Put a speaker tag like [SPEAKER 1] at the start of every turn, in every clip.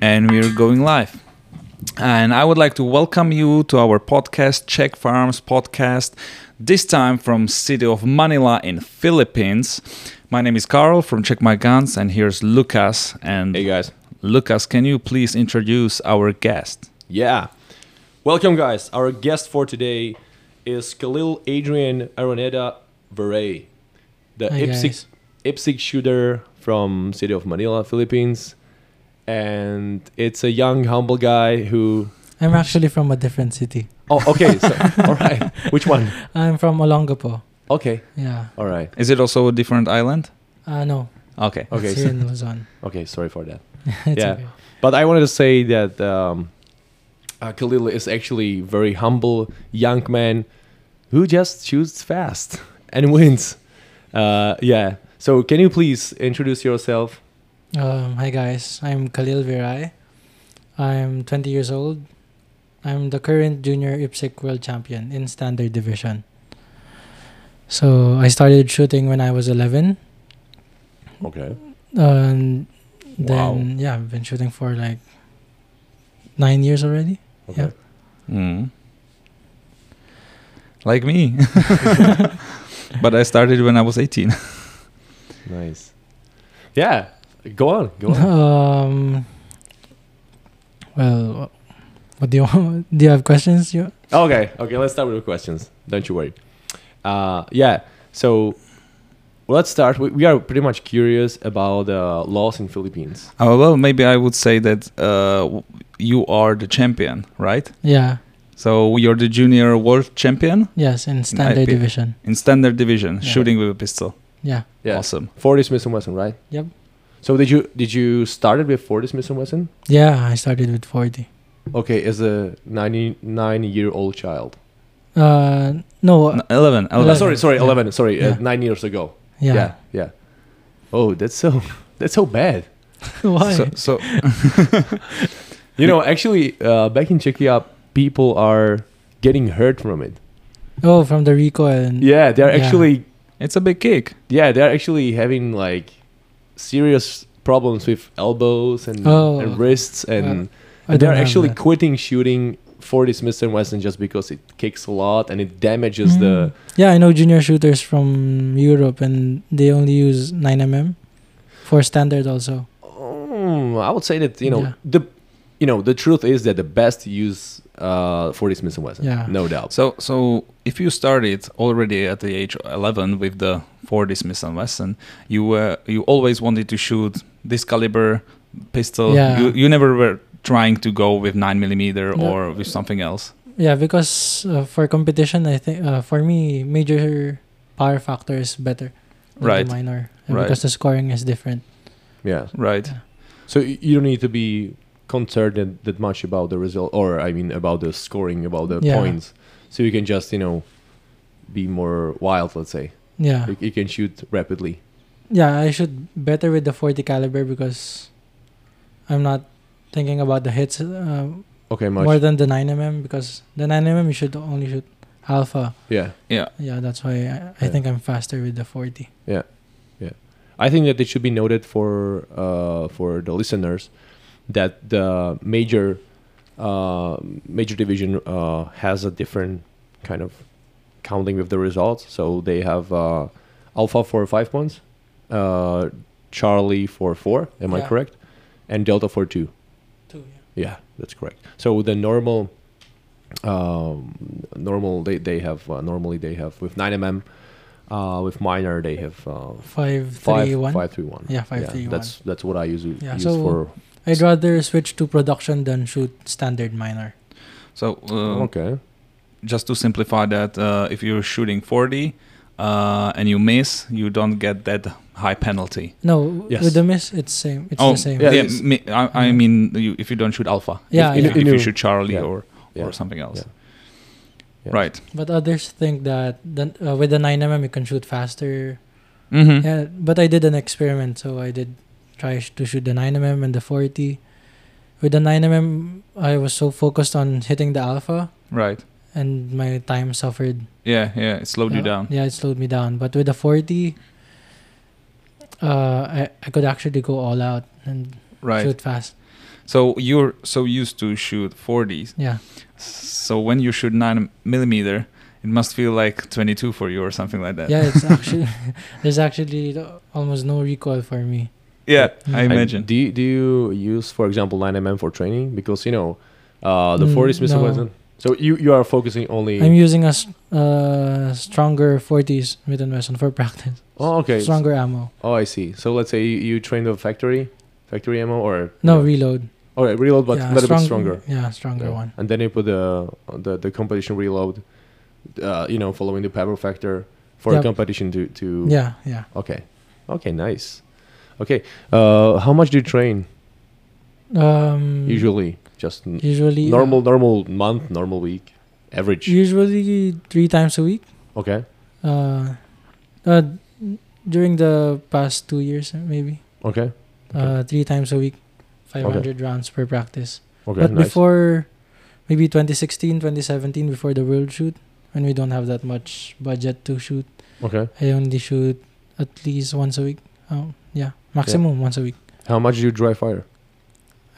[SPEAKER 1] and we're going live. And I would like to welcome you to our podcast, Czech Farms Podcast, this time from city of Manila in Philippines. My name is Carl from Check My Guns, and here's Lucas. And
[SPEAKER 2] Hey guys.
[SPEAKER 1] Lucas, can you please introduce our guest?
[SPEAKER 2] Yeah. Welcome guys. Our guest for today is Khalil Adrian Araneda Veray, the
[SPEAKER 3] Hi,
[SPEAKER 2] Ipsic
[SPEAKER 3] guys.
[SPEAKER 2] Ipsic shooter from city of Manila, Philippines. And it's a young humble guy who
[SPEAKER 3] I'm actually from a different city.
[SPEAKER 2] Oh, okay. So, all right. Which one?
[SPEAKER 3] I'm from Olongapo.
[SPEAKER 2] Okay.
[SPEAKER 3] Yeah.
[SPEAKER 2] All right.
[SPEAKER 1] Is it also a different island?
[SPEAKER 3] Uh, no.
[SPEAKER 1] Okay.
[SPEAKER 2] Okay,
[SPEAKER 3] It's
[SPEAKER 2] so-
[SPEAKER 3] here in Luzon.
[SPEAKER 2] Okay, sorry for that.
[SPEAKER 3] it's
[SPEAKER 2] Yeah.
[SPEAKER 3] okay.
[SPEAKER 2] But I wanted to say that um, uh, Khalil is actually very humble young man who just shoots fast and wins. Uh, yeah. So can you please introduce yourself?
[SPEAKER 3] Um, hi, guys. I'm Khalil Viray. I'm 20 years old. I'm the current junior IPSC E world champion in standard division. So I started shooting when I was 11.
[SPEAKER 2] Okay.
[SPEAKER 3] And
[SPEAKER 2] Wow.
[SPEAKER 3] then, yeah, I've been shooting for like nine years already.
[SPEAKER 2] Okay.
[SPEAKER 1] Mm. Like me. but I started when I was 18.
[SPEAKER 2] Nice. Yeah. Go on. Go on.
[SPEAKER 3] Um. Well, what do you want? do? You have questions? You
[SPEAKER 2] Okay, okay, let's start with the questions. Don't you worry. Uh, yeah, so let's start. We, we are pretty much curious about uh, laws in Philippines.
[SPEAKER 1] Oh, well, maybe I would say that uh, w- you are the champion, right?
[SPEAKER 3] yeah.
[SPEAKER 1] So you're the junior world champion
[SPEAKER 3] Yes, in standard
[SPEAKER 1] IP.
[SPEAKER 3] division.
[SPEAKER 1] in standard division,
[SPEAKER 3] Yeah.
[SPEAKER 1] shooting with a pistol.
[SPEAKER 3] Yeah.
[SPEAKER 2] Yeah,
[SPEAKER 1] Awesome.
[SPEAKER 2] for this Smith and Wesson, right?
[SPEAKER 3] Yep.
[SPEAKER 2] So did you did you started with Fortis Smith and Wesson?
[SPEAKER 3] Yeah, I started with 40.
[SPEAKER 2] Okay, as a ninety nine year old child.
[SPEAKER 3] Uh, no.
[SPEAKER 1] N- 11, 11.
[SPEAKER 2] Oh,
[SPEAKER 3] Eleven,
[SPEAKER 2] sorry, sorry,
[SPEAKER 3] yeah.
[SPEAKER 2] eleven. Sorry, uh,
[SPEAKER 3] Yeah.
[SPEAKER 2] nine years ago.
[SPEAKER 3] yeah.
[SPEAKER 2] yeah, yeah. Oh, that's so that's so bad.
[SPEAKER 3] Why?
[SPEAKER 1] So, so
[SPEAKER 2] You know, actually, uh, back in Czechia, people are getting hurt from it.
[SPEAKER 3] oh, from the recoil. And,
[SPEAKER 2] Yeah, they're
[SPEAKER 3] Yeah.
[SPEAKER 2] actually
[SPEAKER 1] it's a big kick.
[SPEAKER 2] yeah, they're actually having like serious problems with elbows and,
[SPEAKER 3] Oh,
[SPEAKER 2] and
[SPEAKER 3] okay.
[SPEAKER 2] wrists, and,
[SPEAKER 3] I
[SPEAKER 2] and they're
[SPEAKER 3] don't have
[SPEAKER 2] actually
[SPEAKER 3] that.
[SPEAKER 2] quitting shooting for this Smith and Wesson just because it kicks a lot and it damages the.
[SPEAKER 3] Mm. Yeah, I know junior shooters from Europe, and they only use 9 mm for standard also.
[SPEAKER 2] Mm, I would say that you know
[SPEAKER 3] Yeah.
[SPEAKER 2] the, you know the truth is that the best use uh for this Smith and Wesson,
[SPEAKER 3] Yeah.
[SPEAKER 2] no doubt.
[SPEAKER 1] So, so if you started already at the age of 11 with the 40 Smith and Wesson, you were you always wanted to shoot this caliber pistol.
[SPEAKER 3] Yeah.
[SPEAKER 1] You, you never were trying to go with 9 millimeter
[SPEAKER 3] No.
[SPEAKER 1] or with something else.
[SPEAKER 3] Yeah, because uh, for competition, I think uh, for me, major power factor is better than
[SPEAKER 1] Right.
[SPEAKER 3] the minor and
[SPEAKER 1] Right.
[SPEAKER 3] because the scoring is different.
[SPEAKER 2] Yeah,
[SPEAKER 1] Right.
[SPEAKER 2] so y- you don't need to be concerned that, that much about the result, or I mean about the scoring, about the
[SPEAKER 3] Yeah.
[SPEAKER 2] points. So you can just you know be more wild, let's say.
[SPEAKER 3] Yeah,
[SPEAKER 2] You, you can shoot rapidly.
[SPEAKER 3] yeah, I should better with the 40 caliber because I'm not thinking about the hits uh,
[SPEAKER 2] Okay, much.
[SPEAKER 3] more than the 9 mm because the 9 mm you should only shoot alpha.
[SPEAKER 2] yeah,
[SPEAKER 3] Yeah, that's why I, I
[SPEAKER 2] Yeah.
[SPEAKER 3] think I'm faster with the 40.
[SPEAKER 2] I think that it should be noted for uh, for the listeners that the major uh, major division uh, has a different kind of counting with the results. So they have uh, Alpha for five points, uh, Charlie for four. Am I
[SPEAKER 3] Yeah.
[SPEAKER 2] correct? And Delta for two.
[SPEAKER 3] Too,
[SPEAKER 2] Yeah, that's correct. So the normal, um, normal they they have uh, normally they have with nine mm, uh, with minor they have uh,
[SPEAKER 3] Five,
[SPEAKER 2] five
[SPEAKER 3] three, one.
[SPEAKER 2] five three one.
[SPEAKER 3] Yeah, five, three,
[SPEAKER 2] That's that's what I usually
[SPEAKER 3] Yeah,
[SPEAKER 2] use
[SPEAKER 3] so-
[SPEAKER 2] for.
[SPEAKER 3] I'd rather switch to production than shoot standard minor.
[SPEAKER 1] So, uh,
[SPEAKER 2] okay.
[SPEAKER 1] just to simplify that, uh, if you're shooting 40 uh, and you miss, you don't get that high penalty.
[SPEAKER 3] No,
[SPEAKER 2] Yes.
[SPEAKER 3] with the miss, it's same. It's the same.
[SPEAKER 1] Oh, yeah.
[SPEAKER 2] Yeah, it is.
[SPEAKER 1] mi- I, I
[SPEAKER 3] Yeah.
[SPEAKER 1] mean, you, if you don't shoot alpha,
[SPEAKER 3] Yeah,
[SPEAKER 1] if, if-
[SPEAKER 3] yeah.
[SPEAKER 1] if you
[SPEAKER 2] Yeah.
[SPEAKER 1] shoot Charlie
[SPEAKER 2] Yeah.
[SPEAKER 1] or
[SPEAKER 2] Yeah.
[SPEAKER 1] or something else,
[SPEAKER 2] Yeah. Yeah.
[SPEAKER 1] right?
[SPEAKER 3] But others think that the, uh, with the 9mm you can shoot faster.
[SPEAKER 1] Mm-hmm.
[SPEAKER 3] Yeah, but I did an experiment, so I did try sh- to shoot the 9mm and the 40. With the 9mm, I was so focused on hitting the alpha,
[SPEAKER 1] Right.
[SPEAKER 3] and my time suffered.
[SPEAKER 1] Yeah, yeah. It slowed you
[SPEAKER 3] Uh,
[SPEAKER 1] down.
[SPEAKER 3] Yeah, it slowed me down. But with the 40, uh, I, I could actually go all out and
[SPEAKER 1] Right.
[SPEAKER 3] shoot fast.
[SPEAKER 1] So you're so used to shoot 40s.
[SPEAKER 3] Yeah.
[SPEAKER 1] So when you shoot 9 millimeter, it must feel like 22 for you or something like that.
[SPEAKER 3] Yeah, it's actually there's actually uh, almost no recoil for me.
[SPEAKER 1] Yeah, I
[SPEAKER 2] And
[SPEAKER 1] imagine.
[SPEAKER 2] do you, do you use, for example, 9mm for training? Because you know, uh, the
[SPEAKER 3] Mm,
[SPEAKER 2] 40s missile
[SPEAKER 3] no.
[SPEAKER 2] weapon. So you you are focusing only.
[SPEAKER 3] I'm using a s- uh, stronger 40s Smith and Wesson for practice.
[SPEAKER 2] oh, okay.
[SPEAKER 3] Stronger ammo.
[SPEAKER 2] Oh, I see. So let's say you, you train the factory, factory ammo, or
[SPEAKER 3] No reload.
[SPEAKER 2] All right, reload, but a
[SPEAKER 3] yeah,
[SPEAKER 2] little
[SPEAKER 3] strong-
[SPEAKER 2] bit stronger.
[SPEAKER 3] Yeah, stronger
[SPEAKER 2] Yeah.
[SPEAKER 3] one.
[SPEAKER 2] And then you put the the, the competition reload, uh, you know, following the power factor for a
[SPEAKER 3] Yep.
[SPEAKER 2] competition to to.
[SPEAKER 3] Yeah, yeah.
[SPEAKER 2] Okay. Okay. Nice. Okay. Uh, how much do you train
[SPEAKER 3] Um,
[SPEAKER 2] usually? Just n-
[SPEAKER 3] usually uh,
[SPEAKER 2] normal, normal month, normal week, average.
[SPEAKER 3] usually three times a week.
[SPEAKER 2] okay.
[SPEAKER 3] Uh, uh, during the past two years, uh, maybe
[SPEAKER 2] Okay.
[SPEAKER 3] uh, three times a week, 500 rounds per practice.
[SPEAKER 2] Okay.
[SPEAKER 3] but
[SPEAKER 2] nice.
[SPEAKER 3] before, maybe 2016, 2017, before the world shoot, when we don't have that much budget to shoot,
[SPEAKER 2] okay.
[SPEAKER 3] I only shoot at least once a week. Oh, yeah, maximum once a week.
[SPEAKER 2] How much do you dry fire?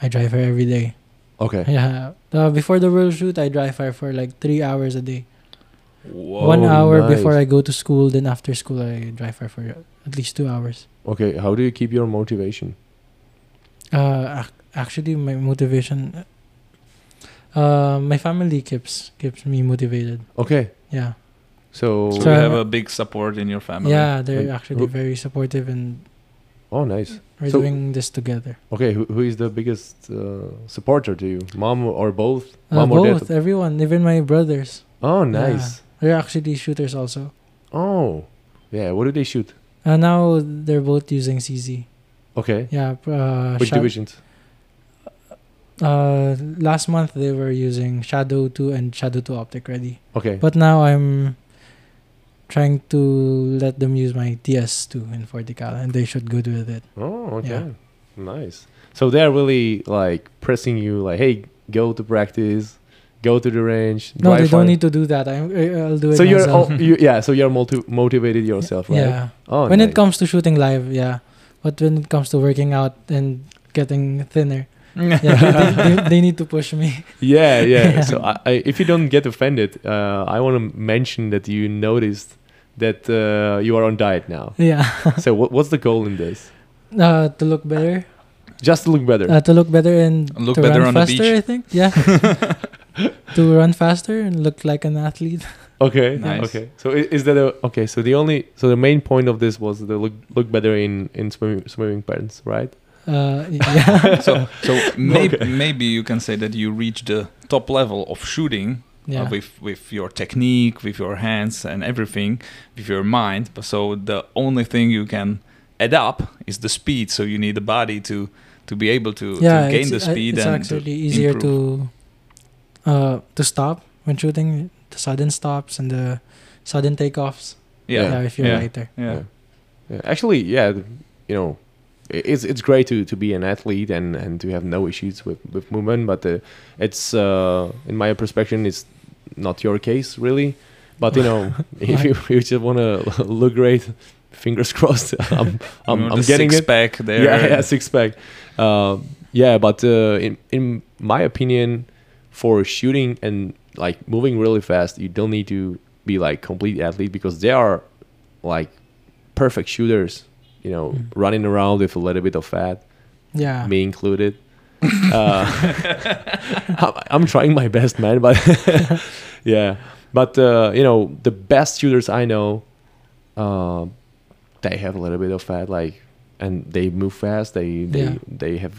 [SPEAKER 3] I drive her every day.
[SPEAKER 2] Okay.
[SPEAKER 3] Yeah. Uh, before the world shoot, I drive her for like three hours a day.
[SPEAKER 1] Whoa.
[SPEAKER 3] One
[SPEAKER 2] Oh,
[SPEAKER 3] hour
[SPEAKER 2] nice.
[SPEAKER 3] before I go to school, then after school, I drive her for at least two hours.
[SPEAKER 2] Okay. How do you keep your motivation?
[SPEAKER 3] Uh, ac- actually, my motivation. Uh, my family keeps keeps me motivated.
[SPEAKER 2] Okay.
[SPEAKER 3] Yeah,
[SPEAKER 2] So.
[SPEAKER 1] So
[SPEAKER 3] So-
[SPEAKER 1] you have a big support in your family.
[SPEAKER 3] Uh, yeah, they're
[SPEAKER 2] Like,
[SPEAKER 3] actually
[SPEAKER 2] who-
[SPEAKER 3] very supportive, and
[SPEAKER 2] oh, nice.
[SPEAKER 3] we're
[SPEAKER 2] So-
[SPEAKER 3] doing this together.
[SPEAKER 2] Okay. Who, who is the biggest uh, supporter to you? Mom or both?
[SPEAKER 3] Uh,
[SPEAKER 2] Mom or
[SPEAKER 3] both,
[SPEAKER 2] dad?
[SPEAKER 3] everyone, even my brothers,
[SPEAKER 2] Oh, nice.
[SPEAKER 3] they're actually shooters also.
[SPEAKER 2] Oh, yeah. What do they shoot?
[SPEAKER 3] Uh, now they're both using CZ.
[SPEAKER 2] Okay.
[SPEAKER 3] Yeah. pr- Uh,
[SPEAKER 2] Which
[SPEAKER 3] Shad-
[SPEAKER 2] divisions?
[SPEAKER 3] Uh, last month they were using Shadow Two and Shadow Two Optic Ready,
[SPEAKER 2] Okay.
[SPEAKER 3] but now I'm trying to let them use my TS Two in 40 cal, and they should good with it.
[SPEAKER 2] oh, okay.
[SPEAKER 3] yeah.
[SPEAKER 2] Nice. So they're really like pressing you, like, hey, go to practice, go to the range.
[SPEAKER 3] No,
[SPEAKER 2] drive
[SPEAKER 3] they
[SPEAKER 2] far."
[SPEAKER 3] don't need to do that. I'm, I- I'll do it
[SPEAKER 2] So you're
[SPEAKER 3] myself.
[SPEAKER 2] all, you, yeah. So you're multi- motivated yourself, right?
[SPEAKER 3] Yeah.
[SPEAKER 2] Oh,
[SPEAKER 3] when
[SPEAKER 2] nice.
[SPEAKER 3] it comes to shooting live, yeah. But when it comes to working out and getting thinner, yeah, they, they, they need to push me.
[SPEAKER 2] Yeah, yeah. so I, I, if you don't get offended, uh, I want to mention that you noticed that uh, you are on diet now.
[SPEAKER 3] yeah.
[SPEAKER 2] so what, what's the goal in this?
[SPEAKER 3] Uh, to look better.
[SPEAKER 2] Just to look better.
[SPEAKER 3] Uh, to look better and
[SPEAKER 1] Look
[SPEAKER 3] to
[SPEAKER 1] better
[SPEAKER 3] run
[SPEAKER 1] on the
[SPEAKER 3] faster,
[SPEAKER 1] beach.
[SPEAKER 3] I think. Yeah. to run faster and look like an athlete.
[SPEAKER 2] Okay.
[SPEAKER 1] Nice.
[SPEAKER 2] Okay. So is, is that a okay? So the only so the main point of this was the look look better in in swimming swimming pants, right?
[SPEAKER 3] Uh, yeah.
[SPEAKER 1] so so maybe maybe you can say that you reach the top level of shooting uh,
[SPEAKER 3] yeah.
[SPEAKER 1] with with your technique, with your hands and everything, with your mind. But so the only thing you can add up is the speed. So you need the body to to be able to,
[SPEAKER 3] Yeah.
[SPEAKER 1] to gain
[SPEAKER 3] it's,
[SPEAKER 1] the
[SPEAKER 3] uh,
[SPEAKER 1] speed
[SPEAKER 3] it's
[SPEAKER 1] and to
[SPEAKER 3] actually easier
[SPEAKER 1] improve.
[SPEAKER 3] to uh, to stop when shooting the sudden stops and the sudden takeoffs.
[SPEAKER 1] yeah.
[SPEAKER 3] yeah if you're
[SPEAKER 1] yeah.
[SPEAKER 3] lighter.
[SPEAKER 1] yeah.
[SPEAKER 2] Yeah. Actually, yeah. th- You know, i- it's it's great to, to be an athlete and, and to have no issues with with movement, but uh, it's uh, in my perspective, it's not your case really. But you know, if you, you just want to look great, fingers crossed. I'm I'm,
[SPEAKER 1] You know,
[SPEAKER 2] I'm
[SPEAKER 1] the
[SPEAKER 2] getting
[SPEAKER 1] six
[SPEAKER 2] it.
[SPEAKER 1] pack there.
[SPEAKER 2] Yeah, yeah, six pack. Uh, yeah, but uh, in in my opinion, for shooting and like moving really fast, you don't need to be like complete athlete because they are like perfect shooters. You know,
[SPEAKER 3] Mm.
[SPEAKER 2] running around with a little bit of fat,
[SPEAKER 3] Yeah.
[SPEAKER 2] me included. uh, I'm, I'm trying my best, man. But yeah, but uh, you know, the best shooters I know, uh, they have a little bit of fat, like, and they move fast. They they
[SPEAKER 3] Yeah.
[SPEAKER 2] they have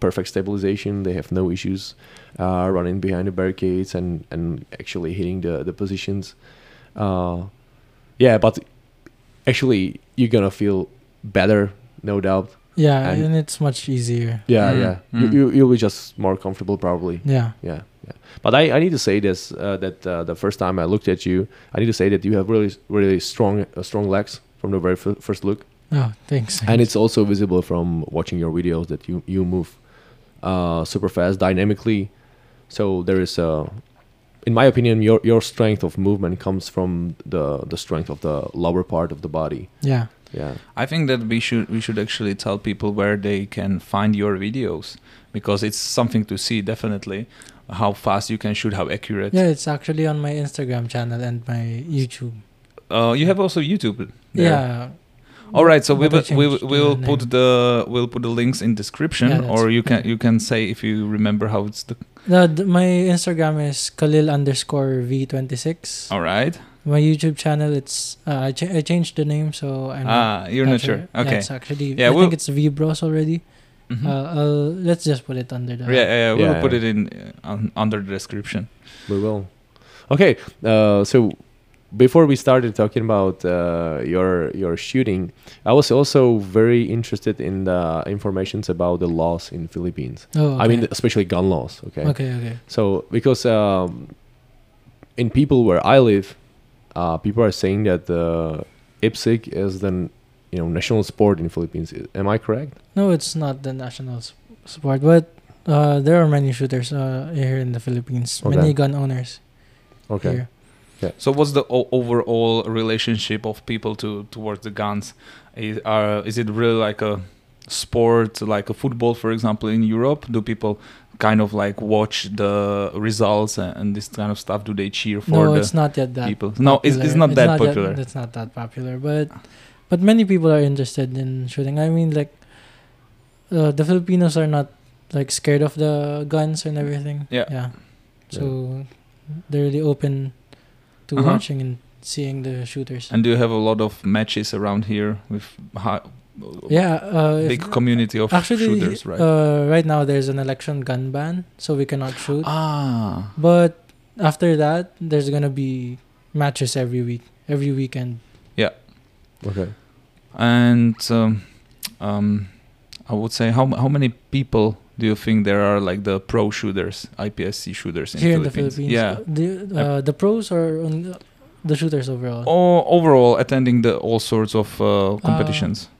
[SPEAKER 2] perfect stabilization. They have no issues uh, running behind the barricades and and actually hitting the the positions. Uh, yeah, but actually, you're gonna feel better, no doubt.
[SPEAKER 3] Yeah,
[SPEAKER 2] And-
[SPEAKER 3] and, it's much easier.
[SPEAKER 2] Yeah,
[SPEAKER 1] Mm,
[SPEAKER 2] yeah.
[SPEAKER 1] mm.
[SPEAKER 2] You, you you'll be just more comfortable probably.
[SPEAKER 3] Yeah.
[SPEAKER 2] Yeah, yeah. But I, I need to say this uh, that uh, the first time I looked at you, I need to say that you have really really strong uh, strong legs from the very f- first look,
[SPEAKER 3] Oh, thanks.
[SPEAKER 2] and it's also visible from watching your videos that you you move uh, super fast dynamically. So there is a in my opinion, your, your strength of movement comes from the, the strength of the lower part of the body.
[SPEAKER 3] yeah.
[SPEAKER 2] Yeah.
[SPEAKER 1] I think that we should we should actually tell people where they can find your videos because it's something to see definitely how fast you can shoot, how accurate.
[SPEAKER 3] Yeah, it's actually on my Instagram channel and my YouTube.
[SPEAKER 1] Uh, you have also YouTube. there.
[SPEAKER 3] Yeah.
[SPEAKER 1] All right, so we
[SPEAKER 3] But I
[SPEAKER 1] will, we will
[SPEAKER 3] changed
[SPEAKER 1] we'll
[SPEAKER 3] the
[SPEAKER 1] put
[SPEAKER 3] name.
[SPEAKER 1] the we'll put the links in description,
[SPEAKER 3] Yeah, that's-
[SPEAKER 1] or you can
[SPEAKER 3] yeah.
[SPEAKER 1] you can say if you remember how it's the.
[SPEAKER 3] No, th- my Instagram is Khalil underscore V26.
[SPEAKER 1] All right.
[SPEAKER 3] My YouTube channel, it's uh, I, ch- I changed the name, so I'm
[SPEAKER 1] Ah, you're not sure.
[SPEAKER 3] Yeah,
[SPEAKER 1] Okay.
[SPEAKER 3] it's actually.
[SPEAKER 1] Yeah,
[SPEAKER 3] I
[SPEAKER 1] we'll-
[SPEAKER 3] think it's V Bros already.
[SPEAKER 1] Mhm.
[SPEAKER 3] Uh, I'll, let's just put it under the.
[SPEAKER 1] yeah, yeah, we'll
[SPEAKER 2] Yeah,
[SPEAKER 1] put
[SPEAKER 2] yeah.
[SPEAKER 1] it in uh, un- under the description.
[SPEAKER 2] We will. Okay, uh, so before we started talking about uh, your your shooting, I was also very interested in the informations about the laws in Philippines.
[SPEAKER 3] Oh,
[SPEAKER 2] I mean,
[SPEAKER 3] okay.
[SPEAKER 2] especially gun laws. Okay.
[SPEAKER 3] Okay. Okay.
[SPEAKER 2] So because um, in people where I live, uh, people are saying that uh, IPSC is the n- you know national sport in Philippines. I- Am I correct?
[SPEAKER 3] No, it's not the national s- sport, but uh, there are many shooters uh, here in the Philippines.
[SPEAKER 2] Okay.
[SPEAKER 3] Many gun owners
[SPEAKER 2] Okay.
[SPEAKER 3] here.
[SPEAKER 1] So, what's the o- overall relationship of people to towards the guns? Is, are, is it really like a sport, like a football, for example, in Europe? Do people kind of like watch the results and, and this kind of stuff? Do they cheer for
[SPEAKER 3] no,
[SPEAKER 1] the
[SPEAKER 3] it's not yet that.
[SPEAKER 1] people? No, it's, it's not that
[SPEAKER 3] yet-
[SPEAKER 1] popular.
[SPEAKER 3] it's not that popular, but but many people are interested in shooting. I mean, like uh, the Filipinos are not like scared of the guns and everything.
[SPEAKER 1] Yeah.
[SPEAKER 3] Yeah. So they're really open to
[SPEAKER 1] Uh-huh.
[SPEAKER 3] watching and seeing the shooters.
[SPEAKER 1] And do you have a lot of matches around here with hi-
[SPEAKER 3] yeah. Uh, if-
[SPEAKER 1] big community of
[SPEAKER 3] actually,
[SPEAKER 1] shooters, right?
[SPEAKER 3] uh, right now there's an election gun ban, so we cannot shoot.
[SPEAKER 1] ah,
[SPEAKER 3] But after that, there's gonna be matches every week, every weekend.
[SPEAKER 2] Okay.
[SPEAKER 1] and um, um, I would say how m- how many people do you think there are like the pro shooters, IPSC shooters in,
[SPEAKER 3] Here in the
[SPEAKER 1] Philippines?
[SPEAKER 3] Philippines,
[SPEAKER 1] Yeah.
[SPEAKER 3] the uh, the pros are on the- the shooters overall.
[SPEAKER 1] Or overall attending the all sorts of uh, competitions.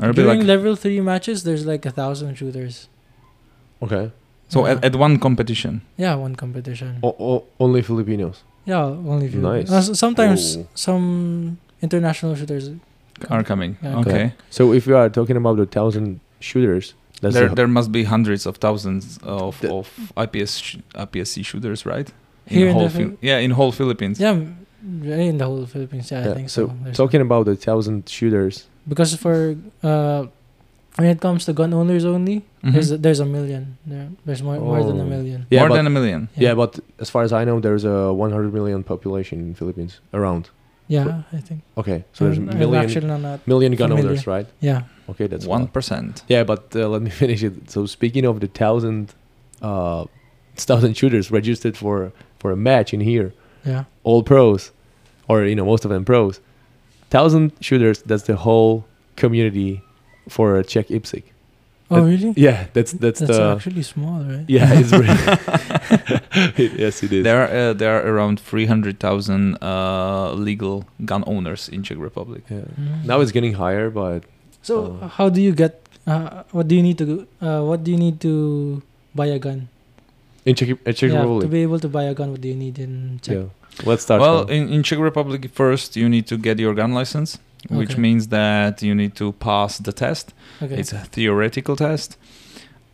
[SPEAKER 1] Or a bit
[SPEAKER 3] During
[SPEAKER 1] like-
[SPEAKER 3] level three matches, there's like a thousand shooters.
[SPEAKER 2] Okay.
[SPEAKER 1] so
[SPEAKER 3] yeah.
[SPEAKER 1] at, at one Oh. competition.
[SPEAKER 3] yeah, one competition.
[SPEAKER 2] O- o- only Filipinos.
[SPEAKER 3] Yeah, only few.
[SPEAKER 2] Nice.
[SPEAKER 3] Uh, s- sometimes
[SPEAKER 2] Oh.
[SPEAKER 3] some international shooters.
[SPEAKER 1] Are coming
[SPEAKER 3] Yeah,
[SPEAKER 1] okay.
[SPEAKER 2] okay. So if you are talking about the thousand shooters, that's
[SPEAKER 1] There,
[SPEAKER 2] the-
[SPEAKER 1] there must be hundreds of thousands of,
[SPEAKER 2] The-
[SPEAKER 1] of IPS sh- IPSC shooters, right?
[SPEAKER 3] Here in
[SPEAKER 1] whole
[SPEAKER 3] the
[SPEAKER 1] Phil-
[SPEAKER 3] Phil-
[SPEAKER 1] yeah, in whole Philippines.
[SPEAKER 3] Yeah, m- really in the whole Philippines. Yeah,
[SPEAKER 2] Yeah,
[SPEAKER 3] I think
[SPEAKER 2] so
[SPEAKER 3] so. There's-
[SPEAKER 2] talking about the thousand shooters.
[SPEAKER 3] because for uh, when it comes to gun owners only,
[SPEAKER 1] Mhm.
[SPEAKER 3] there's a, there's a million. There, there's more more than a
[SPEAKER 2] Oh.
[SPEAKER 3] million.
[SPEAKER 2] Yeah,
[SPEAKER 1] More
[SPEAKER 2] but,
[SPEAKER 1] than a million.
[SPEAKER 2] yeah. but as far as I know, there's a 100 million population in Philippines around.
[SPEAKER 3] yeah, I think.
[SPEAKER 2] Okay, so there's
[SPEAKER 3] I'm- I'm
[SPEAKER 2] million
[SPEAKER 3] actually not- not.
[SPEAKER 2] million gun
[SPEAKER 3] familiar.
[SPEAKER 2] owners, right?
[SPEAKER 3] Yeah.
[SPEAKER 2] Okay, that's
[SPEAKER 1] One
[SPEAKER 2] one.
[SPEAKER 1] percent.
[SPEAKER 2] Yeah, but uh, let me finish it. So speaking of the thousand, uh, thousand shooters registered for for a match in here,
[SPEAKER 3] Yeah.
[SPEAKER 2] all pros, or you know most of them pros, thousand shooters. That's the whole community for a Czech IPSC.
[SPEAKER 3] Oh, really?
[SPEAKER 2] Yeah, that's that's,
[SPEAKER 3] That's
[SPEAKER 2] the
[SPEAKER 3] actually small, right?
[SPEAKER 2] yeah. It's really, yes, it is.
[SPEAKER 1] There are uh, there are around three hundred thousand uh, legal gun owners in Czech Republic.
[SPEAKER 2] Yeah.
[SPEAKER 3] Mm.
[SPEAKER 2] Now it's getting higher, but
[SPEAKER 3] So
[SPEAKER 2] Oh.
[SPEAKER 3] how do you get? Uh, what do you need to? go- Uh, what do you need to buy a gun?
[SPEAKER 2] in Czech, uh, Czech
[SPEAKER 3] yeah, to
[SPEAKER 2] Republic,
[SPEAKER 3] be able to buy a gun, what do you need in Czech?
[SPEAKER 2] yeah. Let's start.
[SPEAKER 1] well,
[SPEAKER 2] from-
[SPEAKER 1] in, in Czech Republic, first you need to get your gun license, which
[SPEAKER 3] Okay.
[SPEAKER 1] means that you need to pass the test.
[SPEAKER 3] Okay.
[SPEAKER 1] It's a theoretical test,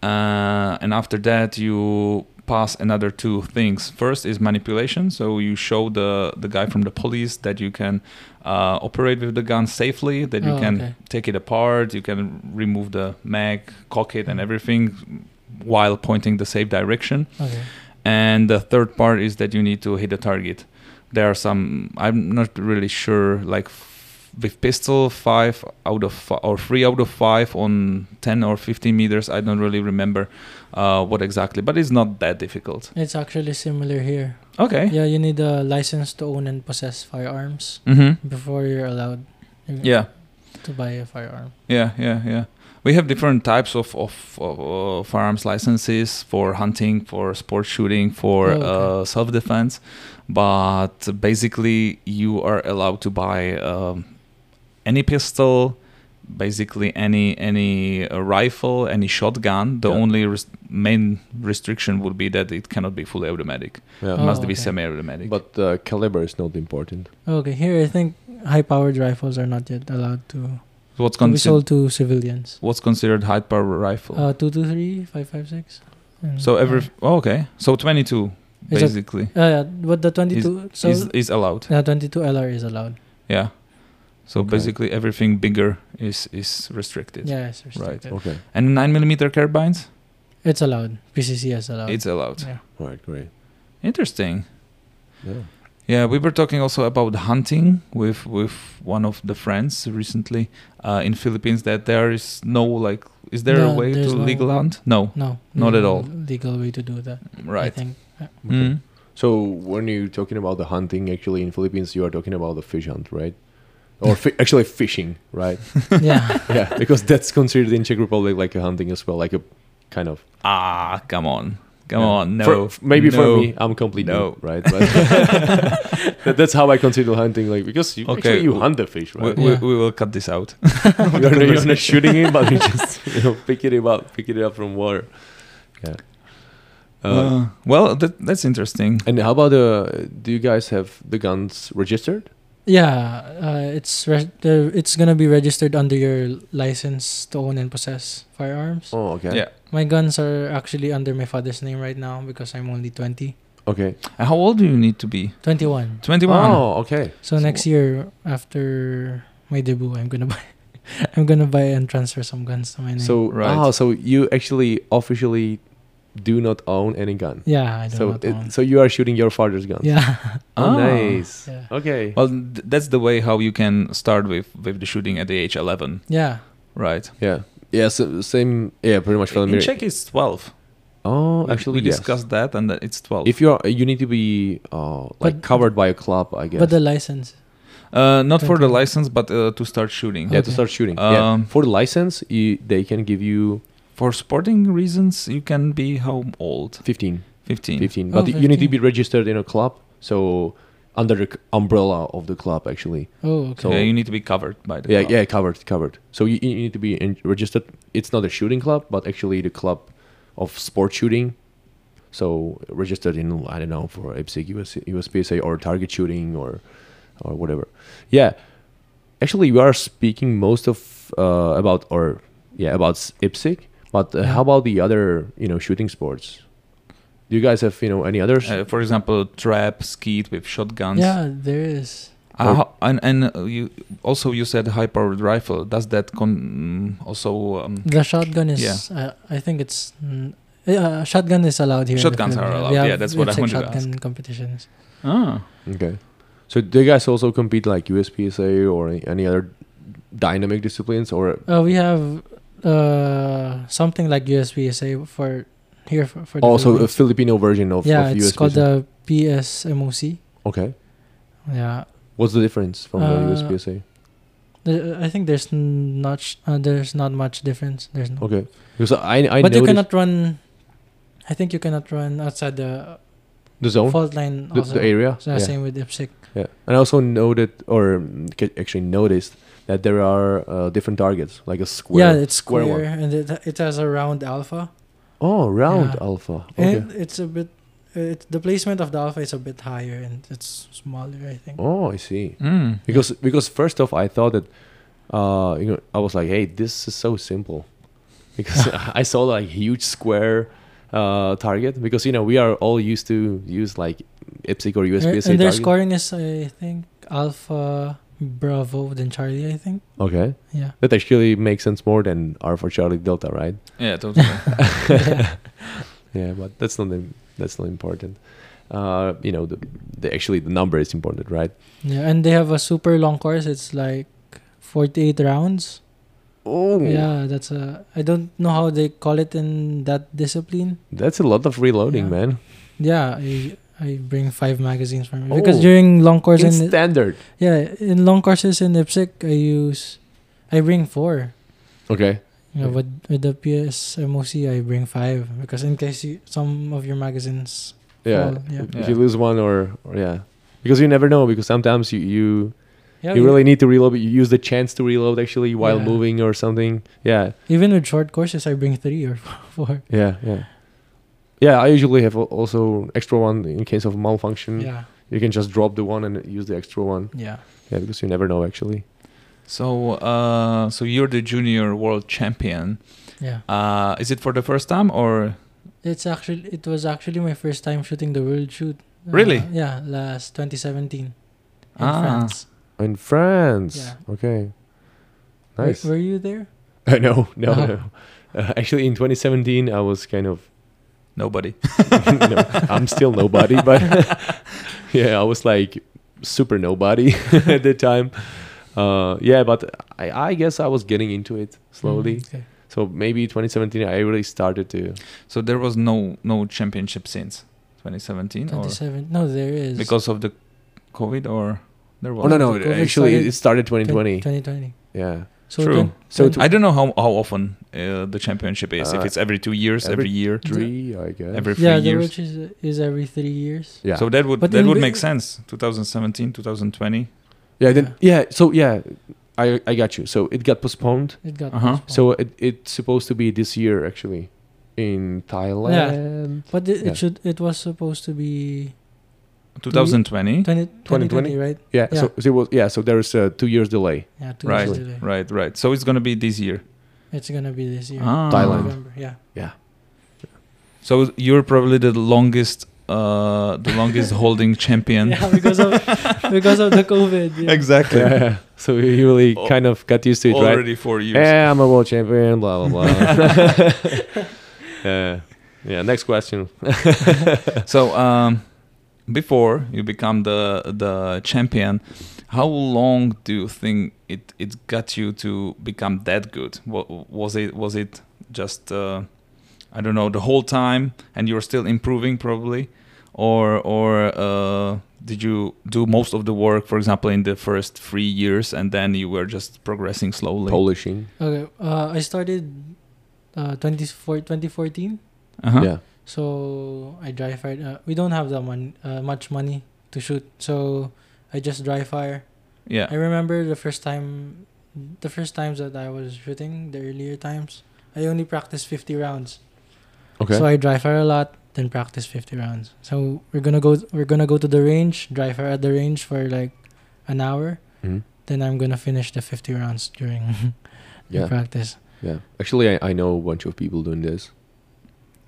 [SPEAKER 1] uh, and after that you pass another two things. First is manipulation, so you show the the guy from the police that you can uh, operate with the gun safely, that you
[SPEAKER 3] Oh,
[SPEAKER 1] can
[SPEAKER 3] okay.
[SPEAKER 1] take it apart, you can remove the mag, cock it, and everything while pointing the safe direction.
[SPEAKER 3] Okay.
[SPEAKER 1] And the third part is that you need to hit a target. There are some I'm not really sure like f- with pistol 5 out of fi- or 3 out of 5 on 10 or 15 meters I don't really remember uh, what exactly but it's not that difficult.
[SPEAKER 3] It's actually similar here.
[SPEAKER 1] Okay.
[SPEAKER 3] Yeah, you need a license to own and possess firearms
[SPEAKER 1] Mhm.
[SPEAKER 3] before you're allowed uh,
[SPEAKER 1] Yeah.
[SPEAKER 3] to buy a firearm.
[SPEAKER 1] Yeah, yeah, yeah. We have different types of of, of uh, firearms licenses for hunting, for sport shooting, for
[SPEAKER 3] Oh, okay.
[SPEAKER 1] uh, self defense, but basically you are allowed to buy um, any pistol, basically any any uh, rifle, any shotgun. The
[SPEAKER 2] Yeah.
[SPEAKER 1] only res- main restriction would be that it cannot be fully automatic.
[SPEAKER 2] yeah.
[SPEAKER 1] it must
[SPEAKER 3] Oh,
[SPEAKER 1] be
[SPEAKER 3] okay.
[SPEAKER 1] semi-automatic.
[SPEAKER 2] But the caliber is not important.
[SPEAKER 3] Okay, here I think high-powered rifles are not yet allowed to
[SPEAKER 1] What's
[SPEAKER 3] to be
[SPEAKER 1] considered
[SPEAKER 3] sold to civilians.
[SPEAKER 1] what's considered high power rifle?
[SPEAKER 3] Uh, two two three five five six. And,
[SPEAKER 1] so every
[SPEAKER 3] uh,
[SPEAKER 1] oh, okay, so 22
[SPEAKER 3] It's a-
[SPEAKER 1] basically
[SPEAKER 3] uh, yeah, but the twenty two so
[SPEAKER 1] is is allowed.
[SPEAKER 3] yeah, twenty two LR is allowed.
[SPEAKER 1] Yeah. So
[SPEAKER 2] Okay.
[SPEAKER 1] basically everything bigger is is restricted.
[SPEAKER 3] Yeah, it's restricted.
[SPEAKER 2] Okay.
[SPEAKER 1] And 9 millimeter carbines,
[SPEAKER 3] It's allowed. PCC is allowed.
[SPEAKER 1] it's allowed.
[SPEAKER 3] Oh. yeah.
[SPEAKER 2] All right. Great.
[SPEAKER 1] Interesting.
[SPEAKER 2] Yeah.
[SPEAKER 1] Yeah, we were talking also about hunting with with one of the friends recently uh, in Philippines. That there is no like, is there a
[SPEAKER 3] No,
[SPEAKER 1] way to
[SPEAKER 3] there's no-
[SPEAKER 1] legal hunt? No,
[SPEAKER 3] No,
[SPEAKER 1] Not
[SPEAKER 3] no
[SPEAKER 1] at all.
[SPEAKER 3] Legal way to do that. I
[SPEAKER 1] right?
[SPEAKER 3] think.
[SPEAKER 2] Okay.
[SPEAKER 1] Mm.
[SPEAKER 2] So when you're talking about the hunting, actually in Philippines, you are talking about the fish hunt, right? Or fi- actually fishing, right?
[SPEAKER 3] yeah.
[SPEAKER 2] yeah, because that's considered in Czech Republic like a hunting as well, like a kind of.
[SPEAKER 1] Ah, come on, come
[SPEAKER 2] Yeah.
[SPEAKER 1] on, no,
[SPEAKER 2] For- f- maybe
[SPEAKER 1] no.
[SPEAKER 2] for me, I'm completely
[SPEAKER 1] No.
[SPEAKER 2] right. But that- that's how I consider hunting, like because you,
[SPEAKER 1] Okay,
[SPEAKER 2] actually you
[SPEAKER 1] w-
[SPEAKER 2] hunt the fish,
[SPEAKER 1] We,
[SPEAKER 2] right?
[SPEAKER 1] we,
[SPEAKER 3] Yeah.
[SPEAKER 1] we will cut this out.
[SPEAKER 2] you're, not- you're not shooting it, but you just you know pick it up, pick it up from water. Yeah. Uh,
[SPEAKER 1] Uh, well, that, that's interesting.
[SPEAKER 2] and how about the? Do you guys have the guns registered?
[SPEAKER 3] Yeah, uh, it's re- the, it's gonna be registered under your license to own and possess firearms.
[SPEAKER 2] Oh, okay.
[SPEAKER 1] Yeah.
[SPEAKER 3] My guns are actually under my father's name right now because I'm only 20,
[SPEAKER 2] Okay.
[SPEAKER 1] And How old do you need to be?
[SPEAKER 3] 21.
[SPEAKER 1] Twenty-one.
[SPEAKER 2] Oh, okay.
[SPEAKER 3] So next year after my debut, I'm gonna buy, I'm gonna buy and transfer some guns to my name.
[SPEAKER 2] So
[SPEAKER 1] Right.
[SPEAKER 2] ah, so you actually officially do not own any gun.
[SPEAKER 3] yeah, I don't
[SPEAKER 2] So
[SPEAKER 3] know.
[SPEAKER 2] it- so you are shooting your father's gun.
[SPEAKER 3] yeah,
[SPEAKER 2] Oh,
[SPEAKER 1] Ah.
[SPEAKER 2] nice.
[SPEAKER 3] Yeah.
[SPEAKER 2] Okay.
[SPEAKER 1] Well, th- that's the way how you can start with with the shooting at the age eleven,
[SPEAKER 3] yeah.
[SPEAKER 1] right?
[SPEAKER 2] yeah. Yeah. So same. Yeah. Pretty much.
[SPEAKER 1] In
[SPEAKER 2] familiar.
[SPEAKER 1] Czech, it's twelve.
[SPEAKER 2] Oh,
[SPEAKER 1] We-
[SPEAKER 2] actually,
[SPEAKER 1] we
[SPEAKER 2] yes.
[SPEAKER 1] discussed that, and that it's twelve.
[SPEAKER 2] If you are, you need to be uh, like
[SPEAKER 3] But-
[SPEAKER 2] covered by a club, I guess.
[SPEAKER 3] But the license,
[SPEAKER 1] Uh, not for the
[SPEAKER 3] 21.
[SPEAKER 1] license, but uh, to start shooting.
[SPEAKER 2] yeah, to
[SPEAKER 3] Okay.
[SPEAKER 2] start shooting. yeah.
[SPEAKER 1] Um,
[SPEAKER 2] For the license, you, they can give you
[SPEAKER 1] For sporting reasons, you can be how old?
[SPEAKER 2] 15,
[SPEAKER 1] 15.
[SPEAKER 2] 15.
[SPEAKER 3] Oh,
[SPEAKER 2] But you need to
[SPEAKER 3] 15.
[SPEAKER 2] be registered in a club. So under the c- umbrella of the club, actually.
[SPEAKER 3] oh okay,
[SPEAKER 2] So-
[SPEAKER 1] yeah, you need to be covered by the
[SPEAKER 2] yeah,
[SPEAKER 1] club.
[SPEAKER 2] yeah, covered, covered. So you, you need to be in, registered. It's not a shooting club, but actually the club of sport shooting. So registered in I don't know for IPSC, US, USPSA or target shooting or or whatever. Yeah, actually we are speaking most of uh, about or yeah about s- IPSC, but uh,
[SPEAKER 3] Yeah.
[SPEAKER 2] how about the other you know shooting sports? Do you guys have you know any others?
[SPEAKER 1] Uh, for example, trap, skeet with shotguns.
[SPEAKER 3] yeah, there is.
[SPEAKER 1] Uh, ho- and and uh, you also you said high powered rifle. Does that con- mm, also um,
[SPEAKER 3] The shotgun is.
[SPEAKER 1] Yeah.
[SPEAKER 3] Uh, I think it's. mm, Uh, shotgun is allowed here. in the
[SPEAKER 1] Shotguns are
[SPEAKER 3] Philippines.
[SPEAKER 1] allowed,
[SPEAKER 3] We
[SPEAKER 1] yeah,
[SPEAKER 3] have
[SPEAKER 1] that's what I
[SPEAKER 3] IPSC
[SPEAKER 1] wanted to
[SPEAKER 3] shotgun competitions.
[SPEAKER 1] ah
[SPEAKER 2] Okay. So do you guys also compete like USPSA or a- any other dynamic disciplines or
[SPEAKER 3] Uh, we have uh, something like USPSA for here for, for the
[SPEAKER 2] also a
[SPEAKER 3] Philippines.
[SPEAKER 2] Filipino version of,
[SPEAKER 3] yeah,
[SPEAKER 2] of USPSA?
[SPEAKER 3] it's called the PSMOC.
[SPEAKER 2] okay.
[SPEAKER 3] Yeah,
[SPEAKER 2] What's the difference from
[SPEAKER 3] Uh,
[SPEAKER 2] the USPSA?
[SPEAKER 3] There- uh, I think there's n- not sh- uh, there's not much difference. There's no,
[SPEAKER 2] Okay. Because I I
[SPEAKER 3] but you
[SPEAKER 2] noticed
[SPEAKER 3] cannot run. I think you cannot run outside the
[SPEAKER 2] the zone,
[SPEAKER 3] fault line.
[SPEAKER 2] the,
[SPEAKER 3] also.
[SPEAKER 2] the area.
[SPEAKER 3] So
[SPEAKER 2] yeah.
[SPEAKER 3] Same with IPSC.
[SPEAKER 2] yeah. And I also noted or mm, ca- actually noticed that there are uh, different targets like a square.
[SPEAKER 3] yeah, it's
[SPEAKER 2] square
[SPEAKER 3] square,
[SPEAKER 2] one.
[SPEAKER 3] and it, it has a round alpha.
[SPEAKER 2] Oh, round
[SPEAKER 3] Yeah.
[SPEAKER 2] alpha. Okay.
[SPEAKER 3] And it's a bit, it, the placement of the alpha is a bit higher and it's smaller, I think.
[SPEAKER 2] Oh, I see.
[SPEAKER 1] mm.
[SPEAKER 2] Because because first off, I thought that uh, you know I was like, hey, this is so simple, because I saw like huge square uh, target. Because you know we are all used to use like IPSC or
[SPEAKER 3] And-
[SPEAKER 2] USPSA
[SPEAKER 3] and their
[SPEAKER 2] target.
[SPEAKER 3] scoring is, I think, alpha, bravo, then Charlie, I think.
[SPEAKER 2] okay,
[SPEAKER 3] Yeah.
[SPEAKER 2] that actually makes sense more than R for Charlie Delta, right?
[SPEAKER 1] yeah totally.
[SPEAKER 3] yeah.
[SPEAKER 2] Yeah, but that's not im- that's not important. Uh, you know, the, the actually the number is important, right?
[SPEAKER 3] yeah. And they have a super long course. It's like 48 rounds.
[SPEAKER 2] Oh,
[SPEAKER 3] Yeah, that's a, I don't know how they call it in that discipline.
[SPEAKER 2] that's a lot of reloading,
[SPEAKER 3] Yeah.
[SPEAKER 2] man.
[SPEAKER 3] Yeah. I, I bring five magazines for me
[SPEAKER 2] Oh.
[SPEAKER 3] because during long course
[SPEAKER 2] In
[SPEAKER 3] in
[SPEAKER 2] standard.
[SPEAKER 3] yeah in long courses in IPSC I use I bring four
[SPEAKER 2] Okay.
[SPEAKER 3] Yeah,
[SPEAKER 2] Yeah.
[SPEAKER 3] but with the PSMOC, I bring five because in case you, some of your magazines.
[SPEAKER 2] Yeah.
[SPEAKER 3] fall, yeah.
[SPEAKER 2] if
[SPEAKER 1] Yeah.
[SPEAKER 2] you lose one or, or yeah because you never know because sometimes you you,
[SPEAKER 3] yeah
[SPEAKER 2] you
[SPEAKER 3] e-
[SPEAKER 2] really need to reload but you use the chance to reload actually while
[SPEAKER 3] Yeah.
[SPEAKER 2] moving or something yeah
[SPEAKER 3] Even with short courses, I bring three or four.
[SPEAKER 2] yeah yeah yeah i usually have al- also extra one in case of malfunction
[SPEAKER 3] Yeah,
[SPEAKER 2] you can just drop the one and use the extra one
[SPEAKER 3] yeah.
[SPEAKER 2] yeah because you never know actually
[SPEAKER 1] So, uh, so you're the junior world champion.
[SPEAKER 3] Yeah.
[SPEAKER 1] Uh, is it for the first time or?
[SPEAKER 3] It's actually it was actually my first time shooting the world shoot. Uh,
[SPEAKER 1] Really?
[SPEAKER 3] Yeah, last 2017 in
[SPEAKER 1] Ah.
[SPEAKER 3] France.
[SPEAKER 2] In France.
[SPEAKER 3] Yeah.
[SPEAKER 2] Okay.
[SPEAKER 3] Were-
[SPEAKER 2] Oh, Nice.
[SPEAKER 3] Were, you there?
[SPEAKER 2] I know. No,
[SPEAKER 3] Uh-huh.
[SPEAKER 2] no. Uh, actually, in 2017, I was kind of.
[SPEAKER 1] Nobody.
[SPEAKER 2] no, I'm still nobody, but yeah, I was like super nobody at the time. Uh, yeah, but I, I guess I was getting into it slowly.
[SPEAKER 3] Mm, okay.
[SPEAKER 2] So maybe 2017, I really started to.
[SPEAKER 1] So there was no no championship since 2017 or
[SPEAKER 3] 27. No, there is.
[SPEAKER 1] because of the COVID or there was.
[SPEAKER 2] Oh no, no!
[SPEAKER 3] the COVID
[SPEAKER 2] Actually, it
[SPEAKER 3] started
[SPEAKER 2] started 2020.
[SPEAKER 3] Twen- 2020.
[SPEAKER 2] Yeah,
[SPEAKER 3] So
[SPEAKER 1] True.
[SPEAKER 3] twen-
[SPEAKER 2] So
[SPEAKER 3] twen-
[SPEAKER 1] I don't know how how often uh, the championship is. if
[SPEAKER 2] Uh,
[SPEAKER 1] it's every two years, every,
[SPEAKER 2] every
[SPEAKER 1] year,
[SPEAKER 2] three, I guess.
[SPEAKER 1] every few
[SPEAKER 3] yeah, the
[SPEAKER 1] years.
[SPEAKER 3] World is, is every three years.
[SPEAKER 2] yeah.
[SPEAKER 1] So that would
[SPEAKER 3] But
[SPEAKER 1] that
[SPEAKER 3] in
[SPEAKER 1] would
[SPEAKER 3] Wi-
[SPEAKER 1] make sense. 2017, 2020.
[SPEAKER 2] Yeah, then yeah. So yeah, I I got you. So it got postponed.
[SPEAKER 3] It got
[SPEAKER 1] Uh-huh.
[SPEAKER 3] postponed.
[SPEAKER 2] So it, it's supposed to be this year actually, in Thailand.
[SPEAKER 3] but it,
[SPEAKER 2] yeah.
[SPEAKER 3] it should it was supposed to be
[SPEAKER 1] 2020.
[SPEAKER 3] 20, 2020, right?
[SPEAKER 2] Yeah.
[SPEAKER 3] Yeah.
[SPEAKER 2] So, so it was yeah. So there's a two years delay.
[SPEAKER 3] Yeah, two
[SPEAKER 1] Right,
[SPEAKER 3] years delay.
[SPEAKER 1] right, right. So it's gonna be this year.
[SPEAKER 3] It's gonna be this year.
[SPEAKER 1] Ah.
[SPEAKER 2] Thailand.
[SPEAKER 3] November, yeah.
[SPEAKER 1] So you're probably the longest, uh, the longest holding champion.
[SPEAKER 3] Yeah, because of because of the COVID. Yeah.
[SPEAKER 1] Exactly.
[SPEAKER 2] Yeah. so you really
[SPEAKER 1] Al-
[SPEAKER 2] kind of got used to it, right?
[SPEAKER 1] Already four years.
[SPEAKER 2] Yeah, Eh, I'm a world champion. Blah blah blah. yeah. Yeah. Next question.
[SPEAKER 1] So um, before you become the the champion, how long do you think it it got you to become that good? Wa- was it was it just uh, I don't know the whole time, and you're still improving probably, or or uh, did you do most of the work, for example, in the first three years, and then you were just progressing slowly?
[SPEAKER 2] Polishing.
[SPEAKER 3] Okay. Uh, I started uh 24 2014.
[SPEAKER 1] Uh-huh.
[SPEAKER 2] Yeah.
[SPEAKER 3] So I dry fired. Uh, we don't have that mon- uh, much money to shoot. So I just dry fire. I
[SPEAKER 1] yeah,
[SPEAKER 3] remember the first time, the first times that I was shooting, the earlier times, I only practiced 50 rounds.
[SPEAKER 2] Okay.
[SPEAKER 3] So I dry fire a lot, then practice 50 rounds. So we're gonna go, we're gonna go to the range, dry fire at the range for like an hour.
[SPEAKER 2] Mhm.
[SPEAKER 3] Then I'm gonna finish the 50 rounds during the
[SPEAKER 2] Yeah.
[SPEAKER 3] practice.
[SPEAKER 2] Yeah. Actually, I, I know a bunch of people doing this.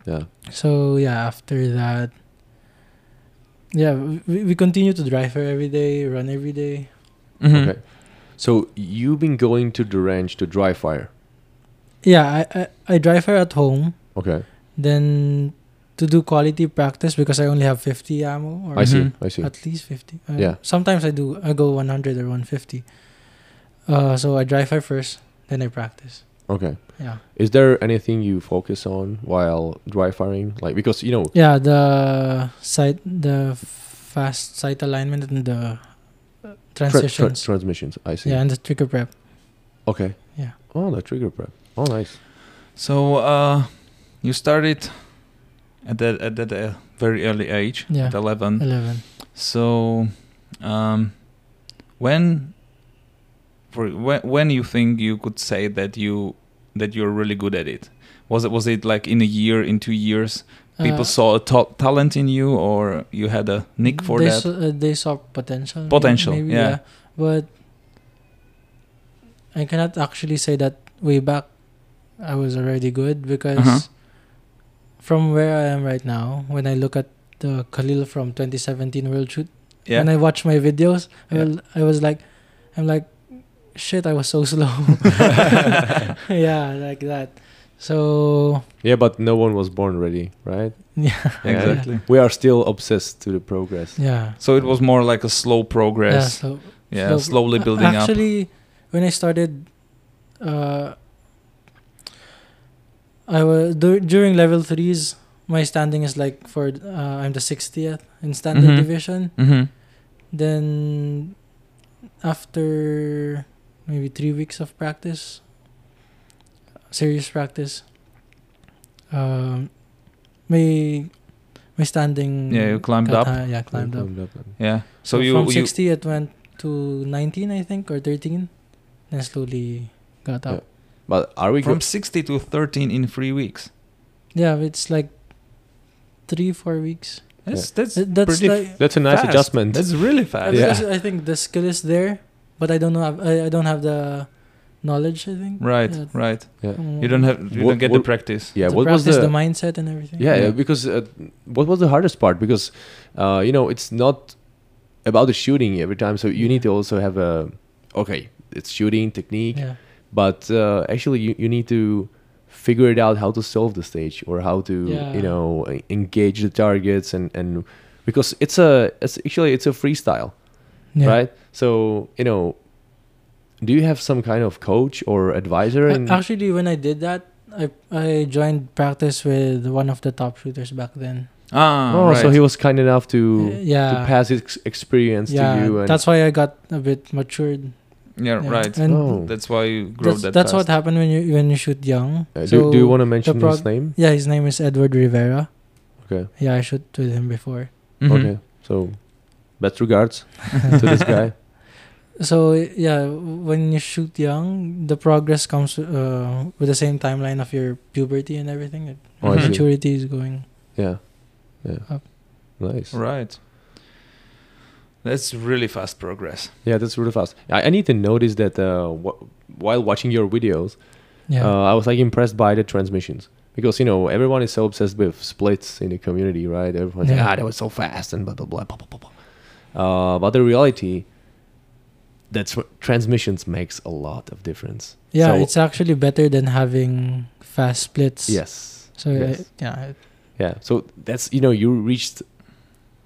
[SPEAKER 2] Yeah.
[SPEAKER 3] So yeah, after that, yeah, we, we continue to dry fire every day, run every day.
[SPEAKER 1] Mhm.
[SPEAKER 3] Mm-hmm.
[SPEAKER 2] Okay. So you've been going to the ranch to dry fire.
[SPEAKER 3] Yeah, I, I, I dry fire at home.
[SPEAKER 2] Okay.
[SPEAKER 3] then to do quality practice because I only have 50 ammo or
[SPEAKER 2] I see.
[SPEAKER 1] Mhm.
[SPEAKER 2] I see.
[SPEAKER 3] at least 50. Uh,
[SPEAKER 2] Yeah.
[SPEAKER 3] Sometimes I do I go 100 or 150. Uh, so I dry fire first, then I practice.
[SPEAKER 2] Okay.
[SPEAKER 3] Yeah.
[SPEAKER 2] Is there anything you focus on while dry firing? Like because you know.
[SPEAKER 3] Yeah, the sight the fast sight alignment and the uh,
[SPEAKER 2] tra- tra-
[SPEAKER 3] transitions.
[SPEAKER 2] transmissions. I see.
[SPEAKER 3] yeah, and the trigger prep.
[SPEAKER 2] Okay.
[SPEAKER 3] Yeah.
[SPEAKER 2] Oh, the trigger prep. Oh, nice.
[SPEAKER 1] So uh, you started at that at that uh, very early age,
[SPEAKER 3] Yeah.
[SPEAKER 1] at eleven.
[SPEAKER 3] 11.
[SPEAKER 1] So um, when for when when you think you could say that you that you're really good at it? Was it was it like in a year, in two years? People
[SPEAKER 3] Uh,
[SPEAKER 1] saw a ta- talent in you, or you had a nick for
[SPEAKER 3] they
[SPEAKER 1] that?
[SPEAKER 3] saw- uh, they saw potential. may-
[SPEAKER 1] Potential, yeah.
[SPEAKER 3] But I cannot actually say that way back I was already good because
[SPEAKER 1] Uh-huh.
[SPEAKER 3] from where I am right now, when I look at the Khalil from 2017 World Shoot,
[SPEAKER 1] yeah.
[SPEAKER 3] when I watch my videos, I,
[SPEAKER 1] Yeah.
[SPEAKER 3] will, I was like, I'm like, shit, I was so slow. yeah, like that. So,
[SPEAKER 2] Yeah, but no one was born ready, right?
[SPEAKER 3] yeah,
[SPEAKER 1] exactly.
[SPEAKER 2] We are still obsessed to the progress.
[SPEAKER 3] yeah.
[SPEAKER 1] So it was more like a slow
[SPEAKER 3] Yeah,
[SPEAKER 1] progress.
[SPEAKER 3] so
[SPEAKER 1] Yeah,
[SPEAKER 3] slow-
[SPEAKER 1] slowly
[SPEAKER 3] A-
[SPEAKER 1] building up.
[SPEAKER 3] Actually, when I started, uh, I was dur- during level threes. My standing is like for uh, I'm the 60th in standard
[SPEAKER 1] Mhm.
[SPEAKER 3] division.
[SPEAKER 1] hmm
[SPEAKER 3] Then after maybe three weeks of practice, serious practice, um, my my standing
[SPEAKER 1] Yeah, you climbed up.
[SPEAKER 3] got high- yeah, climbed up.
[SPEAKER 1] Yeah. So, you
[SPEAKER 3] from
[SPEAKER 1] you
[SPEAKER 3] 60 it went to 19 I think or 13 then slowly got up.
[SPEAKER 2] But are we
[SPEAKER 1] from
[SPEAKER 2] go-
[SPEAKER 1] 60 to 13 in three weeks.
[SPEAKER 3] Yeah, it's like 3 4 weeks.
[SPEAKER 1] That's
[SPEAKER 3] Th-
[SPEAKER 1] that's
[SPEAKER 3] That's
[SPEAKER 1] pretty
[SPEAKER 3] like
[SPEAKER 2] That's a nice
[SPEAKER 1] fast.
[SPEAKER 2] adjustment.
[SPEAKER 1] That's really
[SPEAKER 3] uh,
[SPEAKER 1] fast.
[SPEAKER 2] Yeah.
[SPEAKER 3] because I think the skill is there but I don't know. I, I don't have the knowledge. I think.
[SPEAKER 1] Right,
[SPEAKER 3] Yeah.
[SPEAKER 1] right.
[SPEAKER 3] Mm.
[SPEAKER 1] You don't have you
[SPEAKER 2] What-
[SPEAKER 1] don't get the
[SPEAKER 2] what-
[SPEAKER 1] practice.
[SPEAKER 2] Yeah,
[SPEAKER 3] to
[SPEAKER 2] what was
[SPEAKER 3] practice
[SPEAKER 2] the,
[SPEAKER 3] mindset and everything.
[SPEAKER 2] yeah,
[SPEAKER 1] Yeah.
[SPEAKER 2] yeah, because uh, what was the hardest part? Because uh, you know it's not about the shooting every time, so you need to also have a okay, it's shooting technique,
[SPEAKER 3] Yeah.
[SPEAKER 2] but uh, actually you, you need to figure it out how to solve the stage or how to
[SPEAKER 3] Yeah.
[SPEAKER 2] you know e- engage the targets and and because it's a it's actually it's a freestyle,
[SPEAKER 3] Yeah.
[SPEAKER 2] right? So you know, do you have some kind of coach or advisor?
[SPEAKER 3] A-
[SPEAKER 2] And
[SPEAKER 3] Uh, Actually, when I did that, I I joined practice with one of the top shooters back then.
[SPEAKER 1] Ah,
[SPEAKER 2] oh,
[SPEAKER 1] right.
[SPEAKER 2] so he was kind enough
[SPEAKER 3] Uh,
[SPEAKER 2] to.
[SPEAKER 3] yeah.
[SPEAKER 2] To pass his ex- experience to
[SPEAKER 3] yeah,
[SPEAKER 2] you, and uh,
[SPEAKER 3] that's why I got a bit matured.
[SPEAKER 1] yeah,
[SPEAKER 3] yeah.
[SPEAKER 1] right.
[SPEAKER 3] And
[SPEAKER 2] Oh.
[SPEAKER 1] That's why you grow
[SPEAKER 3] that's,
[SPEAKER 1] that.
[SPEAKER 3] that's what
[SPEAKER 1] fast.
[SPEAKER 3] happened when you when you shoot young.
[SPEAKER 2] Uh, do, do you want to mention his
[SPEAKER 3] prog-
[SPEAKER 2] name?
[SPEAKER 3] Yeah, his name is Edward Rivera.
[SPEAKER 2] Okay.
[SPEAKER 3] Yeah, I shoot with him before.
[SPEAKER 1] Mhm.
[SPEAKER 2] Okay. So, best regards to this guy.
[SPEAKER 3] So yeah, when you shoot young, the progress comes uh, with the same timeline of your puberty and everything. It-
[SPEAKER 2] Oh, I see.
[SPEAKER 3] Maturity is going.
[SPEAKER 2] Yeah. Yeah.
[SPEAKER 3] Up.
[SPEAKER 2] Nice.
[SPEAKER 1] Right. That's really fast progress.
[SPEAKER 2] Yeah, that's really fast. I, I need to notice that uh, wh- while watching your videos,
[SPEAKER 3] Yeah.
[SPEAKER 2] uh, I was like impressed by the transmissions because you know everyone is so obsessed with splits in the community, right? Everyone's like,
[SPEAKER 3] Yeah.
[SPEAKER 2] ah, that was so fast and blah blah blah blah blah blah. blah. Uh, but the reality, that's what transmissions makes a lot of difference.
[SPEAKER 3] yeah,
[SPEAKER 2] So-
[SPEAKER 3] it's actually better than having fast splits.
[SPEAKER 2] yes.
[SPEAKER 3] So
[SPEAKER 2] Yes.
[SPEAKER 3] uh, yeah,
[SPEAKER 2] Yeah. So that's you know you reached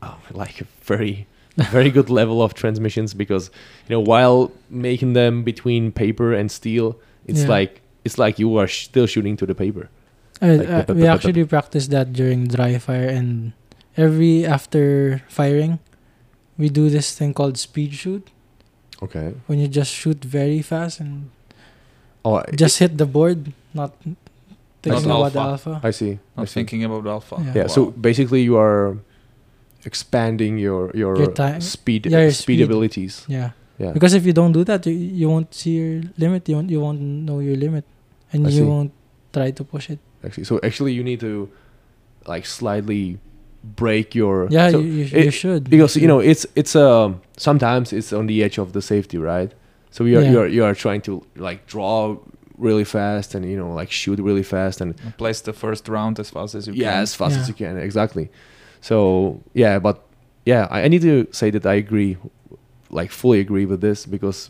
[SPEAKER 2] oh, like a very very good level of transmissions because you know while making them between paper and steel, it's
[SPEAKER 3] Yeah.
[SPEAKER 2] like it's like you are sh- still shooting to the paper.
[SPEAKER 3] I,
[SPEAKER 2] Like,
[SPEAKER 3] uh,
[SPEAKER 2] pa- pa-
[SPEAKER 3] we
[SPEAKER 2] pa- pa-
[SPEAKER 3] actually practice that during dry fire and every after firing, we do this thing called speed shoot
[SPEAKER 2] Okay.
[SPEAKER 3] when you just shoot very fast and
[SPEAKER 2] Oh,
[SPEAKER 3] just hit the board, not thinking about the alpha.
[SPEAKER 2] I see.
[SPEAKER 1] Not
[SPEAKER 2] I see.
[SPEAKER 1] thinking about alpha.
[SPEAKER 3] Yeah.
[SPEAKER 2] Yeah.
[SPEAKER 1] Wow.
[SPEAKER 2] So basically, you are expanding your your,
[SPEAKER 3] Your time-
[SPEAKER 2] speed
[SPEAKER 3] yeah, your
[SPEAKER 2] speed
[SPEAKER 3] speed.
[SPEAKER 2] abilities.
[SPEAKER 3] Yeah.
[SPEAKER 2] Yeah.
[SPEAKER 3] Because if you don't do that, you, you won't see your limit. You won't you won't know your limit, and
[SPEAKER 2] I
[SPEAKER 3] you
[SPEAKER 2] see.
[SPEAKER 3] won't try to push it.
[SPEAKER 2] Actually, so actually, you need to like slightly break your
[SPEAKER 3] Yeah,
[SPEAKER 2] so
[SPEAKER 3] you, you,
[SPEAKER 2] it-
[SPEAKER 3] you should
[SPEAKER 2] because you
[SPEAKER 3] should.
[SPEAKER 2] know it's it's um sometimes it's on the edge of the safety right so you're
[SPEAKER 3] Yeah.
[SPEAKER 2] you're you're trying to like draw really fast and you know like shoot really fast and
[SPEAKER 1] And place the first round as fast as you
[SPEAKER 2] yeah as fast as
[SPEAKER 3] Yeah.
[SPEAKER 2] you can exactly so yeah but yeah I, I need to say that i agree like fully agree with this because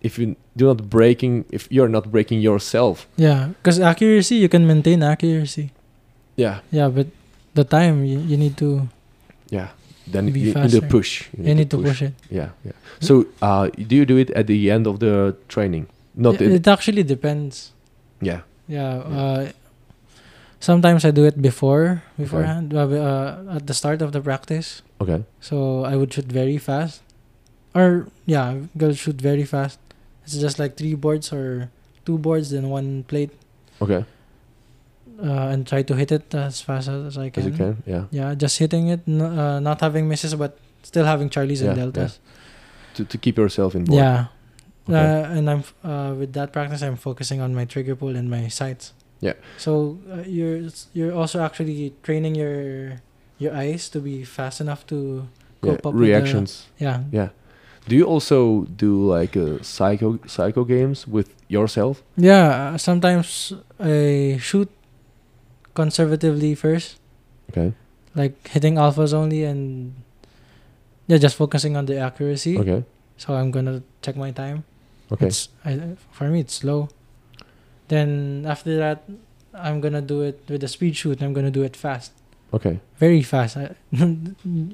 [SPEAKER 2] if you do not breaking if you're not breaking yourself
[SPEAKER 3] Yeah, because accuracy you can maintain accuracy.
[SPEAKER 2] yeah
[SPEAKER 3] Yeah, but the time you, you need to
[SPEAKER 2] yeah then
[SPEAKER 3] Be
[SPEAKER 2] you, you need to
[SPEAKER 3] faster.
[SPEAKER 2] push
[SPEAKER 3] you, need to push it.
[SPEAKER 2] yeah yeah so uh do you do it at the end of the training not
[SPEAKER 3] it,
[SPEAKER 2] in,
[SPEAKER 3] it actually depends.
[SPEAKER 2] yeah
[SPEAKER 3] Yeah.
[SPEAKER 2] Yeah.
[SPEAKER 3] Uh, sometimes I do it before beforehand uh, uh, at the start of the practice.
[SPEAKER 2] okay
[SPEAKER 3] So I would shoot very fast, or yeah, I'm gonna shoot very fast. It's just like three boards or two boards then one plate,
[SPEAKER 2] okay
[SPEAKER 3] uh, and try to hit it as fast as I can.
[SPEAKER 2] As you can, yeah.
[SPEAKER 3] Yeah, just hitting it, n- uh, not having misses, but still having Charlies and
[SPEAKER 2] Yeah, yeah.
[SPEAKER 3] deltas.
[SPEAKER 2] To, to keep yourself in board.
[SPEAKER 3] Yeah.
[SPEAKER 2] Okay.
[SPEAKER 3] Uh, and I'm f- uh, with that practice. I'm focusing on my trigger pull and my sights.
[SPEAKER 2] Yeah.
[SPEAKER 3] So uh, you're s- you're also actually training your your eyes to be fast enough to
[SPEAKER 2] Yeah,
[SPEAKER 3] cope up with the-
[SPEAKER 2] Reactions.
[SPEAKER 3] yeah
[SPEAKER 2] Yeah. Do you also do like uh, psycho psycho games with yourself?
[SPEAKER 3] yeah. uh, Sometimes I shoot conservatively first,
[SPEAKER 2] Okay.
[SPEAKER 3] like hitting alphas only, and yeah, just focusing on the accuracy.
[SPEAKER 2] Okay.
[SPEAKER 3] So I'm gonna check my time.
[SPEAKER 2] Okay.
[SPEAKER 3] It's I, for me it's slow. Then after that, I'm gonna do it with a speed shoot. I'm gonna do it fast,
[SPEAKER 2] okay.
[SPEAKER 3] very fast. I,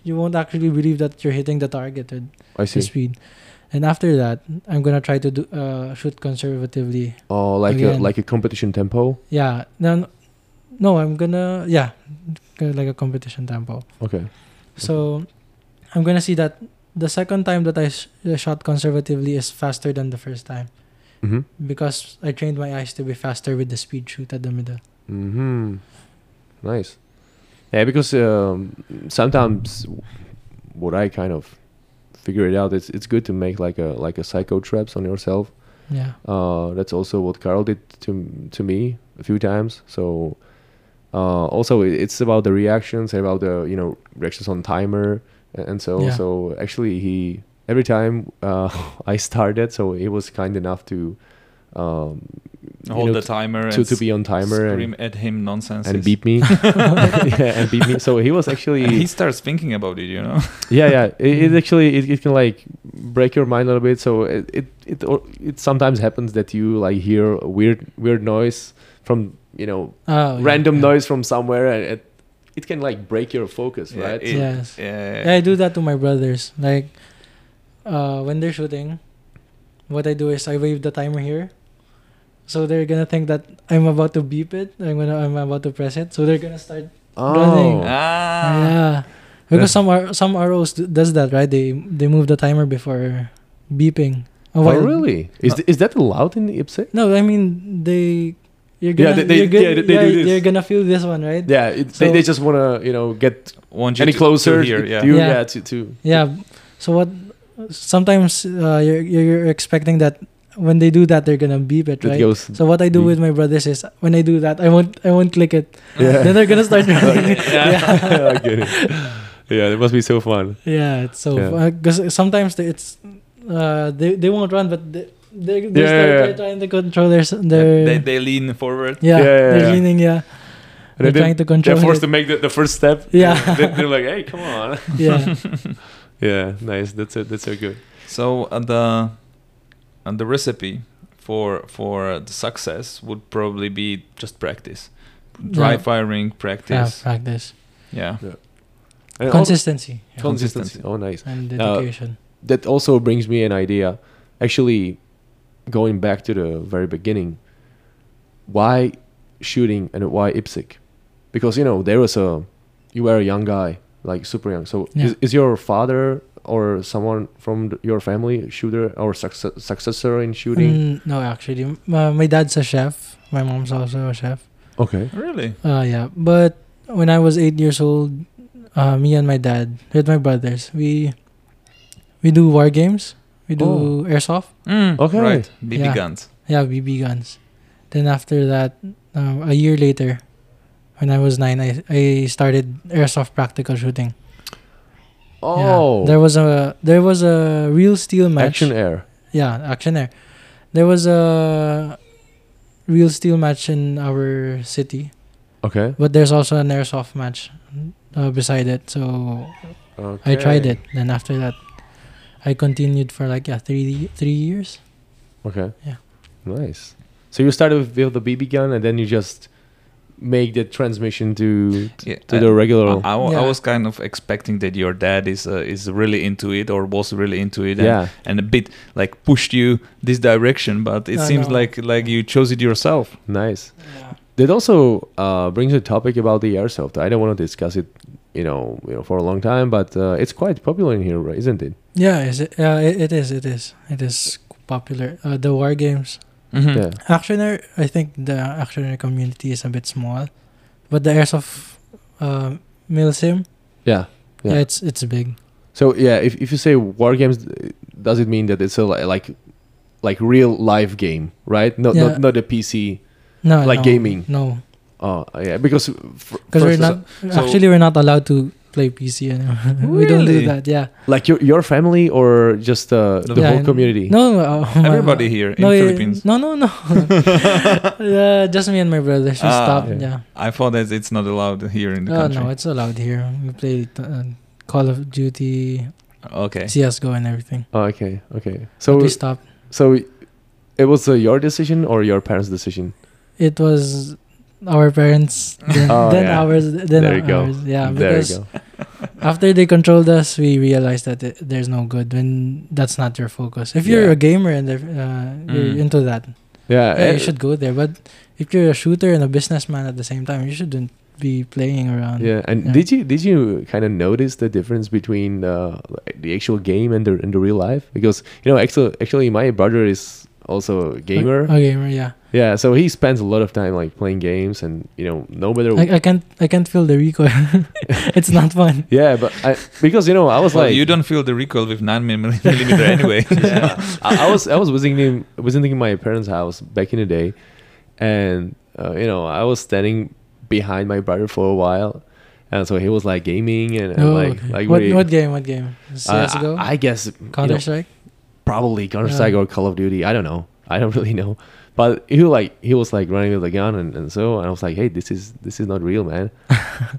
[SPEAKER 3] you won't actually believe that you're hitting the target with
[SPEAKER 2] I
[SPEAKER 3] the
[SPEAKER 2] see.
[SPEAKER 3] speed. And after that, I'm gonna try to do uh, shoot conservatively.
[SPEAKER 2] Oh, like a,
[SPEAKER 3] Again.
[SPEAKER 2] like a competition tempo.
[SPEAKER 3] Yeah. Then, no, I'm gonna yeah, like a competition tempo.
[SPEAKER 2] Okay.
[SPEAKER 3] So, I'm gonna see that the second time that I sh- shot conservatively is faster than the first time.
[SPEAKER 2] Mm-hmm.
[SPEAKER 3] because I trained my eyes to be faster with the speed shoot at the middle.
[SPEAKER 2] Mm-hmm. Nice. Yeah, because um, sometimes what I kind of figure it out, it's it's good to make like a like a psycho traps on yourself.
[SPEAKER 3] Yeah.
[SPEAKER 2] Uh, that's also what Carl did to to me a few times. So uh, also i- it's about the reactions, about the you know reactions on timer a- and so
[SPEAKER 3] Yeah.
[SPEAKER 2] so actually he every time uh, I started, so he was kind enough to um, you
[SPEAKER 1] Hold the
[SPEAKER 2] know,
[SPEAKER 1] timer
[SPEAKER 2] to,
[SPEAKER 1] and
[SPEAKER 2] to be on timer
[SPEAKER 1] scream
[SPEAKER 2] and,
[SPEAKER 1] at him nonsense.
[SPEAKER 2] and beat me, yeah, and beat me. So he was
[SPEAKER 1] And
[SPEAKER 2] actually
[SPEAKER 1] he starts thinking about it, you know.
[SPEAKER 2] yeah yeah it, it
[SPEAKER 1] Mm.
[SPEAKER 2] actually it, it can like break your mind a little bit so it it it, or it sometimes happens that you like hear a weird weird noise from you know
[SPEAKER 3] Oh, yeah,
[SPEAKER 2] random
[SPEAKER 3] yeah.
[SPEAKER 2] noise from somewhere and it, it can like break your focus
[SPEAKER 1] Yeah,
[SPEAKER 2] right
[SPEAKER 1] it-
[SPEAKER 3] Yes. Yeah,
[SPEAKER 1] Yeah.
[SPEAKER 3] I do that to my brothers. Like, uh, when they're shooting, what I do is I wave the timer here, so they're gonna think that I'm about to beep it. I'm gonna I'm about to press it, so they're gonna start.
[SPEAKER 2] oh
[SPEAKER 3] Running.
[SPEAKER 1] Ah.
[SPEAKER 3] Yeah, because some R- some ROs d- does that right? They they move the timer before beeping. A
[SPEAKER 2] oh
[SPEAKER 3] while-
[SPEAKER 2] really is, th- is that allowed in Ipsy?
[SPEAKER 3] No, I mean they. You're
[SPEAKER 2] Yeah,
[SPEAKER 3] gonna,
[SPEAKER 2] they- they-
[SPEAKER 3] you're gonna,
[SPEAKER 2] yeah, they- they do this.
[SPEAKER 3] You're gonna feel this one, right?
[SPEAKER 2] yeah it, they,
[SPEAKER 3] So-
[SPEAKER 2] they just want to you know get
[SPEAKER 1] Want you
[SPEAKER 2] any
[SPEAKER 1] to- to
[SPEAKER 2] closer
[SPEAKER 1] hear,
[SPEAKER 2] to
[SPEAKER 1] yeah.
[SPEAKER 2] you,
[SPEAKER 3] Yeah.
[SPEAKER 2] yeah. to, to
[SPEAKER 3] Yeah. So what? Sometimes uh, you're you're expecting that when they do that they're gonna beep it,
[SPEAKER 2] that
[SPEAKER 3] right?
[SPEAKER 2] goes
[SPEAKER 3] So what I do
[SPEAKER 2] Mm.
[SPEAKER 3] with my brothers is when I do that I won't I won't click it.
[SPEAKER 2] Yeah.
[SPEAKER 3] Then they're gonna start running.
[SPEAKER 1] Yeah.
[SPEAKER 2] yeah I get it. yeah it must be so fun
[SPEAKER 3] yeah. It's so
[SPEAKER 2] Yeah.
[SPEAKER 3] because sometimes they, it's uh they they won't run but they they they
[SPEAKER 2] Yeah, yeah,
[SPEAKER 3] start they're
[SPEAKER 2] yeah.
[SPEAKER 3] trying to control their s- their
[SPEAKER 1] They, they lean forward.
[SPEAKER 3] yeah,
[SPEAKER 2] Yeah, yeah,
[SPEAKER 3] they're
[SPEAKER 2] yeah.
[SPEAKER 3] leaning yeah
[SPEAKER 2] And
[SPEAKER 3] they're
[SPEAKER 2] then
[SPEAKER 3] trying to control
[SPEAKER 2] they're forced to
[SPEAKER 3] it.
[SPEAKER 2] make the, the first step
[SPEAKER 3] Yeah.
[SPEAKER 2] They- they're like hey come on
[SPEAKER 3] yeah
[SPEAKER 2] Yeah, nice. That's it. That's so good.
[SPEAKER 1] So uh, the uh, the recipe for for the success would probably be just practice, dry
[SPEAKER 3] Yeah.
[SPEAKER 1] firing
[SPEAKER 3] yeah
[SPEAKER 1] practice.
[SPEAKER 3] practice
[SPEAKER 1] yeah.
[SPEAKER 2] And al-
[SPEAKER 3] consistency yeah.
[SPEAKER 2] consistency. Oh, nice.
[SPEAKER 3] and
[SPEAKER 2] Uh,
[SPEAKER 3] dedication
[SPEAKER 2] That also brings me an idea. Actually, going back to the very beginning, why shooting and why Ipsic? Because you know there was a, you were a young guy, like super young. So
[SPEAKER 3] Yeah.
[SPEAKER 2] is, is your father or someone from th- your family a shooter or success, successor in shooting?
[SPEAKER 3] Mm, no actually m- uh, my dad's a chef my mom's also a chef
[SPEAKER 2] Okay.
[SPEAKER 1] Really?
[SPEAKER 3] Uh, yeah. But when I was eight years old, uh, me and my dad with my brothers, we we do war games. We do
[SPEAKER 2] Oh.
[SPEAKER 3] airsoft.
[SPEAKER 1] Mm,
[SPEAKER 2] Okay.
[SPEAKER 1] Right. BB
[SPEAKER 3] Yeah.
[SPEAKER 1] guns.
[SPEAKER 3] Yeah, BB guns. Then after that, um, a year later, when I was nine, I I started airsoft practical shooting. Yeah.
[SPEAKER 2] Oh,
[SPEAKER 3] There was a there was a real steel match.
[SPEAKER 2] action air.
[SPEAKER 3] Yeah, action air. There was a real steel match in our city,
[SPEAKER 2] Okay.
[SPEAKER 3] but there's also an airsoft match uh, beside it. So
[SPEAKER 2] okay.
[SPEAKER 3] I tried it. Then after that, I continued for like yeah three three years.
[SPEAKER 2] Okay.
[SPEAKER 3] Yeah.
[SPEAKER 2] Nice. So you started with, with the BB gun, and then you just make the transmission to
[SPEAKER 1] Yeah.
[SPEAKER 2] to
[SPEAKER 1] I-
[SPEAKER 2] the regular.
[SPEAKER 1] I, I wa- I
[SPEAKER 3] Yeah.
[SPEAKER 1] was kind of expecting that your dad is uh, is really into it or was really into it and,
[SPEAKER 2] yeah.
[SPEAKER 1] and a bit like pushed you this direction, but it
[SPEAKER 3] No,
[SPEAKER 1] seems
[SPEAKER 3] no.
[SPEAKER 1] like like you chose it yourself.
[SPEAKER 2] Nice. That also uh, brings a topic about the airsoft. I don't want to discuss it, you know, you know, for a long time, but uh, it's quite popular in here, right? isn't it?
[SPEAKER 3] Yeah, is it? Yeah, it, it is. It is. It is popular. Uh, the war games, Hmm.
[SPEAKER 2] Yeah.
[SPEAKER 3] actioner. I think the actioner community is a bit small, but the airsoft uh, milsim,
[SPEAKER 2] Yeah.
[SPEAKER 3] yeah.
[SPEAKER 2] Yeah.
[SPEAKER 3] it's it's big.
[SPEAKER 2] So yeah, if if you say war games, uh, does it mean that it's a li- like like real live game, right? Not not
[SPEAKER 3] Yeah.
[SPEAKER 2] not a PC.
[SPEAKER 3] No,
[SPEAKER 2] Like
[SPEAKER 3] no,
[SPEAKER 2] gaming.
[SPEAKER 3] No,
[SPEAKER 2] Oh yeah, because
[SPEAKER 3] because
[SPEAKER 2] because
[SPEAKER 3] we're not
[SPEAKER 1] so-
[SPEAKER 3] actually we're not allowed to play PC anymore. we don't do
[SPEAKER 1] Really?
[SPEAKER 3] that. Yeah.
[SPEAKER 2] Like your your family or just uh, the
[SPEAKER 3] Yeah,
[SPEAKER 2] whole
[SPEAKER 3] and-
[SPEAKER 2] community?
[SPEAKER 3] No, no, uh, my-
[SPEAKER 1] Everybody here in
[SPEAKER 3] no, yeah,
[SPEAKER 1] Philippines.
[SPEAKER 3] No, no, no. uh, just me and my brother. She
[SPEAKER 1] Ah.
[SPEAKER 3] stopped.
[SPEAKER 2] Yeah.
[SPEAKER 3] Yeah.
[SPEAKER 1] I thought that it's not allowed here in the
[SPEAKER 3] Oh
[SPEAKER 1] country.
[SPEAKER 3] no, it's allowed here. We play uh, Call of Duty,
[SPEAKER 1] okay.
[SPEAKER 3] CS:GO, and everything.
[SPEAKER 2] Oh, okay, okay.
[SPEAKER 3] So
[SPEAKER 2] So
[SPEAKER 3] we stopped.
[SPEAKER 2] so it was uh, your decision or your parents' decision?
[SPEAKER 3] It was our parents, then,
[SPEAKER 2] Oh,
[SPEAKER 3] then
[SPEAKER 2] yeah.
[SPEAKER 3] ours, then
[SPEAKER 2] There you go.
[SPEAKER 3] ours. Yeah,
[SPEAKER 2] there
[SPEAKER 3] because
[SPEAKER 2] you go.
[SPEAKER 3] after they controlled us, we realized that it, there's no good when that's not your focus. If you're
[SPEAKER 2] Yeah.
[SPEAKER 3] a gamer and if, uh,
[SPEAKER 1] Mm.
[SPEAKER 3] you're into that,
[SPEAKER 2] Yeah,
[SPEAKER 3] yeah, you
[SPEAKER 2] eh,
[SPEAKER 3] should go there. But if you're a shooter and a businessman at the same time, you shouldn't be playing around.
[SPEAKER 2] Yeah, and
[SPEAKER 3] Yeah.
[SPEAKER 2] did you did you kind of notice the difference between uh, like, the actual game and the and the real life? Because you know, actually, actually, my brother is also a gamer.
[SPEAKER 3] A, a gamer, yeah.
[SPEAKER 2] yeah, so he spends a lot of time like playing games, and you know, no matter.
[SPEAKER 3] I, I can't I can't feel the recoil. it's not fun.
[SPEAKER 2] yeah, but I because you know I was
[SPEAKER 1] Well,
[SPEAKER 2] like
[SPEAKER 1] you don't feel the recoil with nine milli- millimeter anyway.
[SPEAKER 2] yeah. I, I was I was visiting visiting my parents' house back in the day, and uh, you know I was standing behind my brother for a while, and so he was like gaming and, and
[SPEAKER 3] Oh,
[SPEAKER 2] like
[SPEAKER 3] okay.
[SPEAKER 2] like
[SPEAKER 3] what,
[SPEAKER 2] we-
[SPEAKER 3] what game? What game?
[SPEAKER 2] uh,
[SPEAKER 3] CS:GO,
[SPEAKER 2] I, I guess you know,
[SPEAKER 3] Counter Strike.
[SPEAKER 2] probably Counter Strike
[SPEAKER 3] Yeah.
[SPEAKER 2] or Call of Duty. I don't know. I don't really know. But he like he was like running with the gun and, and so and I was like, hey, this is this is not real, man.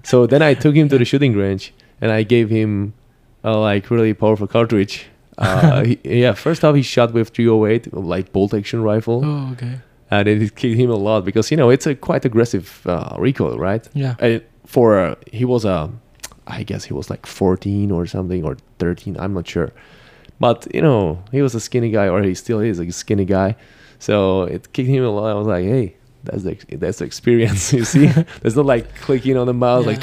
[SPEAKER 2] so then I took him to the shooting range and I gave him a like really powerful cartridge. Uh, he- yeah, first off he shot with 308 like bolt action rifle,
[SPEAKER 3] Oh, okay.
[SPEAKER 2] and it kicked him a lot because you know it's a quite aggressive uh, recoil, right?
[SPEAKER 3] Yeah.
[SPEAKER 2] And for uh, he was uh, I guess he was like 14 or something or 13. I'm not sure, but you know he was a skinny guy or he still is a skinny guy, so it kicked him a lot. I was like, hey, that's the that's the experience. You see, there's not like clicking on the mouse like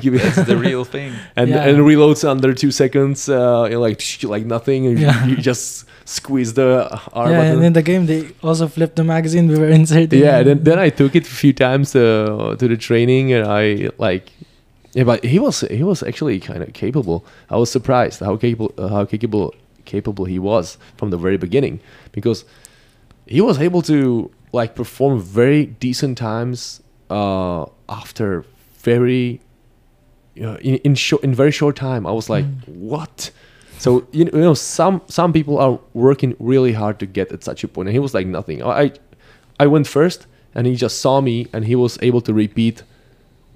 [SPEAKER 2] give it.
[SPEAKER 1] It's the real thing.
[SPEAKER 2] And,
[SPEAKER 3] Yeah.
[SPEAKER 2] and reloads under two seconds, uh, you know, like like nothing. and you-
[SPEAKER 3] Yeah.
[SPEAKER 2] You just squeeze the R
[SPEAKER 3] yeah,
[SPEAKER 2] button.
[SPEAKER 3] and in the game they also flipped the magazine we were inserting.
[SPEAKER 2] Yeah, then, then I took it a few times uh, to the training, and I like, yeah, but he was he was actually kind of capable. I was surprised how capable uh, how capable capable he was from the very beginning because he was able to like perform very decent times uh, after very you know, in in, short, in very short time. I was like,
[SPEAKER 3] Mm.
[SPEAKER 2] what? So you know, you know, some some people are working really hard to get at such a point, and he was like nothing. I I went first, and he just saw me, and he was able to repeat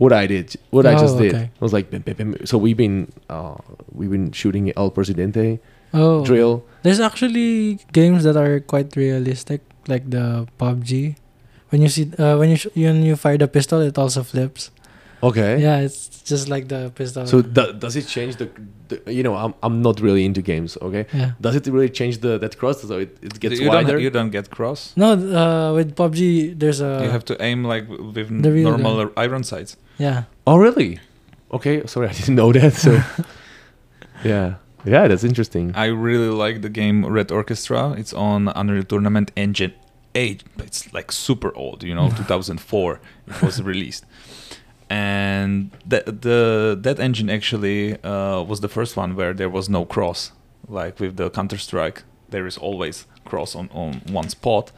[SPEAKER 2] what I did, what I
[SPEAKER 3] Oh,
[SPEAKER 2] just did.
[SPEAKER 3] okay.
[SPEAKER 2] I was like, bim, bim, bim. so we've been uh, we've been shooting El Presidente
[SPEAKER 3] oh,
[SPEAKER 2] drill.
[SPEAKER 3] There's actually games that are quite realistic, like the PUBG. When you see, uh, when you sh- when you fire the pistol, it also flips.
[SPEAKER 2] Okay.
[SPEAKER 3] Yeah, it's just like the pistol.
[SPEAKER 2] So do- does it change the, the? You know, I'm I'm not really into games. Okay.
[SPEAKER 3] yeah.
[SPEAKER 2] Does it really change the that cross? So it, it gets
[SPEAKER 1] you,
[SPEAKER 2] wider.
[SPEAKER 1] Don't, you don't get cross.
[SPEAKER 3] No, uh, with PUBG, there's a
[SPEAKER 1] you have to aim like with
[SPEAKER 3] the real
[SPEAKER 1] normal iron sights.
[SPEAKER 3] yeah.
[SPEAKER 2] Oh, really? Okay. Sorry, I didn't know that. So, yeah, yeah, that's interesting.
[SPEAKER 1] I really like the game Red Orchestra. It's on Unreal Tournament Engine 8. but It's like super old, you know, 2004 it was released. And that the that engine actually uh, was the first one where there was no cross. Like with the Counter Strike, there is always cross on, on one spot.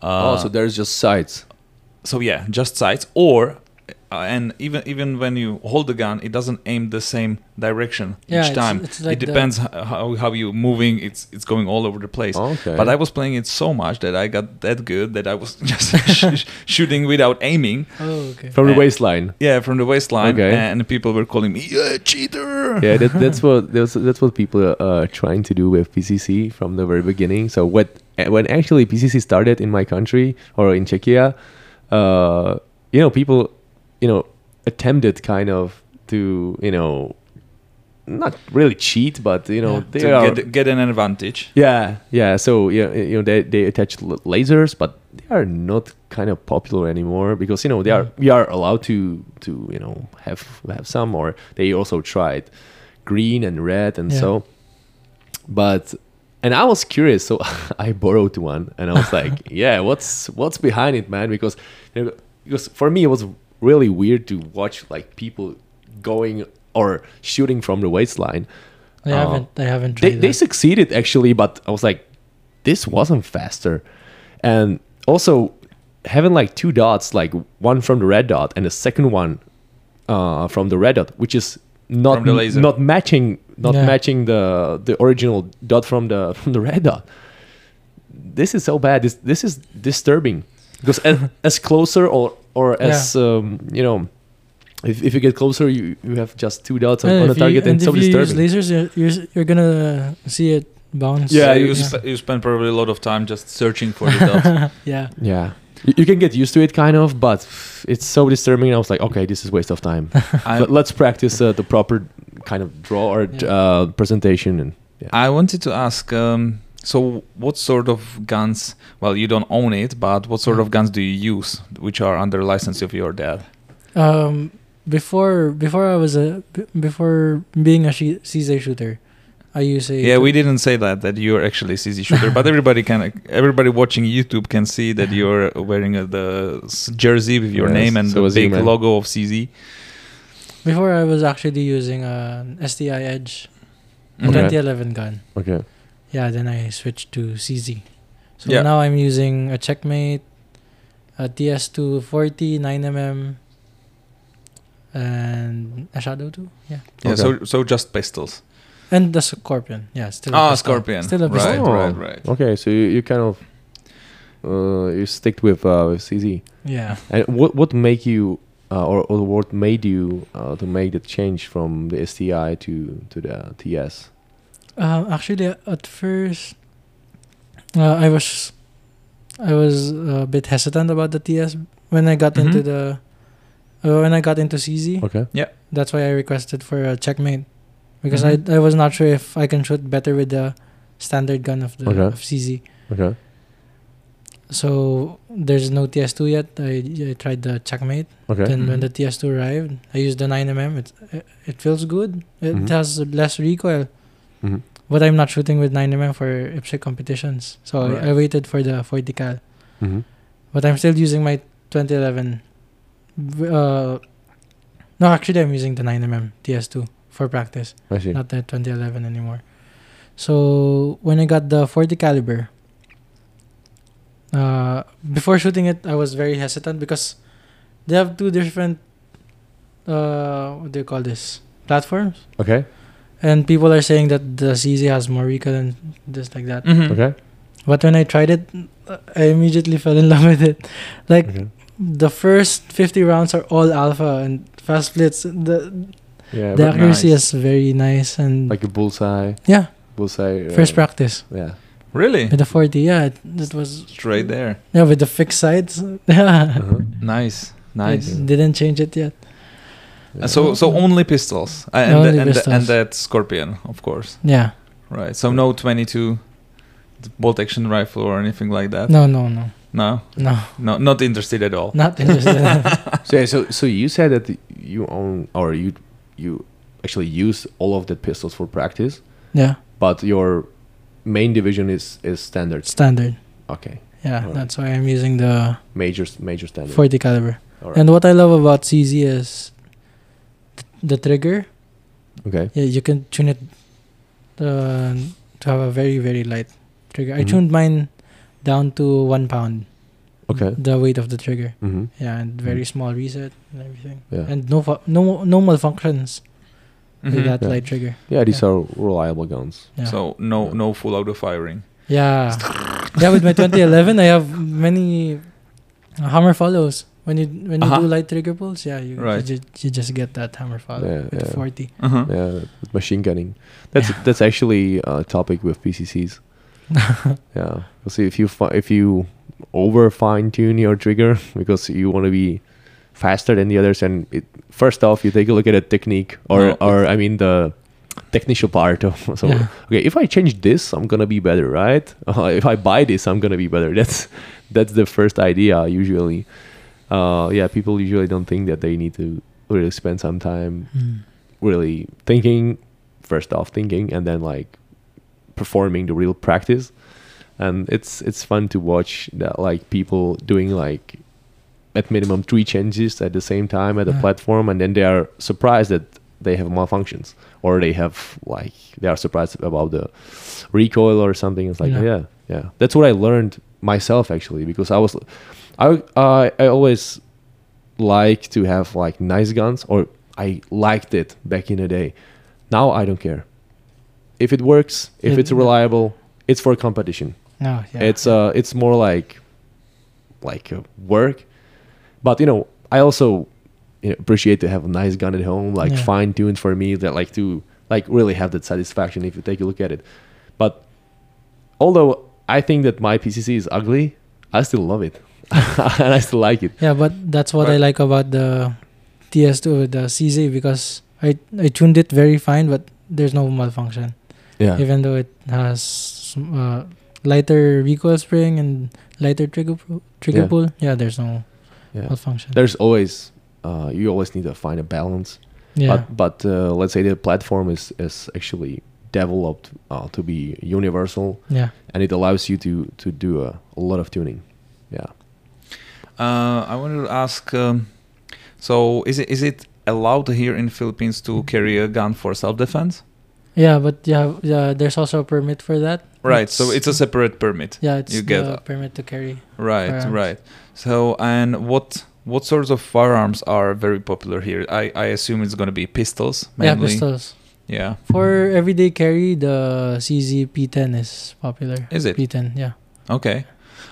[SPEAKER 1] Uh,
[SPEAKER 2] oh, so there's just sides.
[SPEAKER 1] so yeah, just sights or uh, and even even when you hold the gun, it doesn't aim the same direction
[SPEAKER 3] Yeah,
[SPEAKER 1] each
[SPEAKER 3] it's-
[SPEAKER 1] time.
[SPEAKER 3] it's like
[SPEAKER 1] it
[SPEAKER 3] the-
[SPEAKER 1] depends h- how how you moving. It's it's going all over the place.
[SPEAKER 2] Oh, Okay.
[SPEAKER 1] But I was playing it so much that I got that good that I was just sh- shooting without aiming.
[SPEAKER 3] Oh, okay.
[SPEAKER 2] from the
[SPEAKER 1] Uh,
[SPEAKER 2] waistline.
[SPEAKER 1] Yeah, from the waistline,
[SPEAKER 2] Okay.
[SPEAKER 1] and people were calling me yeah, cheater.
[SPEAKER 2] Yeah, that, that's what that's, that's what people are uh, trying to do with PCC from the very beginning. So what eh, when actually PCC started in my country or in Czechia, uh, you know, people, you know, attempted kind of to you know, not really cheat, but you know,
[SPEAKER 3] Yeah.
[SPEAKER 2] they
[SPEAKER 1] to
[SPEAKER 2] are
[SPEAKER 1] get, get an advantage.
[SPEAKER 2] Yeah, yeah. So yeah, you know they they attach l- lasers, but they are not kind of popular anymore because you know they are we are allowed to to you know have have some or they also tried green and red and
[SPEAKER 3] Yeah.
[SPEAKER 2] so, but and I was curious, so I borrowed one and I was like, yeah, what's what's behind it, man? Because you know, because for me it was really weird to watch like people going or shooting from the waistline.
[SPEAKER 3] I
[SPEAKER 2] Uh,
[SPEAKER 3] haven't. I haven't.
[SPEAKER 2] they,
[SPEAKER 3] tried
[SPEAKER 2] they
[SPEAKER 3] that.
[SPEAKER 2] succeeded actually but i was like this wasn't faster and also having like two dots like one from the red dot and the second one uh, from the red dot which is not
[SPEAKER 1] From the laser.
[SPEAKER 2] not matching not
[SPEAKER 3] Yeah.
[SPEAKER 2] matching the the original dot from the from the red dot this is so bad this this is disturbing because uh, as, as closer or or as um, you know if, if you get closer you, you have just two dots on,
[SPEAKER 3] And
[SPEAKER 2] on the
[SPEAKER 3] if you-
[SPEAKER 2] target and
[SPEAKER 3] and
[SPEAKER 2] it's so
[SPEAKER 3] if you use
[SPEAKER 2] disturbing
[SPEAKER 3] lasers, you're, you're, you're gonna see it bounce.
[SPEAKER 2] Yeah,
[SPEAKER 1] So
[SPEAKER 2] you-
[SPEAKER 1] you sp- you spend probably a lot of time just searching for the dot.
[SPEAKER 3] yeah.
[SPEAKER 2] Yeah. You, you can get used to it kind of, but it's so disturbing. I was like, okay, this is waste of time.
[SPEAKER 1] I'm-
[SPEAKER 2] Let- Let's practice uh, the proper kind of draw or
[SPEAKER 3] Yeah.
[SPEAKER 2] uh, presentation. And yeah.
[SPEAKER 1] I wanted to ask. Um, so, what sort of guns? Well, you don't own it, but what
[SPEAKER 2] Mm.
[SPEAKER 1] sort of guns do you use, which are under license of your dad?
[SPEAKER 3] Um, before before I was a b- before being a she- CZ shooter, I use a
[SPEAKER 1] Yeah, we didn't say that that you're actually a CZ shooter, but everybody can, everybody watching YouTube can see that you're wearing uh, the s- jersey with your
[SPEAKER 2] Yes,
[SPEAKER 1] name and
[SPEAKER 2] so
[SPEAKER 1] the
[SPEAKER 2] was he,
[SPEAKER 1] big
[SPEAKER 2] man.
[SPEAKER 1] logo of CZ.
[SPEAKER 3] before I was actually using an STI Edge
[SPEAKER 1] Mhm.
[SPEAKER 2] Okay.
[SPEAKER 3] 2011 gun.
[SPEAKER 2] Okay.
[SPEAKER 3] Yeah, then I switched to CZ. So
[SPEAKER 1] Yeah.
[SPEAKER 3] now I'm using a Checkmate, a TS240 9mm, and a shadow too. Yeah,
[SPEAKER 1] Yeah,
[SPEAKER 2] Okay.
[SPEAKER 1] so so just pistols.
[SPEAKER 3] and the scorpion. Yeah, still. a
[SPEAKER 1] Ah,
[SPEAKER 3] pistol.
[SPEAKER 1] scorpion.
[SPEAKER 3] Still a
[SPEAKER 1] right,
[SPEAKER 3] pistol.
[SPEAKER 1] right,
[SPEAKER 2] Oh.
[SPEAKER 1] right.
[SPEAKER 2] Okay, so you, you kind of uh, you sticked with uh, with CZ.
[SPEAKER 3] Yeah.
[SPEAKER 2] And what what make you uh, or, or what made you uh, to make the change from the STI to to the TS?
[SPEAKER 3] Um, actually, at first, uh, I was, I was a bit hesitant about the TS when I got
[SPEAKER 1] Mhm.
[SPEAKER 3] into the, uh, when I got into CZ.
[SPEAKER 2] Okay.
[SPEAKER 3] That's why I requested for a checkmate, because
[SPEAKER 2] Mm-hmm.
[SPEAKER 1] Mhm.
[SPEAKER 3] I I was not sure if I can shoot better with the standard gun of the
[SPEAKER 2] Okay.
[SPEAKER 3] of CZ.
[SPEAKER 2] Okay.
[SPEAKER 3] So there's no TS2 yet. I, I tried the checkmate.
[SPEAKER 2] Okay. Mm-hmm.
[SPEAKER 3] Then when
[SPEAKER 1] Mhm.
[SPEAKER 3] the TS2 arrived, I used the 9mm. It it, it feels good. It
[SPEAKER 2] Mhm.
[SPEAKER 3] has less recoil.
[SPEAKER 2] Mhm.
[SPEAKER 3] But I'm not shooting with 9mm for IPSC competitions. So I- I,
[SPEAKER 1] Right.
[SPEAKER 3] waited for the 40 cal.
[SPEAKER 2] hmm
[SPEAKER 3] But I'm still using my 2011. V- Uh, no, actually I'm using the 9mm TS2 for practice,
[SPEAKER 2] I see.
[SPEAKER 3] not the 2011 anymore. So when I got the 40 caliber, uh, before shooting it, I was very hesitant because they have two different uh what do you call this platforms
[SPEAKER 2] Okay.
[SPEAKER 3] and people are saying that the CZ has more recoil and this like that
[SPEAKER 1] Mhm.
[SPEAKER 2] Okay.
[SPEAKER 3] but when I tried it uh, I immediately fell in love with it like
[SPEAKER 2] Okay.
[SPEAKER 3] the first 50 rounds are all alpha and fast splits the,
[SPEAKER 2] Yeah.
[SPEAKER 3] the
[SPEAKER 2] but
[SPEAKER 3] accuracy
[SPEAKER 1] nice.
[SPEAKER 3] is very nice and
[SPEAKER 2] like a bullseye.
[SPEAKER 3] yeah
[SPEAKER 2] Bullseye. uh,
[SPEAKER 3] first practice
[SPEAKER 2] Yeah.
[SPEAKER 1] Really?
[SPEAKER 3] with the 40 yeah it, it was
[SPEAKER 1] Straight there.
[SPEAKER 3] yeah with the fixed sides yeah
[SPEAKER 2] Uh-huh.
[SPEAKER 1] Nice.
[SPEAKER 3] I
[SPEAKER 1] Nice.
[SPEAKER 3] didn't change it yet
[SPEAKER 2] Yeah.
[SPEAKER 1] And so so only pistols. Uh, and,
[SPEAKER 3] Only
[SPEAKER 1] the, and, The, and
[SPEAKER 3] pistols.
[SPEAKER 1] that scorpion, of course.
[SPEAKER 3] yeah
[SPEAKER 1] Right. So no 22 bolt action rifle or anything like that.
[SPEAKER 3] no no no
[SPEAKER 1] No.
[SPEAKER 3] no
[SPEAKER 1] No, not interested at all.
[SPEAKER 3] not interested
[SPEAKER 2] So, yeah, so so you said that you own or you you actually use all of the pistols for practice,
[SPEAKER 3] yeah
[SPEAKER 2] but your main division is is standard.
[SPEAKER 3] standard
[SPEAKER 2] Okay,
[SPEAKER 3] Yeah,
[SPEAKER 2] Alright.
[SPEAKER 3] that's why I'm using the
[SPEAKER 2] major s- major standard.
[SPEAKER 3] 40 caliber.
[SPEAKER 2] All
[SPEAKER 3] And what I love about CZ is th- the trigger.
[SPEAKER 2] okay.
[SPEAKER 3] Yeah, you can tune it uh, to have a very very light trigger. I
[SPEAKER 2] Mhm.
[SPEAKER 3] tuned mine down to one pound.
[SPEAKER 2] Okay.
[SPEAKER 3] The weight of the trigger.
[SPEAKER 2] Mm-hmm.
[SPEAKER 3] Yeah, and very small reset and everything.
[SPEAKER 2] Yeah.
[SPEAKER 3] And no fu- no no malfunctions
[SPEAKER 1] Mm-hmm.
[SPEAKER 3] with that
[SPEAKER 2] Mm-hmm. Yeah.
[SPEAKER 3] light trigger.
[SPEAKER 2] Yeah, these
[SPEAKER 3] Yeah.
[SPEAKER 2] are reliable guns.
[SPEAKER 3] Yeah.
[SPEAKER 1] So no no full auto firing.
[SPEAKER 3] Yeah. yeah, with my 2011, I have many uh, hammer follows. When you when you
[SPEAKER 1] Uh-huh.
[SPEAKER 3] do light trigger pulls, yeah, you,
[SPEAKER 1] Right.
[SPEAKER 3] you, ju- you just get that hammer follow
[SPEAKER 2] Yeah,
[SPEAKER 3] with
[SPEAKER 2] yeah.
[SPEAKER 3] 40.
[SPEAKER 1] Uh-huh.
[SPEAKER 2] Yeah, with machine gunning. That's that's actually a topic with PCCs. yeah, because if you fi- if you over fine tune your trigger because you want to be faster than the others, and it, first off, you take a look at the technique or
[SPEAKER 1] No.
[SPEAKER 2] or I mean the technical part of so
[SPEAKER 3] Yeah.
[SPEAKER 2] okay if i change this i'm gonna be better right Uh, if i buy this i'm gonna be better that's that's the first idea usually uh yeah people usually don't think that they need to really spend some time
[SPEAKER 3] Mm.
[SPEAKER 2] really thinking first off thinking and then like performing the real practice and it's it's fun to watch that like people doing like at minimum three changes at the same time at the
[SPEAKER 3] Yeah.
[SPEAKER 2] platform and then they are surprised that they have malfunctions or they have like they are surprised about the recoil or something it's like
[SPEAKER 3] Yeah.
[SPEAKER 2] yeah yeah, that's what i learned myself actually because i was i i, I always like to have like nice guns or I liked it back in the day. Now I don't care. If it works, if
[SPEAKER 3] It-
[SPEAKER 2] it's reliable, it's for competition.
[SPEAKER 3] No, yeah.
[SPEAKER 2] It's uh it's more like like uh, work. But you know, I also you know, appreciate to have a nice gun at home, like
[SPEAKER 3] Yeah.
[SPEAKER 2] fine tuned for me that like to like really have that satisfaction if you take a look at it. But although I think that my PCC is ugly, I still love it. and I still like it.
[SPEAKER 3] yeah, but that's what I
[SPEAKER 1] But-
[SPEAKER 3] like about the TS2 with the CZ because I, I tuned it very fine, but there's no malfunction.
[SPEAKER 2] Yeah.
[SPEAKER 3] Even though it has uh, lighter recoil spring and lighter trigger, pu- trigger
[SPEAKER 2] Yeah.
[SPEAKER 3] pull, yeah, there's no
[SPEAKER 2] yeah.
[SPEAKER 3] malfunction.
[SPEAKER 2] there's always uh, you always need to find a balance
[SPEAKER 3] yeah.
[SPEAKER 2] but but uh, let's say the platform is is actually developed uh, to be universal
[SPEAKER 3] yeah.
[SPEAKER 2] and it allows you to to do a, a lot of tuning yeah
[SPEAKER 1] Uh, I wanted to ask. Um, so, is it is it allowed here in Philippines to carry a gun for self defense?
[SPEAKER 3] Yeah, but yeah, yeah, there's also a permit for that.
[SPEAKER 1] Right. so it's a separate permit.
[SPEAKER 3] yeah, it's
[SPEAKER 1] you get
[SPEAKER 3] the
[SPEAKER 1] a-
[SPEAKER 3] permit to carry.
[SPEAKER 1] Right.
[SPEAKER 3] Right.
[SPEAKER 1] Right. So, and what What sorts of firearms are very popular here? I, I assume it's going to be pistols mainly.
[SPEAKER 3] Yeah, pistols.
[SPEAKER 1] Yeah.
[SPEAKER 3] For everyday carry, the CZ P10 is popular.
[SPEAKER 1] Is it?
[SPEAKER 3] P10, yeah.
[SPEAKER 1] Okay.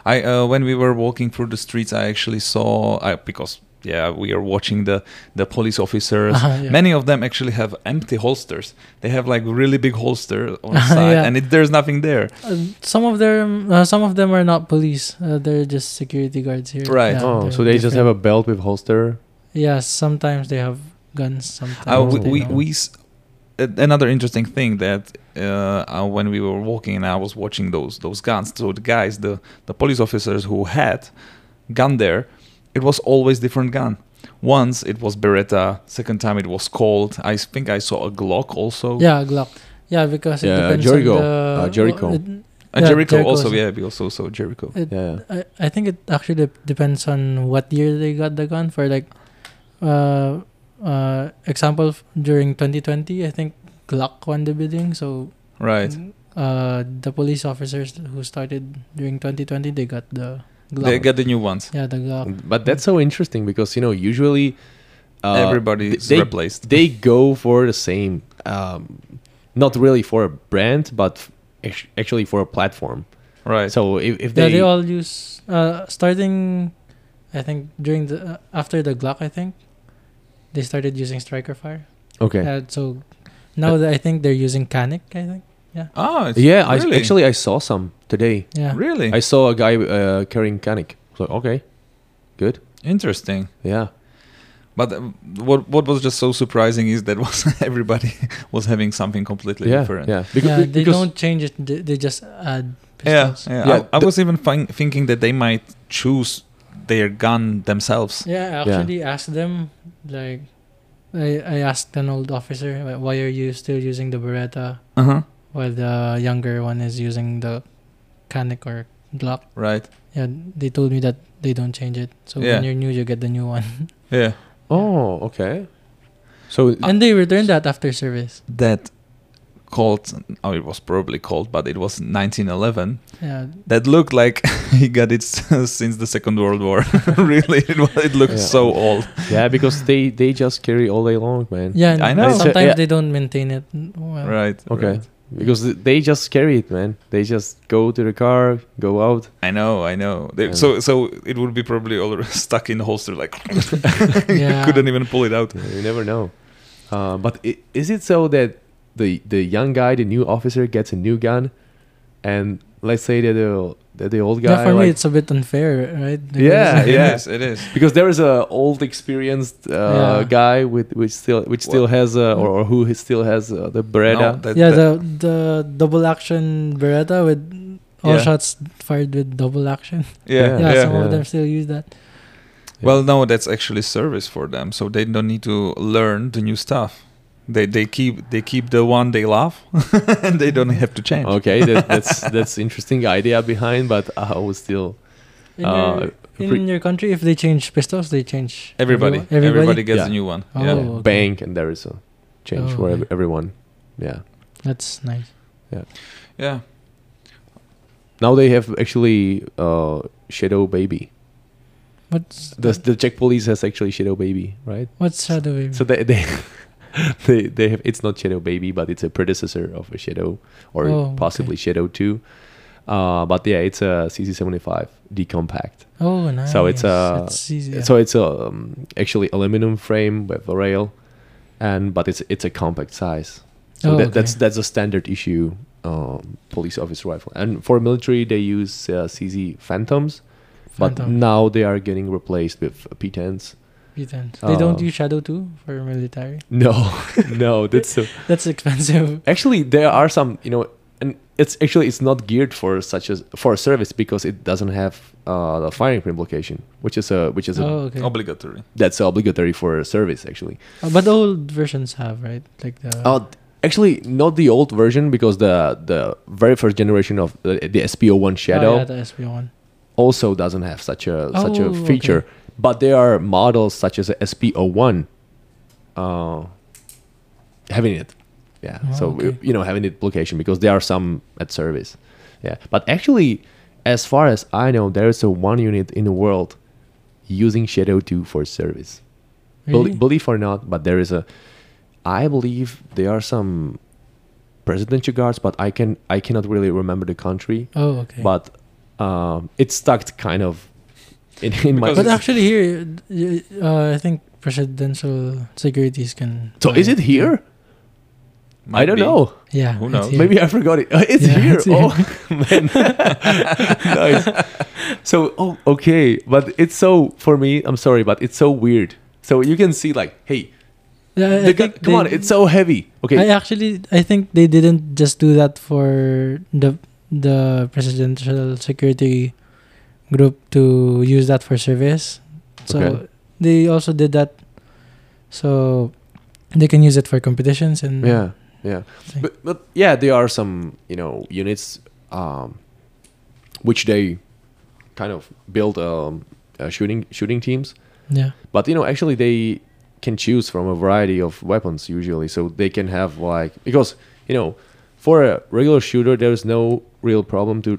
[SPEAKER 1] I uh, when we were walking through the streets, I actually saw I, because yeah, we are watching the the police officers.
[SPEAKER 3] Uh-huh, yeah.
[SPEAKER 1] Many of them actually have empty holsters. They have like really big holster on the
[SPEAKER 3] Yeah.
[SPEAKER 1] side, and it, there's nothing there.
[SPEAKER 3] Uh, some of them, uh, some of them are not police. Uh, they're just security guards here.
[SPEAKER 1] Right.
[SPEAKER 3] Yeah,
[SPEAKER 2] oh,
[SPEAKER 3] they're
[SPEAKER 2] so they just have
[SPEAKER 3] different.
[SPEAKER 2] a belt with holster.
[SPEAKER 3] Yeah, sometimes they have guns. Sometimes
[SPEAKER 1] Uh, we
[SPEAKER 3] they
[SPEAKER 1] we,
[SPEAKER 3] don't.
[SPEAKER 1] we s- a- another interesting thing that uh, uh, when we were walking and I was watching those those guns. So the guys, the the police officers who had gun there, it was always different gun. Once it was Beretta. Second time it was Colt. I s- think I saw a Glock also.
[SPEAKER 3] Yeah, Glock. Yeah, because it
[SPEAKER 2] Yeah,
[SPEAKER 3] depends
[SPEAKER 2] Jericho.
[SPEAKER 3] on the
[SPEAKER 2] Uh, Jericho.
[SPEAKER 3] it-
[SPEAKER 1] And
[SPEAKER 3] Yeah,
[SPEAKER 1] Jericho
[SPEAKER 3] Jericho
[SPEAKER 1] also,
[SPEAKER 3] also.
[SPEAKER 1] yeah, we also saw Jericho.
[SPEAKER 3] it-
[SPEAKER 2] Yeah.
[SPEAKER 3] uh, I, I think it actually dep- depends on what year they got the gun for. Like, uh, uh, example f- during 2020, I think Glock won the bidding. So
[SPEAKER 1] Right.
[SPEAKER 3] uh, the police officers who started during 2020, they got the Glock.
[SPEAKER 1] They get the new ones.
[SPEAKER 3] yeah, the Glock.
[SPEAKER 2] But that's so interesting because you know usually uh,
[SPEAKER 1] Everybody
[SPEAKER 2] th-
[SPEAKER 1] is
[SPEAKER 2] they,
[SPEAKER 1] replaced.
[SPEAKER 2] they go for the same, um, not really for a brand, but f- act- actually for a platform.
[SPEAKER 1] Right.
[SPEAKER 2] So if, if
[SPEAKER 3] yeah,
[SPEAKER 2] they,
[SPEAKER 3] they all use uh, starting. I think during the uh, after the Glock, I think they started using striker fire.
[SPEAKER 2] okay,
[SPEAKER 3] Yeah, so now that I think they're using Canic. I think.
[SPEAKER 1] oh, it's
[SPEAKER 2] yeah,
[SPEAKER 1] really?
[SPEAKER 2] I actually I saw some today.
[SPEAKER 3] Yeah.
[SPEAKER 1] Really?
[SPEAKER 2] I saw a guy uh, carrying canic. So okay, good.
[SPEAKER 1] Interesting.
[SPEAKER 2] Yeah,
[SPEAKER 1] But um, what what was just so surprising is that was everybody was having something completely
[SPEAKER 2] yeah,
[SPEAKER 1] different.
[SPEAKER 2] yeah.
[SPEAKER 3] yeah,
[SPEAKER 2] Becau-
[SPEAKER 3] they don't change it. They, they just add
[SPEAKER 1] Yeah,
[SPEAKER 3] pistols.
[SPEAKER 1] yeah.
[SPEAKER 2] Yeah,
[SPEAKER 1] I, I
[SPEAKER 2] the-
[SPEAKER 1] was even fin- thinking that they might choose their gun themselves.
[SPEAKER 3] Yeah, I
[SPEAKER 2] Yeah.
[SPEAKER 3] actually asked them like I, I asked an old officer "Wh- why are you still using the Beretta
[SPEAKER 1] Uh
[SPEAKER 2] Uh-huh.
[SPEAKER 1] huh.
[SPEAKER 3] while the younger one is using the Canic or Glock.
[SPEAKER 1] Right.
[SPEAKER 3] Yeah, they told me that they don't change it. So
[SPEAKER 1] Yeah.
[SPEAKER 3] when you're new, you get the new one.
[SPEAKER 1] Yeah.
[SPEAKER 2] Oh, okay. So
[SPEAKER 1] Uh,
[SPEAKER 3] and they returned that after service.
[SPEAKER 1] That called oh it was probably called but it was 1911
[SPEAKER 3] Yeah,
[SPEAKER 1] that looked like he got it s- since the second world war really it, wa- it looked
[SPEAKER 2] Yeah.
[SPEAKER 1] so old
[SPEAKER 2] yeah, because they they just carry all day long, man.
[SPEAKER 3] yeah. And
[SPEAKER 1] I know.
[SPEAKER 2] It's a-
[SPEAKER 3] Sometimes
[SPEAKER 2] yeah.
[SPEAKER 3] they don't maintain it. Well,
[SPEAKER 1] right
[SPEAKER 2] Okay.
[SPEAKER 1] right.
[SPEAKER 2] Because th- they just carry it, man. They just go to the car, go out.
[SPEAKER 1] I know, I know. They,
[SPEAKER 2] Yeah.
[SPEAKER 1] So, so it would be probably all stuck in the holster, like
[SPEAKER 3] Yeah.
[SPEAKER 1] couldn't even pull it out.
[SPEAKER 2] You never know. Uh, but i- is it so that the the young guy, the new officer, gets a new gun, and let's say that the that the old guy,
[SPEAKER 3] Yeah, for me,
[SPEAKER 2] like-
[SPEAKER 3] it's a bit unfair, right? Because-
[SPEAKER 2] Yeah,
[SPEAKER 1] It is,
[SPEAKER 2] yeah.
[SPEAKER 1] it is.
[SPEAKER 2] because there is a old experienced uh,
[SPEAKER 3] Yeah.
[SPEAKER 2] guy with which still which still has uh, or, or who has- still has uh, the Beretta.
[SPEAKER 1] that-
[SPEAKER 3] yeah,
[SPEAKER 1] that-
[SPEAKER 3] the the double action Beretta with all
[SPEAKER 1] Yeah.
[SPEAKER 3] shots fired with double action.
[SPEAKER 1] yeah,
[SPEAKER 2] Yeah.
[SPEAKER 3] Yeah,
[SPEAKER 1] yeah.
[SPEAKER 3] some
[SPEAKER 2] Yeah.
[SPEAKER 3] of them still use that.
[SPEAKER 1] Well, no, that's actually service for them, so they don't need to learn the new stuff. They they keep they keep the one they love, and they don't have to change.
[SPEAKER 2] Okay, that, that's that's interesting idea behind, but I was still
[SPEAKER 3] In,
[SPEAKER 2] Uh,
[SPEAKER 3] your, in
[SPEAKER 2] pre-
[SPEAKER 3] your country, if they change pistols, they change
[SPEAKER 1] Everybody,
[SPEAKER 3] everyone-
[SPEAKER 1] everybody,
[SPEAKER 3] Everybody,
[SPEAKER 1] gets
[SPEAKER 2] Yeah.
[SPEAKER 1] a new one.
[SPEAKER 3] Oh.
[SPEAKER 1] Yeah.
[SPEAKER 3] okay.
[SPEAKER 2] bank, and there is a change
[SPEAKER 3] Oh,
[SPEAKER 2] for ev-
[SPEAKER 3] okay.
[SPEAKER 2] everyone. Yeah.
[SPEAKER 3] that's nice.
[SPEAKER 1] yeah,
[SPEAKER 2] Now they have actually uh, Shadow Baby.
[SPEAKER 3] What's
[SPEAKER 2] The, the Czech police has actually Shadow Baby, right?
[SPEAKER 3] what's shadow wave?
[SPEAKER 2] So they they they, they have, it's not Shadow Baby, but it's a predecessor of a Shadow or
[SPEAKER 3] Oh,
[SPEAKER 2] possibly Shadow Two. Uh, but yeah, it's a CC75 decompact.
[SPEAKER 3] oh, nice.
[SPEAKER 2] so it's, uh,
[SPEAKER 3] it's easy. yeah.
[SPEAKER 2] So it's a um, actually aluminum frame with a rail, and but it's it's a compact size. So
[SPEAKER 3] Oh,
[SPEAKER 2] that, that's
[SPEAKER 3] okay.
[SPEAKER 2] that's a standard issue um, police officer rifle. And for military, they use uh, CZ Phantoms, but
[SPEAKER 3] Phantom,
[SPEAKER 2] now they are getting replaced with P10s.
[SPEAKER 3] P10. they don't
[SPEAKER 2] uh,
[SPEAKER 3] use shadow two for military.
[SPEAKER 2] No, no, that's so.
[SPEAKER 3] That's expensive.
[SPEAKER 2] Actually, there are some, you know, and it's actually it's not geared for such as for a service because it doesn't have uh, the firing implication, which is a which is a
[SPEAKER 3] Oh, okay.
[SPEAKER 1] obligatory.
[SPEAKER 2] that's obligatory for a service actually.
[SPEAKER 3] Uh, but old versions have right, like the
[SPEAKER 2] Uh, actually, not the old version because the the very first generation of uh, the SPO1 Shadow
[SPEAKER 3] Oh, yeah, the SB one.
[SPEAKER 2] also doesn't have such a such
[SPEAKER 3] Oh,
[SPEAKER 2] a
[SPEAKER 3] okay.
[SPEAKER 2] feature. But there are models such as SPO1 uh, having it. Yeah.
[SPEAKER 3] Oh,
[SPEAKER 2] so
[SPEAKER 3] okay.
[SPEAKER 2] you know having it application because there are some at service. Yeah. But actually, as far as I know, there is a one unit in the world using Shadow 2 for service. Bel-
[SPEAKER 3] Really?
[SPEAKER 2] believe or not, but there is a. I believe there are some presidential guards, but I can I cannot really remember the country.
[SPEAKER 3] oh, okay.
[SPEAKER 2] But um, it's stuck kind of in, in my.
[SPEAKER 1] Because
[SPEAKER 3] But
[SPEAKER 1] it's-
[SPEAKER 3] actually, here, y- uh, I think presidential securities can.
[SPEAKER 2] so
[SPEAKER 3] buy
[SPEAKER 2] is it here? I
[SPEAKER 1] Might
[SPEAKER 2] don't
[SPEAKER 1] be.
[SPEAKER 2] know.
[SPEAKER 3] Yeah.
[SPEAKER 1] Who
[SPEAKER 3] it's
[SPEAKER 1] knows?
[SPEAKER 3] here.
[SPEAKER 2] Maybe I forgot it. Uh, It's
[SPEAKER 3] Yeah,
[SPEAKER 2] here.
[SPEAKER 3] it's here.
[SPEAKER 2] Oh man, nice. So oh okay, but it's so for me. I'm sorry, but it's so weird. So you can see like, hey,
[SPEAKER 3] Yeah, Uh, I- I
[SPEAKER 2] the gu-
[SPEAKER 3] think
[SPEAKER 2] come
[SPEAKER 3] they-
[SPEAKER 2] on, it's so heavy.
[SPEAKER 3] I
[SPEAKER 2] Okay,
[SPEAKER 3] actually, I think they didn't just do that for the the presidential security group to use that for service. So
[SPEAKER 2] Okay.
[SPEAKER 3] they also did that, so they can use it for competitions and
[SPEAKER 2] yeah, yeah,
[SPEAKER 3] thing.
[SPEAKER 2] but but yeah, there are some you know units, um, which they kind of build um, uh, shooting shooting teams.
[SPEAKER 3] yeah.
[SPEAKER 2] But you know, actually, they can choose from a variety of weapons usually. So they can have like because you know, for a regular shooter, there is no real problem to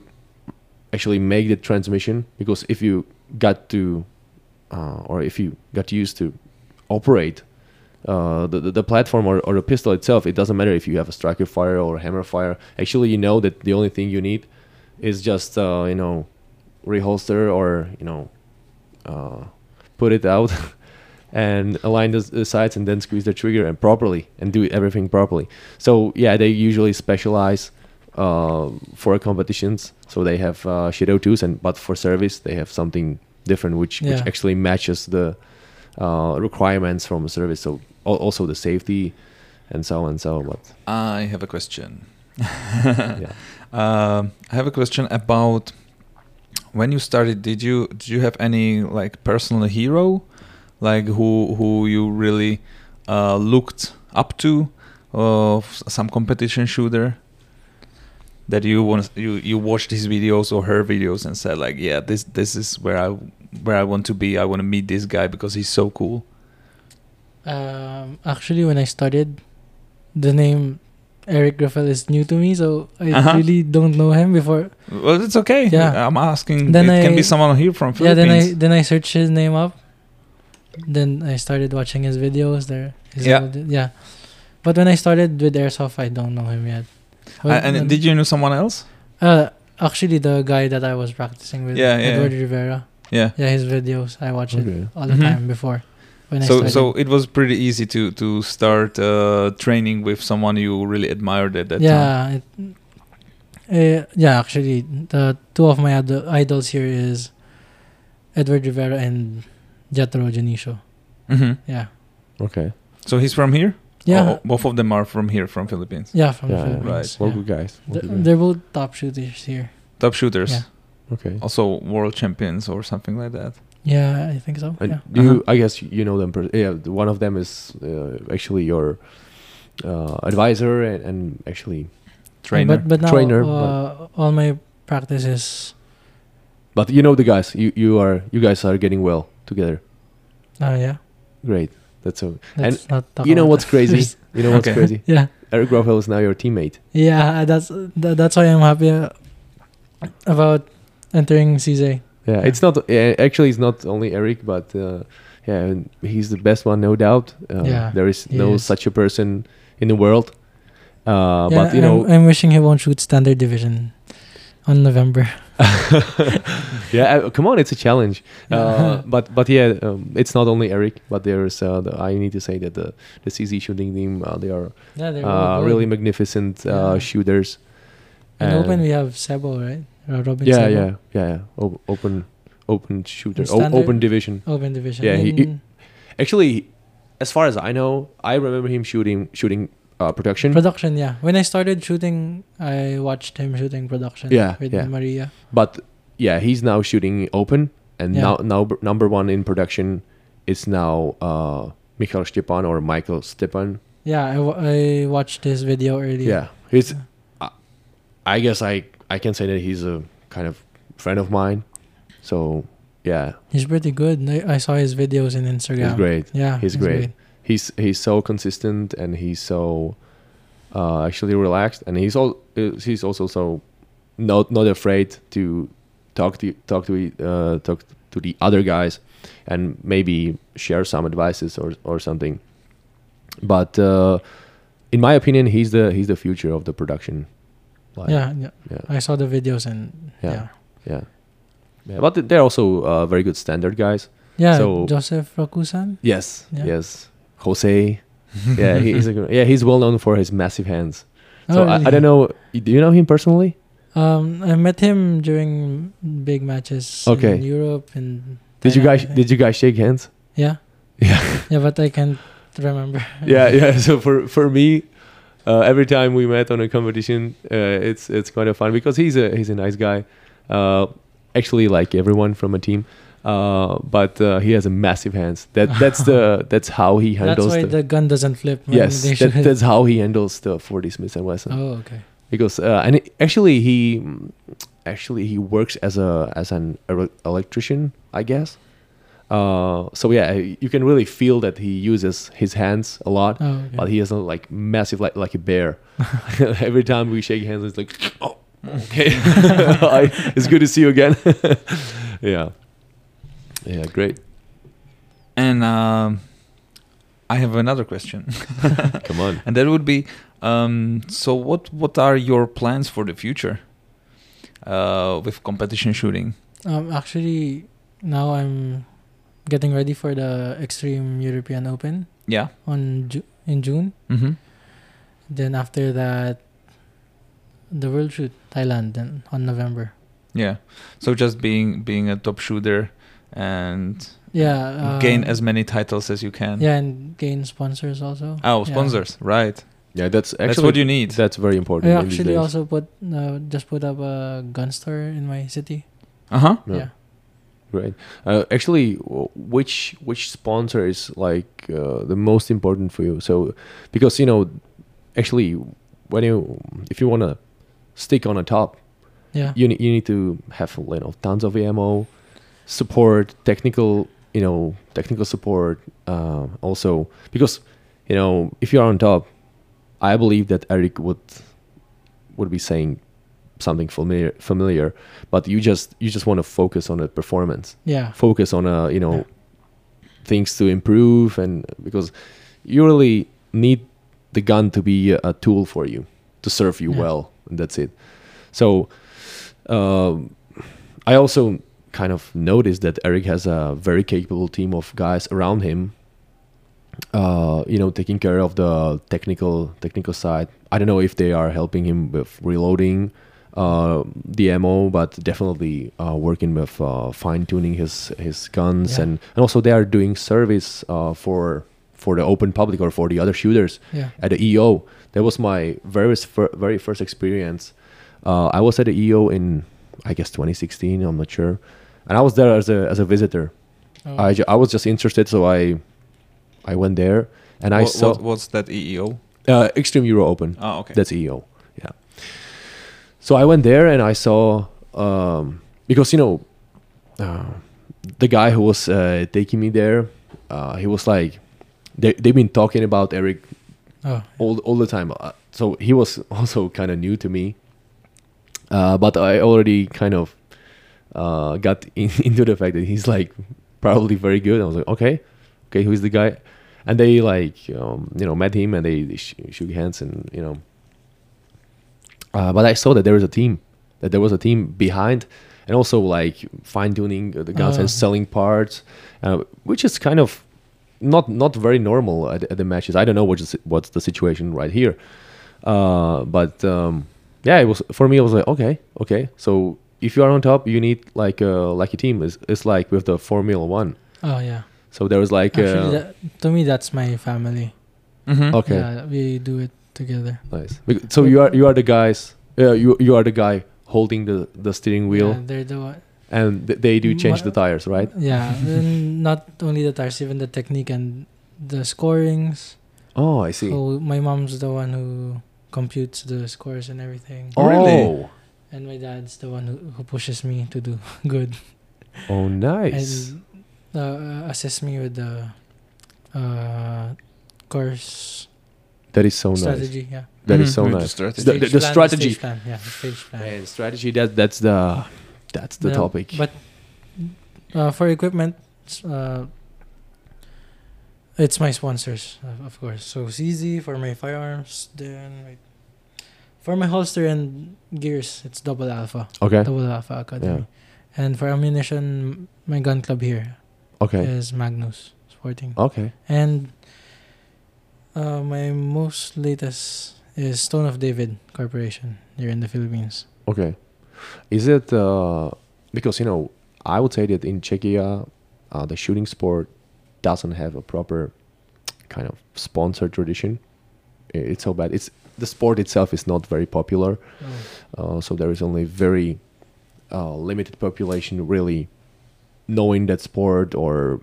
[SPEAKER 2] actually make the transmission because if you got to uh, or if you got used to operate. Uh, the, the the platform or, or the pistol itself, it doesn't matter if you have a striker fire or hammer fire. Actually, you know that the only thing you need is just uh, you know reholster or you know uh, put it out and align the, the sights and then squeeze the trigger and properly and do everything properly. So yeah, they usually specialize uh, for competitions. So they have uh, shadow twos, and but for service they have something different, which
[SPEAKER 3] Yeah.
[SPEAKER 2] which actually matches the uh, requirements from a service. So al- also the safety and so on and so. But
[SPEAKER 1] I have a question.
[SPEAKER 2] yeah.
[SPEAKER 1] Um, I have a question about when you started. Did you did you have any like personal hero, like who who you really uh, looked up to, of s- some competition shooter that you want you you watched his videos or her videos and said like yeah this this is where I where I want to be. I want to meet this guy because he's so cool.
[SPEAKER 3] Um, actually, when I started, the name Eric Griffel is new to me, so I
[SPEAKER 1] Uh-huh.
[SPEAKER 3] really don't know him before.
[SPEAKER 1] Well, it's okay.
[SPEAKER 3] Yeah.
[SPEAKER 1] I'm asking.
[SPEAKER 3] Then
[SPEAKER 1] Mm, it can be
[SPEAKER 3] I-
[SPEAKER 1] someone here from
[SPEAKER 3] Yeah,
[SPEAKER 1] Philippines.
[SPEAKER 3] then I then I searched his name up. Then I started watching his videos there. His
[SPEAKER 1] Yeah.
[SPEAKER 3] little di- yeah. But when I started with airsoft, I don't know him yet. Oh,
[SPEAKER 1] A- and did you know someone else?
[SPEAKER 3] Uh, actually, the guy that I was practicing with,
[SPEAKER 1] Yeah, yeah,
[SPEAKER 3] Edward Rivera.
[SPEAKER 1] Yeah.
[SPEAKER 3] Yeah, his videos I watch it
[SPEAKER 2] Okay.
[SPEAKER 3] all the
[SPEAKER 1] Mhm.
[SPEAKER 3] time before. When I
[SPEAKER 1] so
[SPEAKER 3] started.
[SPEAKER 1] so it was pretty easy to to start uh, training with someone you really admired at that time.
[SPEAKER 3] yeah, It, uh, yeah. Actually, the two of my idol- idols here is Edward Rivera and Jethro Janisho.
[SPEAKER 1] hmm
[SPEAKER 3] Yeah,
[SPEAKER 2] Okay.
[SPEAKER 1] So he's from here.
[SPEAKER 3] yeah,
[SPEAKER 1] Oh, both of them are from here, from Philippines.
[SPEAKER 3] yeah. From
[SPEAKER 2] Yeah,
[SPEAKER 3] the
[SPEAKER 2] yeah.
[SPEAKER 3] Philippines.
[SPEAKER 2] Well,
[SPEAKER 3] yeah.
[SPEAKER 2] good guys. Well,
[SPEAKER 3] Th-
[SPEAKER 2] good guys.
[SPEAKER 3] They're both top shooters here.
[SPEAKER 1] Top shooters,
[SPEAKER 3] Yeah.
[SPEAKER 2] Okay.
[SPEAKER 1] also world champions or something like that.
[SPEAKER 3] Yeah, I think so.
[SPEAKER 2] And
[SPEAKER 3] yeah.
[SPEAKER 2] do
[SPEAKER 1] Uh-huh.
[SPEAKER 2] you, I guess you know them. Per- yeah, the- one of them is uh, actually your uh, advisor and, and actually,
[SPEAKER 1] Trainer.
[SPEAKER 3] But but now
[SPEAKER 2] Trainer,
[SPEAKER 3] uh, all my practice is
[SPEAKER 2] but you know the guys. You you are you guys are getting well together.
[SPEAKER 3] uh, yeah.
[SPEAKER 2] Great. That's so.
[SPEAKER 3] Let's not talk
[SPEAKER 2] You know
[SPEAKER 3] about
[SPEAKER 2] what's
[SPEAKER 3] that.
[SPEAKER 2] crazy? You know what's
[SPEAKER 1] Okay.
[SPEAKER 2] crazy?
[SPEAKER 3] yeah,
[SPEAKER 2] Eric Graffel is now your teammate.
[SPEAKER 3] yeah. That's tha- that's why I'm happy uh, about entering CZ.
[SPEAKER 2] Yeah, it's not. Yeah, actually, it's not only Eric, but uh, yeah, and he's the best one, no doubt. Uh,
[SPEAKER 3] Yeah,
[SPEAKER 2] there is
[SPEAKER 3] he
[SPEAKER 2] no
[SPEAKER 3] is.
[SPEAKER 2] such a person in the world. Uh,
[SPEAKER 3] yeah,
[SPEAKER 2] but you
[SPEAKER 3] I'm,
[SPEAKER 2] know,
[SPEAKER 3] I'm wishing he won't shoot standard division on November.
[SPEAKER 2] yeah, uh, come on, it's a challenge. Uh, but but yeah, um, it's not only Eric, but there is. Uh, the, I need to say that the the CZ shooting team uh, they are
[SPEAKER 3] Yeah, they're
[SPEAKER 2] uh, really magnificent uh,
[SPEAKER 3] Yeah.
[SPEAKER 2] shooters.
[SPEAKER 3] And open,
[SPEAKER 2] And-
[SPEAKER 3] we have Sebo, right? Ro- Robin
[SPEAKER 2] yeah,
[SPEAKER 3] Sebo.
[SPEAKER 2] yeah, yeah, yeah. O- open, open shooter,
[SPEAKER 3] And
[SPEAKER 2] o- open
[SPEAKER 3] standard-
[SPEAKER 2] division.
[SPEAKER 3] Open division.
[SPEAKER 2] Yeah, he- he-
[SPEAKER 3] In
[SPEAKER 2] Actually, as far as I know, I remember him shooting shooting uh, production.
[SPEAKER 3] production, yeah. When I started shooting, I watched him shooting production
[SPEAKER 2] Yeah,
[SPEAKER 3] with
[SPEAKER 2] yeah.
[SPEAKER 3] Maria.
[SPEAKER 2] but yeah, he's now shooting open, and
[SPEAKER 3] Yeah.
[SPEAKER 2] now now number one in production is now uh, Mikhail Stepan or Michael Stepan.
[SPEAKER 3] Yeah, I, wa- I watched his video earlier.
[SPEAKER 2] Yeah, he's. I, I guess I I can say that he's a kind of friend of mine. So yeah,
[SPEAKER 3] He's pretty good. I, I saw his videos in Instagram.
[SPEAKER 2] he's great.
[SPEAKER 3] Yeah,
[SPEAKER 2] He's great. He's he's so consistent and he's so uh, actually relaxed and he's all he's also so not not afraid to talk to talk to uh, talk to the other guys and maybe share some advices or or something. But uh, in my opinion, he's the he's the future of the production. line.
[SPEAKER 3] yeah, yeah.
[SPEAKER 2] yeah.
[SPEAKER 3] I saw the videos and
[SPEAKER 2] Yeah.
[SPEAKER 3] yeah,
[SPEAKER 2] Yeah. Yeah, but th- they're also uh, very good standard guys.
[SPEAKER 3] yeah.
[SPEAKER 2] So-
[SPEAKER 3] Joseph Rakusan.
[SPEAKER 2] Yes.
[SPEAKER 3] Yeah.
[SPEAKER 2] Yes. Jose. yeah, he- he's a, good- yeah, he's well known for his massive hands.
[SPEAKER 3] Oh,
[SPEAKER 2] So I, I
[SPEAKER 3] really?
[SPEAKER 2] don't know. Do you know him personally?
[SPEAKER 3] Um, I met him during big matches
[SPEAKER 2] Okay.
[SPEAKER 3] in Europe and.
[SPEAKER 2] Did you
[SPEAKER 3] Thailand,
[SPEAKER 2] guys
[SPEAKER 3] I think.
[SPEAKER 2] did you guys shake hands?
[SPEAKER 3] Yeah. Yeah. yeah, but I can't remember.
[SPEAKER 2] yeah, yeah. So for for me, uh, every time we met on a competition, uh, it's it's kind of fun because he's a he's a nice guy. Uh, actually, like everyone from a team, uh, but uh, he has a massive hands. That that's the that's how he
[SPEAKER 3] That's
[SPEAKER 2] handles.
[SPEAKER 3] why
[SPEAKER 2] the,
[SPEAKER 3] the gun doesn't flip. when
[SPEAKER 2] yes,
[SPEAKER 3] they
[SPEAKER 2] that,
[SPEAKER 3] shoot.
[SPEAKER 2] that's how he handles the 40 Smith and Wesson.
[SPEAKER 3] Oh, okay.
[SPEAKER 2] because uh, and it- actually he actually he works as a as an er- electrician i guess uh, so yeah you can really feel that he uses his hands a lot
[SPEAKER 3] Oh, okay.
[SPEAKER 2] but he isn't like massive like like a bear every time we shake hands it's like oh okay I, it's good to see you again yeah yeah great
[SPEAKER 1] And um, I have another question,
[SPEAKER 2] come on
[SPEAKER 1] and that would be: um, so, what what are your plans for the future uh, with competition shooting?
[SPEAKER 3] Um, actually, now I'm getting ready for the Extreme European Open
[SPEAKER 1] Yeah.
[SPEAKER 3] on Ju- in June.
[SPEAKER 1] Mm-hmm.
[SPEAKER 3] Then after that, the World Shoot Thailand. Then on November.
[SPEAKER 1] Yeah. So just being being a top shooter and
[SPEAKER 3] Yeah. Uh,
[SPEAKER 1] gain as many titles as you can.
[SPEAKER 3] Yeah, and gain sponsors also.
[SPEAKER 1] Oh,
[SPEAKER 3] Yeah.
[SPEAKER 1] sponsors, right?
[SPEAKER 2] yeah that's actually
[SPEAKER 1] That's what you need.
[SPEAKER 2] that's very
[SPEAKER 3] I
[SPEAKER 2] important in these
[SPEAKER 3] actually
[SPEAKER 2] days.
[SPEAKER 3] also put uh, just put up a gun store in my city.
[SPEAKER 1] Uh huh.
[SPEAKER 2] Yeah.
[SPEAKER 3] Yeah.
[SPEAKER 2] Great. Uh, actually, w- which which sponsor is like uh, the most important for you? So, because you know, actually, when you if you wanna stick on a top,
[SPEAKER 3] Yeah.
[SPEAKER 2] you ne- you need to have you know tons of ammo, support, technical you know technical support. Uh, also, because you know if you are on top, I believe that Eric would would be saying something familiar familiar, but you just you just want to focus on the performance
[SPEAKER 3] Yeah.
[SPEAKER 2] focus on uh, you know
[SPEAKER 3] Yeah.
[SPEAKER 2] things to improve and because you really need the gun to be a, a tool for you to serve you
[SPEAKER 3] Yeah.
[SPEAKER 2] well and that's it so um, i also kind of noticed that eric has a very capable team of guys around him uh, you know taking care of the technical technical side i don't know if they are helping him with reloading uh, the ammo, but definitely uh, working with uh, fine tuning his his guns
[SPEAKER 3] Yeah.
[SPEAKER 2] and and also they are doing service uh, for for the open public or for the other shooters
[SPEAKER 3] Yeah.
[SPEAKER 2] at the EO. That was my very fir- very first experience. Uh, I was at the EO in I guess 2016. I'm not sure, and I was there as a as a visitor.
[SPEAKER 1] Mm.
[SPEAKER 3] Oh.
[SPEAKER 2] I, ju- I was just interested, so I I went there and I
[SPEAKER 1] what,
[SPEAKER 2] saw
[SPEAKER 1] what- what's that EEO?
[SPEAKER 2] Uh, Extreme Euro Open.
[SPEAKER 1] Oh, okay.
[SPEAKER 2] That's EO. Yeah. So I went there and I saw um, because you know uh, the guy who was uh, taking me there, uh, he was like they they've been talking about Eric
[SPEAKER 3] oh.
[SPEAKER 2] all all the time. Uh, so he was also kind of new to me, uh, but I already kind of uh, got in, into the fact that he's like probably very good. I was like, okay, okay, who's the guy? And they like um, you know met him and they, they sh- shook hands and you know. Uh, but I saw that there was a team, that there was a team behind, and also like fine tuning the guns
[SPEAKER 3] Oh.
[SPEAKER 2] and selling parts, uh, which is kind of not not very normal at, at the matches. I don't know what's what's the situation right here, uh, but um, yeah, it was for me. It was like okay, okay. So if you are on top, you need like a like a team. It's, it's like with the Formula One.
[SPEAKER 3] Oh yeah.
[SPEAKER 2] So there was like
[SPEAKER 3] Actually,
[SPEAKER 2] uh,
[SPEAKER 3] that, to me, that's my family.
[SPEAKER 1] Mhm.
[SPEAKER 2] okay,
[SPEAKER 3] Yeah, we do it together.
[SPEAKER 2] nice. Bec- So you are you are the guys. Uh, you you are the guy holding the the steering wheel,
[SPEAKER 3] Yeah, they're the one.
[SPEAKER 2] and th- they do change the
[SPEAKER 3] My-
[SPEAKER 2] tires, right?
[SPEAKER 3] Yeah, and not only the tires, even the technique and the scorings.
[SPEAKER 2] Oh, I see.
[SPEAKER 3] So my mom's the one who computes the scores and everything,
[SPEAKER 1] Oh. Really?
[SPEAKER 3] and my dad's the one who, who pushes me to do good
[SPEAKER 2] oh, nice.
[SPEAKER 3] and uh, assists me with the uh, course
[SPEAKER 2] That is so Oh, nice.
[SPEAKER 3] strategy. Mm-hmm. Yeah,
[SPEAKER 2] That is
[SPEAKER 1] Mhm.
[SPEAKER 2] so
[SPEAKER 1] With the
[SPEAKER 2] nice.
[SPEAKER 1] strategy.
[SPEAKER 2] The- the strategy.
[SPEAKER 3] stage plan. Yeah, stage plan.
[SPEAKER 2] Man, strategy. That that's the that's the
[SPEAKER 3] No,
[SPEAKER 2] topic.
[SPEAKER 3] But uh, for equipment, s- uh, it's my sponsors, of- of course. So CZ for my firearms, then my, for my holster and gears, it's Double Alpha,
[SPEAKER 2] Okay.
[SPEAKER 3] Double Alpha Academy, and for ammunition, my gun club here is
[SPEAKER 2] Okay.
[SPEAKER 3] Magnus Sporting,
[SPEAKER 2] Okay.
[SPEAKER 3] and uh, my most latest is Stone of David Corporation here in the Philippines.
[SPEAKER 2] Okay. Is it uh, because you know I would say that in Czechia, uh, the shooting sport doesn't have a proper kind of sponsor tradition. I- It's so bad. It's the sport itself is not very popular, uh, so there is only very uh, limited population really knowing that sport or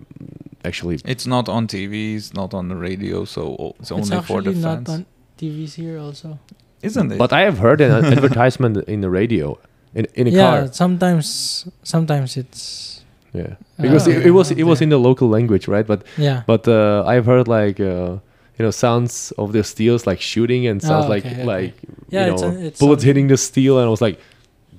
[SPEAKER 2] actually
[SPEAKER 1] It's not on TV, it's not on the radio, so o- it's only for the fans.
[SPEAKER 3] not on TVs here also.
[SPEAKER 1] Isn't it?
[SPEAKER 2] But I have heard an advertisement in the radio, in in a
[SPEAKER 3] yeah,
[SPEAKER 2] car.
[SPEAKER 3] sometimes sometimes it's
[SPEAKER 2] Yeah,
[SPEAKER 3] uh,
[SPEAKER 2] because it, it was
[SPEAKER 3] out
[SPEAKER 2] it was
[SPEAKER 3] there.
[SPEAKER 2] in the local language, right? But
[SPEAKER 3] yeah.
[SPEAKER 2] but uh, I've heard like uh, you know sounds of the steels like shooting and sounds
[SPEAKER 3] Oh,
[SPEAKER 2] like
[SPEAKER 3] okay, okay.
[SPEAKER 2] like
[SPEAKER 3] Yeah,
[SPEAKER 2] you
[SPEAKER 3] it's
[SPEAKER 2] know
[SPEAKER 3] an- it's
[SPEAKER 2] bullets
[SPEAKER 3] some-
[SPEAKER 2] hitting the steel, and I was like,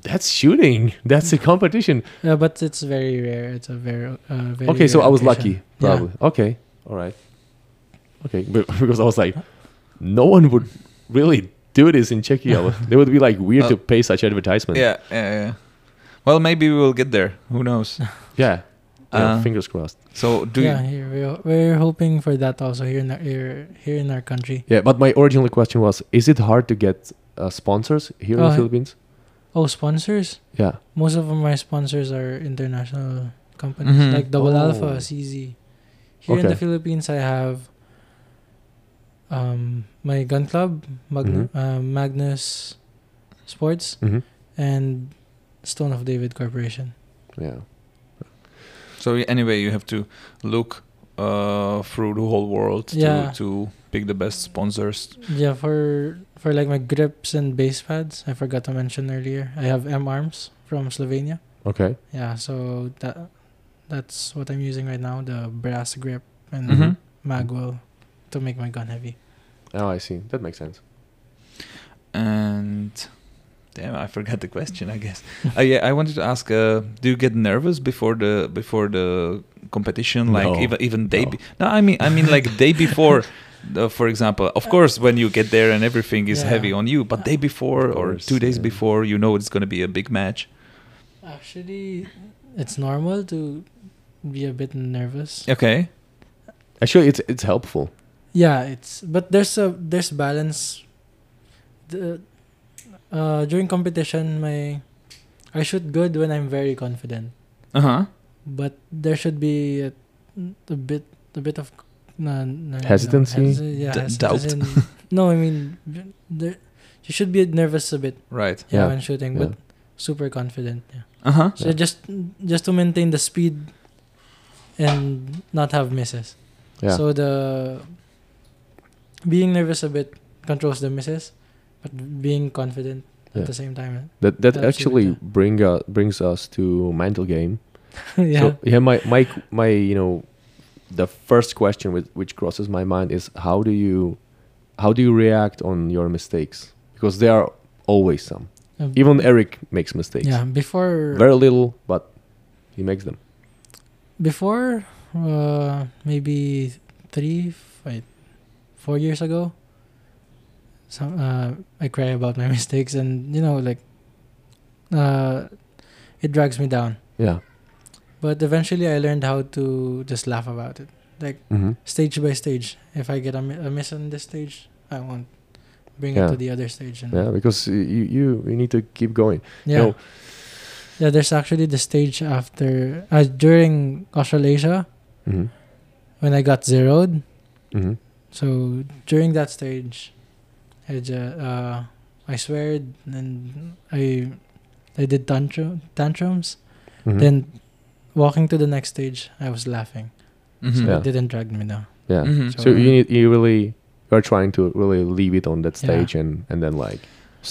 [SPEAKER 2] that's shooting. That's a competition.
[SPEAKER 3] Yeah, but it's very rare. It's a very uh, very
[SPEAKER 2] okay, so
[SPEAKER 3] rare
[SPEAKER 2] I was
[SPEAKER 3] occasion.
[SPEAKER 2] lucky, probably. Okay, all right. Okay, but, because I was like, no one would really do this in Czechia. they would be like weird
[SPEAKER 1] Uh,
[SPEAKER 2] to pay such advertisement.
[SPEAKER 1] yeah, yeah, yeah. Well, maybe we will get there. Who knows?
[SPEAKER 2] yeah. Yeah,
[SPEAKER 1] Uh,
[SPEAKER 2] fingers crossed.
[SPEAKER 1] So do you?
[SPEAKER 3] yeah, here we're, we're hoping for that also here in our here, here in our country.
[SPEAKER 2] Yeah, but my original question was: Is it hard to get uh, sponsors here in
[SPEAKER 3] Uh,
[SPEAKER 2] the Philippines?
[SPEAKER 3] Oh, sponsors!
[SPEAKER 2] Yeah.
[SPEAKER 3] Most of my sponsors are international companies
[SPEAKER 1] Mhm.
[SPEAKER 3] like Double
[SPEAKER 2] Oh.
[SPEAKER 3] Alpha, CZ. Here in
[SPEAKER 2] Okay.
[SPEAKER 3] the Philippines, I have um my gun club, Magn-
[SPEAKER 2] Mhm.
[SPEAKER 3] uh, Magnus Sports.
[SPEAKER 2] hmm
[SPEAKER 3] and Stone of David Corporation.
[SPEAKER 2] Yeah.
[SPEAKER 1] So anyway, you have to look uh, through the whole world to
[SPEAKER 3] Yeah.
[SPEAKER 1] to pick the best sponsors.
[SPEAKER 3] Yeah, for for like my grips and base pads, I forgot to mention earlier. I have M Arms from Slovenia.
[SPEAKER 2] Okay.
[SPEAKER 3] Yeah, so that that's what I'm using right now, the brass grip and
[SPEAKER 2] Mm-hmm.
[SPEAKER 1] Mhm.
[SPEAKER 3] magwell to make my gun heavy.
[SPEAKER 2] Oh, I see. That makes sense.
[SPEAKER 1] And damn, I forgot the question. I guess. uh, yeah, I wanted to ask: uh, Do you get nervous before the before the competition? Like
[SPEAKER 2] No.
[SPEAKER 1] even even day?
[SPEAKER 2] No.
[SPEAKER 1] Be- no, I mean I mean like day before. The, for example, of course, when you get there and everything is
[SPEAKER 3] Yeah.
[SPEAKER 1] heavy on you, but day before
[SPEAKER 2] Of
[SPEAKER 1] or
[SPEAKER 2] course,
[SPEAKER 1] two days
[SPEAKER 2] yeah.
[SPEAKER 1] before, you know it's going to be a big match.
[SPEAKER 3] Actually, it's normal to be a bit nervous.
[SPEAKER 1] Okay.
[SPEAKER 2] Actually, it's it's helpful.
[SPEAKER 3] Yeah, it's but there's a there's balance. The uh during competition, my I shoot good when I'm very confident,
[SPEAKER 1] Uh huh.
[SPEAKER 3] but there should be a, a bit a bit of no, no,
[SPEAKER 2] Hesitancy?
[SPEAKER 3] No, hesi- yeah,
[SPEAKER 1] D-
[SPEAKER 3] hesitance in- no, I mean there, you should be nervous a bit
[SPEAKER 1] Right.
[SPEAKER 3] yeah,
[SPEAKER 2] Yeah,
[SPEAKER 3] when shooting,
[SPEAKER 2] yeah.
[SPEAKER 3] but super confident. Yeah.
[SPEAKER 1] Uh huh.
[SPEAKER 3] So
[SPEAKER 2] Yeah.
[SPEAKER 3] just just to maintain the speed and not have misses.
[SPEAKER 2] Yeah.
[SPEAKER 3] So the being nervous a bit controls the misses, but being confident
[SPEAKER 2] Yeah.
[SPEAKER 3] at the same time. eh?
[SPEAKER 2] that that
[SPEAKER 3] Absolutely.
[SPEAKER 2] actually bring uh, brings us to mental game.
[SPEAKER 3] yeah.
[SPEAKER 2] So yeah, my my my you know, the first question with, which crosses my mind is how do you, how do you react on your mistakes? Because there are always some.
[SPEAKER 3] Um,
[SPEAKER 2] Even Eric makes mistakes.
[SPEAKER 3] yeah. Before
[SPEAKER 2] Very little, but he makes them.
[SPEAKER 3] before uh, maybe three wait, four years ago. Some uh, I cry about my mistakes and you know like uh, it drags me down.
[SPEAKER 2] Yeah.
[SPEAKER 3] But eventually I learned how to just laugh about it. Like
[SPEAKER 2] Mm-hmm.
[SPEAKER 3] stage by stage. If I get a, mi- a miss on this stage, I won't bring
[SPEAKER 2] Yeah.
[SPEAKER 3] it to the other stage. And
[SPEAKER 2] Yeah, because you you you need to keep going.
[SPEAKER 3] yeah,
[SPEAKER 2] know-
[SPEAKER 3] Yeah, There's actually the stage after uh, during Australasia
[SPEAKER 2] Mm-hmm.
[SPEAKER 3] when I got zeroed.
[SPEAKER 2] Mm-hmm.
[SPEAKER 3] So during that stage, I ju- uh, I swear and I I did tantrum tantrums.
[SPEAKER 2] Mhm.
[SPEAKER 3] Then walking to the next stage, I was laughing.
[SPEAKER 1] Mm-hmm.
[SPEAKER 3] So
[SPEAKER 2] Mm-hmm. Yeah.
[SPEAKER 3] it didn't drag me down.
[SPEAKER 2] yeah.
[SPEAKER 1] Mhm.
[SPEAKER 2] So you need, you really you are trying to really leave it on that stage and and then like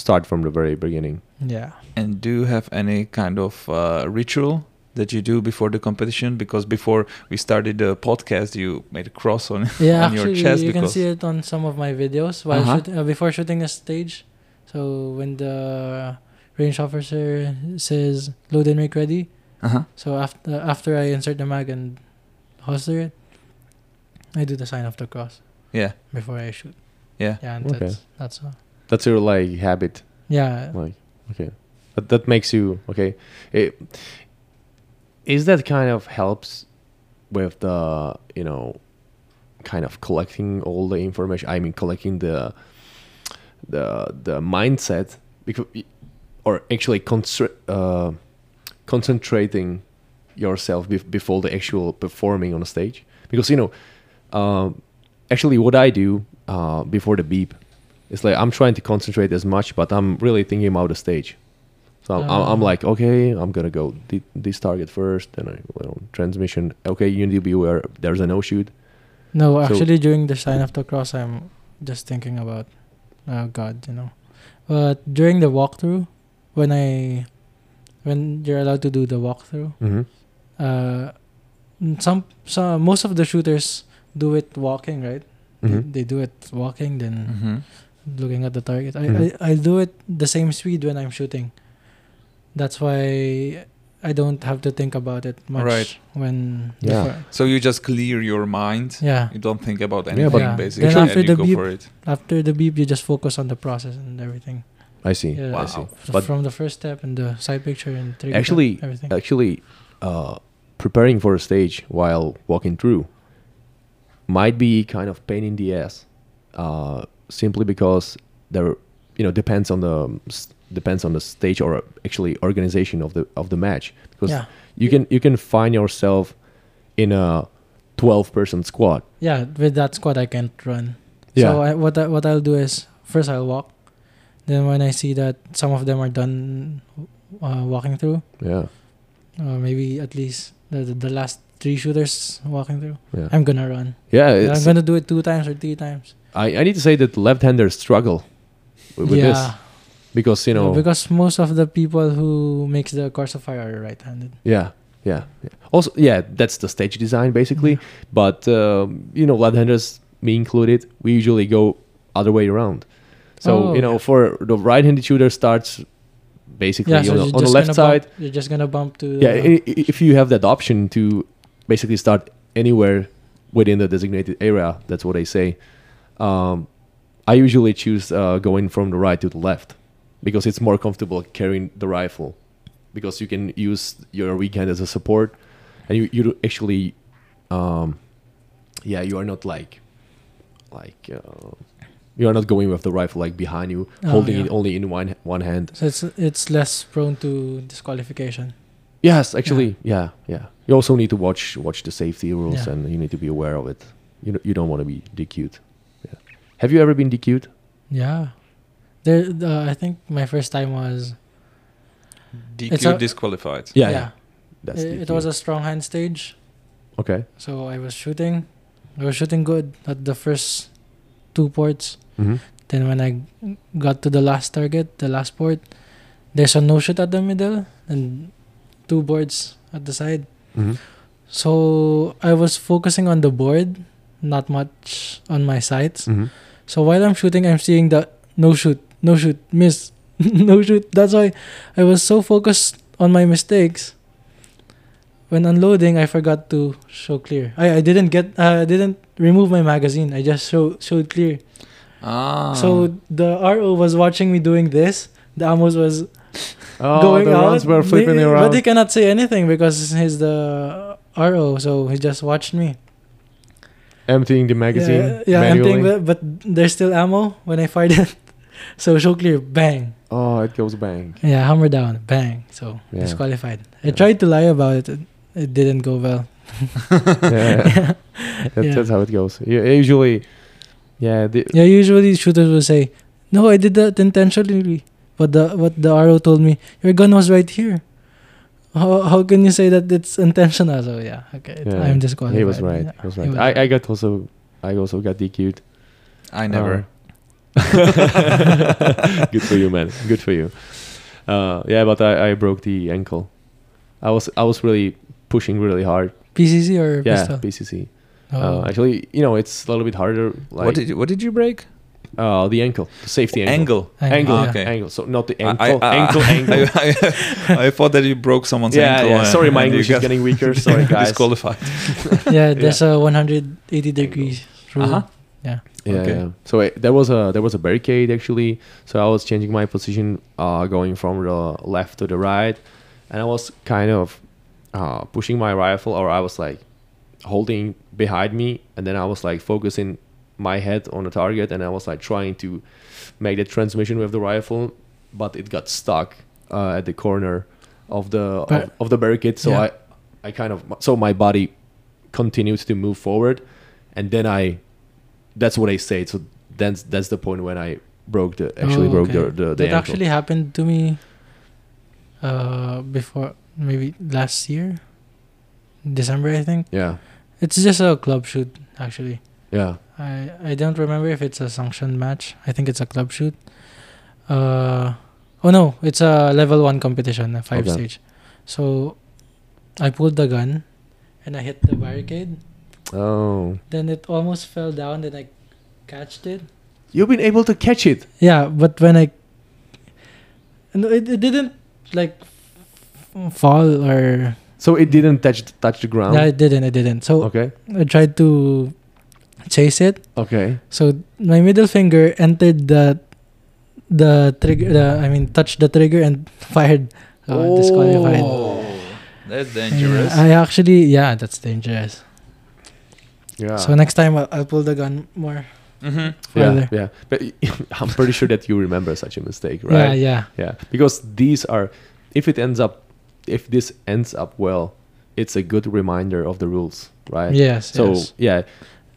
[SPEAKER 2] start from the very beginning.
[SPEAKER 3] Yeah.
[SPEAKER 1] And do you have any kind of uh, ritual that you do before the competition? Because before we started the podcast, you made a cross on
[SPEAKER 3] yeah,
[SPEAKER 1] on your
[SPEAKER 3] actually,
[SPEAKER 1] chest
[SPEAKER 3] you can
[SPEAKER 1] because-
[SPEAKER 3] see it on some of my videos while
[SPEAKER 1] Uh-huh.
[SPEAKER 3] shoot, uh, before shooting a stage. So when the range officer says load and make ready,
[SPEAKER 1] uh-huh.
[SPEAKER 3] so after after I insert the mag and Hoster it, I do the sign of the cross
[SPEAKER 1] Yeah.
[SPEAKER 3] before I shoot.
[SPEAKER 1] Yeah.
[SPEAKER 3] Yeah, and
[SPEAKER 2] Okay.
[SPEAKER 3] that's that's all.
[SPEAKER 2] That's your like habit.
[SPEAKER 3] Yeah,
[SPEAKER 2] like okay that, that makes you okay it is that kind of helps with the you know kind of collecting all the information i mean collecting the the the mindset because or actually concert uh, concentrating yourself bef- before the actual performing on a stage because you know um, actually what i do uh, before the beep it's like i'm trying to concentrate as much but i'm really thinking about the stage so i'm, I'm- I'm
[SPEAKER 3] Ah.
[SPEAKER 2] like okay i'm gonna go thi- this target first then i you know, transmission okay you need to be aware there's a no shoot So-
[SPEAKER 3] No, actually, during the sign of the cross, I'm just thinking about uh, God, you know. But during the walkthrough, when I, when you're allowed to do the walkthrough,
[SPEAKER 2] mm-hmm.
[SPEAKER 3] uh, n- some some most of the shooters do it walking, right? They,
[SPEAKER 2] Mm-hmm.
[SPEAKER 3] they do it walking, then
[SPEAKER 1] Mm-hmm.
[SPEAKER 3] looking at the target. I,
[SPEAKER 2] Mhm.
[SPEAKER 3] I I do it the same speed when I'm shooting. That's why I don't have to think about it much
[SPEAKER 1] Right.
[SPEAKER 3] when
[SPEAKER 2] Yeah.
[SPEAKER 3] before-
[SPEAKER 1] So you just clear your mind.
[SPEAKER 3] yeah.
[SPEAKER 1] You don't think about anything
[SPEAKER 2] Yeah, but-
[SPEAKER 3] Yeah.
[SPEAKER 1] basically,
[SPEAKER 3] Then after
[SPEAKER 1] and you
[SPEAKER 3] the
[SPEAKER 1] go
[SPEAKER 3] beep-
[SPEAKER 1] for it.
[SPEAKER 3] After the beep, you just focus on the process and everything.
[SPEAKER 2] i see
[SPEAKER 3] Yeah,
[SPEAKER 1] Wow.
[SPEAKER 2] i see
[SPEAKER 3] So
[SPEAKER 2] but
[SPEAKER 3] from the first step and the side picture and trigger
[SPEAKER 2] Actually,
[SPEAKER 3] tap, everything.
[SPEAKER 2] actually uh, preparing for a stage while walking through might be kind of pain in the ass uh, simply because there you know depends on the um, s- depends on the stage or actually organization of the of the match because
[SPEAKER 3] yeah,
[SPEAKER 2] you can you can find yourself in a 12 person squad
[SPEAKER 3] yeah. With that squad, I can't run. So I, what I, what I'll do is first I'll walk, then when I see that some of them are done uh, walking through,
[SPEAKER 2] yeah
[SPEAKER 3] or maybe at least the, the, the last three shooters walking through,
[SPEAKER 2] yeah
[SPEAKER 3] I'm gonna run.
[SPEAKER 2] yeah
[SPEAKER 3] And
[SPEAKER 2] it's,
[SPEAKER 3] I'm gonna do it two times or three times.
[SPEAKER 2] I, I need to say that left-handers struggle with, with
[SPEAKER 3] yeah,
[SPEAKER 2] this because you
[SPEAKER 3] Yeah,
[SPEAKER 2] know
[SPEAKER 3] because most of the people who makes the course of fire are right-handed.
[SPEAKER 2] Yeah, yeah. yeah. Also, yeah, that's the stage design basically.
[SPEAKER 3] Yeah.
[SPEAKER 2] But um, you know, left-handers, me included, we usually go other way around. So
[SPEAKER 3] Oh,
[SPEAKER 2] you know,
[SPEAKER 3] yeah.
[SPEAKER 2] for the right-handed shooter starts basically
[SPEAKER 3] Yeah, so
[SPEAKER 2] on,
[SPEAKER 3] you're
[SPEAKER 2] the- on
[SPEAKER 3] just
[SPEAKER 2] the
[SPEAKER 3] gonna
[SPEAKER 2] left side.
[SPEAKER 3] Bump, you're just gonna bump to.
[SPEAKER 2] Yeah, eh,
[SPEAKER 3] the,
[SPEAKER 2] i- i- if you have that option to basically start anywhere within the designated area, that's what I say. Um, I usually choose uh, going from the right to the left because it's more comfortable carrying the rifle because you can use your weak hand as a support and you, you do actually, um, yeah, you are not like, like, uh, you are not going with the rifle like behind you,
[SPEAKER 3] Oh,
[SPEAKER 2] holding
[SPEAKER 3] yeah.
[SPEAKER 2] it only in one one hand.
[SPEAKER 3] So it's it's less prone to disqualification.
[SPEAKER 2] Yes, actually, yeah. yeah, You also need to watch watch the safety rules,
[SPEAKER 3] Yeah.
[SPEAKER 2] and you need to be aware of it. You know, you don't want to be DQ'd. Yeah. Have you ever been DQ'd?
[SPEAKER 3] Yeah, there. Uh, I think my first time was It's
[SPEAKER 1] DQ
[SPEAKER 3] a-
[SPEAKER 1] disqualified.
[SPEAKER 2] Yeah, yeah. That's
[SPEAKER 3] It, it was a strong hand stage,
[SPEAKER 2] okay.
[SPEAKER 3] so I was shooting. I was shooting good at the first two ports.
[SPEAKER 2] hmm
[SPEAKER 3] Then when I got to the last target, the last port, there's a no shoot at the middle and two boards at the side.
[SPEAKER 2] hmm
[SPEAKER 3] So I was focusing on the board, not much on my sights.
[SPEAKER 2] hmm
[SPEAKER 3] So while I'm shooting, I'm seeing the no shoot, no shoot, miss, no shoot. That's why I was so focused on my mistakes. When unloading, I forgot to show clear. I, I didn't get uh, I didn't remove my magazine. I just show showed clear.
[SPEAKER 1] Ah.
[SPEAKER 3] So the RO was watching me doing this. The Amos was
[SPEAKER 2] Oh,
[SPEAKER 3] going
[SPEAKER 2] the
[SPEAKER 3] out.
[SPEAKER 2] rounds were
[SPEAKER 3] They-
[SPEAKER 2] flipping around.
[SPEAKER 3] But he cannot say anything because he's the RO, so he just watched me.
[SPEAKER 2] emptying the magazine.
[SPEAKER 3] Yeah, yeah
[SPEAKER 2] manually.
[SPEAKER 3] emptying the, but there's still ammo when I fired it. so show clear, bang.
[SPEAKER 2] Oh, it goes bang.
[SPEAKER 3] Yeah, hammer down, bang. So
[SPEAKER 2] Yeah.
[SPEAKER 3] disqualified. I
[SPEAKER 2] Yeah.
[SPEAKER 3] tried to lie about it. it. It didn't go well.
[SPEAKER 2] yeah,
[SPEAKER 3] yeah.
[SPEAKER 2] that,
[SPEAKER 3] Yeah.
[SPEAKER 2] that's how it goes. Yeah, usually, yeah, the,
[SPEAKER 3] usually shooters will say, "No, I did that intentionally." But the what the RO told me, "Your gun was right here." How, how can you say that it's intentional? So yeah, okay,
[SPEAKER 2] Yeah.
[SPEAKER 3] I'm disqualified.
[SPEAKER 2] he was right.
[SPEAKER 3] Yeah.
[SPEAKER 2] He was
[SPEAKER 3] he
[SPEAKER 2] right.
[SPEAKER 3] was
[SPEAKER 2] I, I
[SPEAKER 3] right.
[SPEAKER 2] got also, I also got DQ'd.
[SPEAKER 1] I never.
[SPEAKER 2] Good for you, man. Good for you. Uh, yeah, but I, I broke the ankle. I was I was really pushing really hard.
[SPEAKER 3] PCC or
[SPEAKER 2] yeah,
[SPEAKER 3] pistol?
[SPEAKER 2] PCC.
[SPEAKER 3] Oh.
[SPEAKER 2] Uh, actually, you know, it's a little bit harder. Like
[SPEAKER 1] what did you, what did you break?
[SPEAKER 2] Uh, the ankle, the safety angle.
[SPEAKER 1] Angle.
[SPEAKER 2] Angle,
[SPEAKER 3] Angle,
[SPEAKER 1] Ah,
[SPEAKER 2] angle,
[SPEAKER 1] okay.
[SPEAKER 2] So not the
[SPEAKER 1] I-
[SPEAKER 2] ankle,
[SPEAKER 1] I- I-
[SPEAKER 2] ankle, angle.
[SPEAKER 1] I, I- I thought that you broke someone's
[SPEAKER 2] yeah,
[SPEAKER 1] ankle.
[SPEAKER 2] yeah.
[SPEAKER 1] and-
[SPEAKER 2] Sorry, my
[SPEAKER 1] and you
[SPEAKER 2] English
[SPEAKER 1] got
[SPEAKER 2] is getting weaker. Sorry, guys.
[SPEAKER 1] Disqualified.
[SPEAKER 3] yeah, there's a 180 degree rule.
[SPEAKER 1] Uh-huh.
[SPEAKER 2] Yeah,
[SPEAKER 1] Okay.
[SPEAKER 2] yeah. So I, there was a there was a barricade actually. So I was changing my position, uh, going from the left to the right, and I was kind of uh, pushing my rifle, or I was like holding behind me, and then I was like focusing my head on the target, and I was like trying to make the transmission with the rifle, but it got stuck uh, at the corner of the of,
[SPEAKER 3] But-
[SPEAKER 2] of the barricade. So
[SPEAKER 3] Yeah.
[SPEAKER 2] I I kind of so my body continued to move forward, and then I that's what I say. So that's that's the point when I broke the actually
[SPEAKER 3] Oh,
[SPEAKER 2] broke
[SPEAKER 3] okay.
[SPEAKER 2] the the, the
[SPEAKER 3] that
[SPEAKER 2] ankle.
[SPEAKER 3] actually happened to me uh, before, maybe last year, December, I think.
[SPEAKER 2] yeah
[SPEAKER 3] It's just a club shoot, actually.
[SPEAKER 2] yeah
[SPEAKER 3] I I don't remember if it's a sanction match. I think it's a club shoot. Uh, oh no, it's a level one competition, a five
[SPEAKER 2] Okay.
[SPEAKER 3] stage. So I pulled the gun, and I hit the barricade.
[SPEAKER 2] oh
[SPEAKER 3] Then it almost fell down. Then I catched it.
[SPEAKER 2] you've been able to catch it.
[SPEAKER 3] Yeah, but when I no, it, it didn't like f- fall or
[SPEAKER 2] So it didn't touch touch the ground.
[SPEAKER 3] yeah, it didn't. It didn't. So
[SPEAKER 2] Okay
[SPEAKER 3] I tried to chase it.
[SPEAKER 2] okay
[SPEAKER 3] So my middle finger entered the the trigger. The, I mean, touched the trigger and fired. Uh, Disqualified.
[SPEAKER 1] Oh, that's
[SPEAKER 3] Yeah,
[SPEAKER 1] dangerous.
[SPEAKER 3] I actually yeah, that's dangerous.
[SPEAKER 2] yeah.
[SPEAKER 3] So next time I'll, I'll pull the gun more.
[SPEAKER 1] Mhm.
[SPEAKER 2] Ah. yeah,
[SPEAKER 3] further.
[SPEAKER 2] yeah, but I'm pretty sure that you remember such a mistake, right?
[SPEAKER 3] Yeah, yeah.
[SPEAKER 2] Yeah, because these are, if it ends up, if this ends up well, it's a good reminder of the rules, right?
[SPEAKER 3] Yes.
[SPEAKER 2] So
[SPEAKER 3] yes.
[SPEAKER 2] yeah,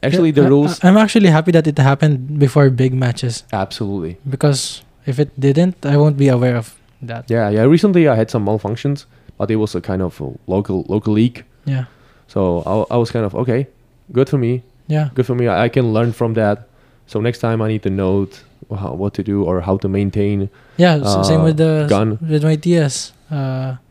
[SPEAKER 2] actually
[SPEAKER 3] Yeah,
[SPEAKER 2] the
[SPEAKER 3] I-
[SPEAKER 2] rules
[SPEAKER 3] I, I'm actually happy that it happened before big matches
[SPEAKER 2] absolutely.
[SPEAKER 3] because if it didn't, I won't be aware of that.
[SPEAKER 2] Yeah, yeah. Recently I had some malfunctions, but it was a kind of a local local leak.
[SPEAKER 3] Yeah.
[SPEAKER 2] So I, I was kind of okay, good for me,
[SPEAKER 3] Yeah.
[SPEAKER 2] good for me. I, I can learn from that. So next time I need to note wha- what to do or how to maintain.
[SPEAKER 3] Yeah. s- same
[SPEAKER 2] Uh,
[SPEAKER 3] with the
[SPEAKER 2] gun.
[SPEAKER 3] with my TS. Uh,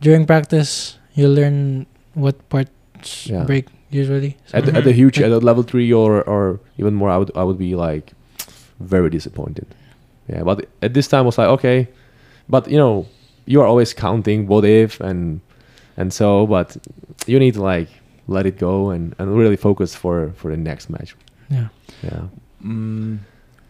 [SPEAKER 3] during practice, you learn what parts
[SPEAKER 2] Yeah.
[SPEAKER 3] break usually. So-
[SPEAKER 2] At, the at the huge, at the level three or or even more, I would I would be like very disappointed. Yeah, but at this time I was like okay, but you know you are always counting what if and and so, but you need to like let it go and and really focus for for the next match.
[SPEAKER 3] yeah.
[SPEAKER 2] Yeah.
[SPEAKER 1] Mm,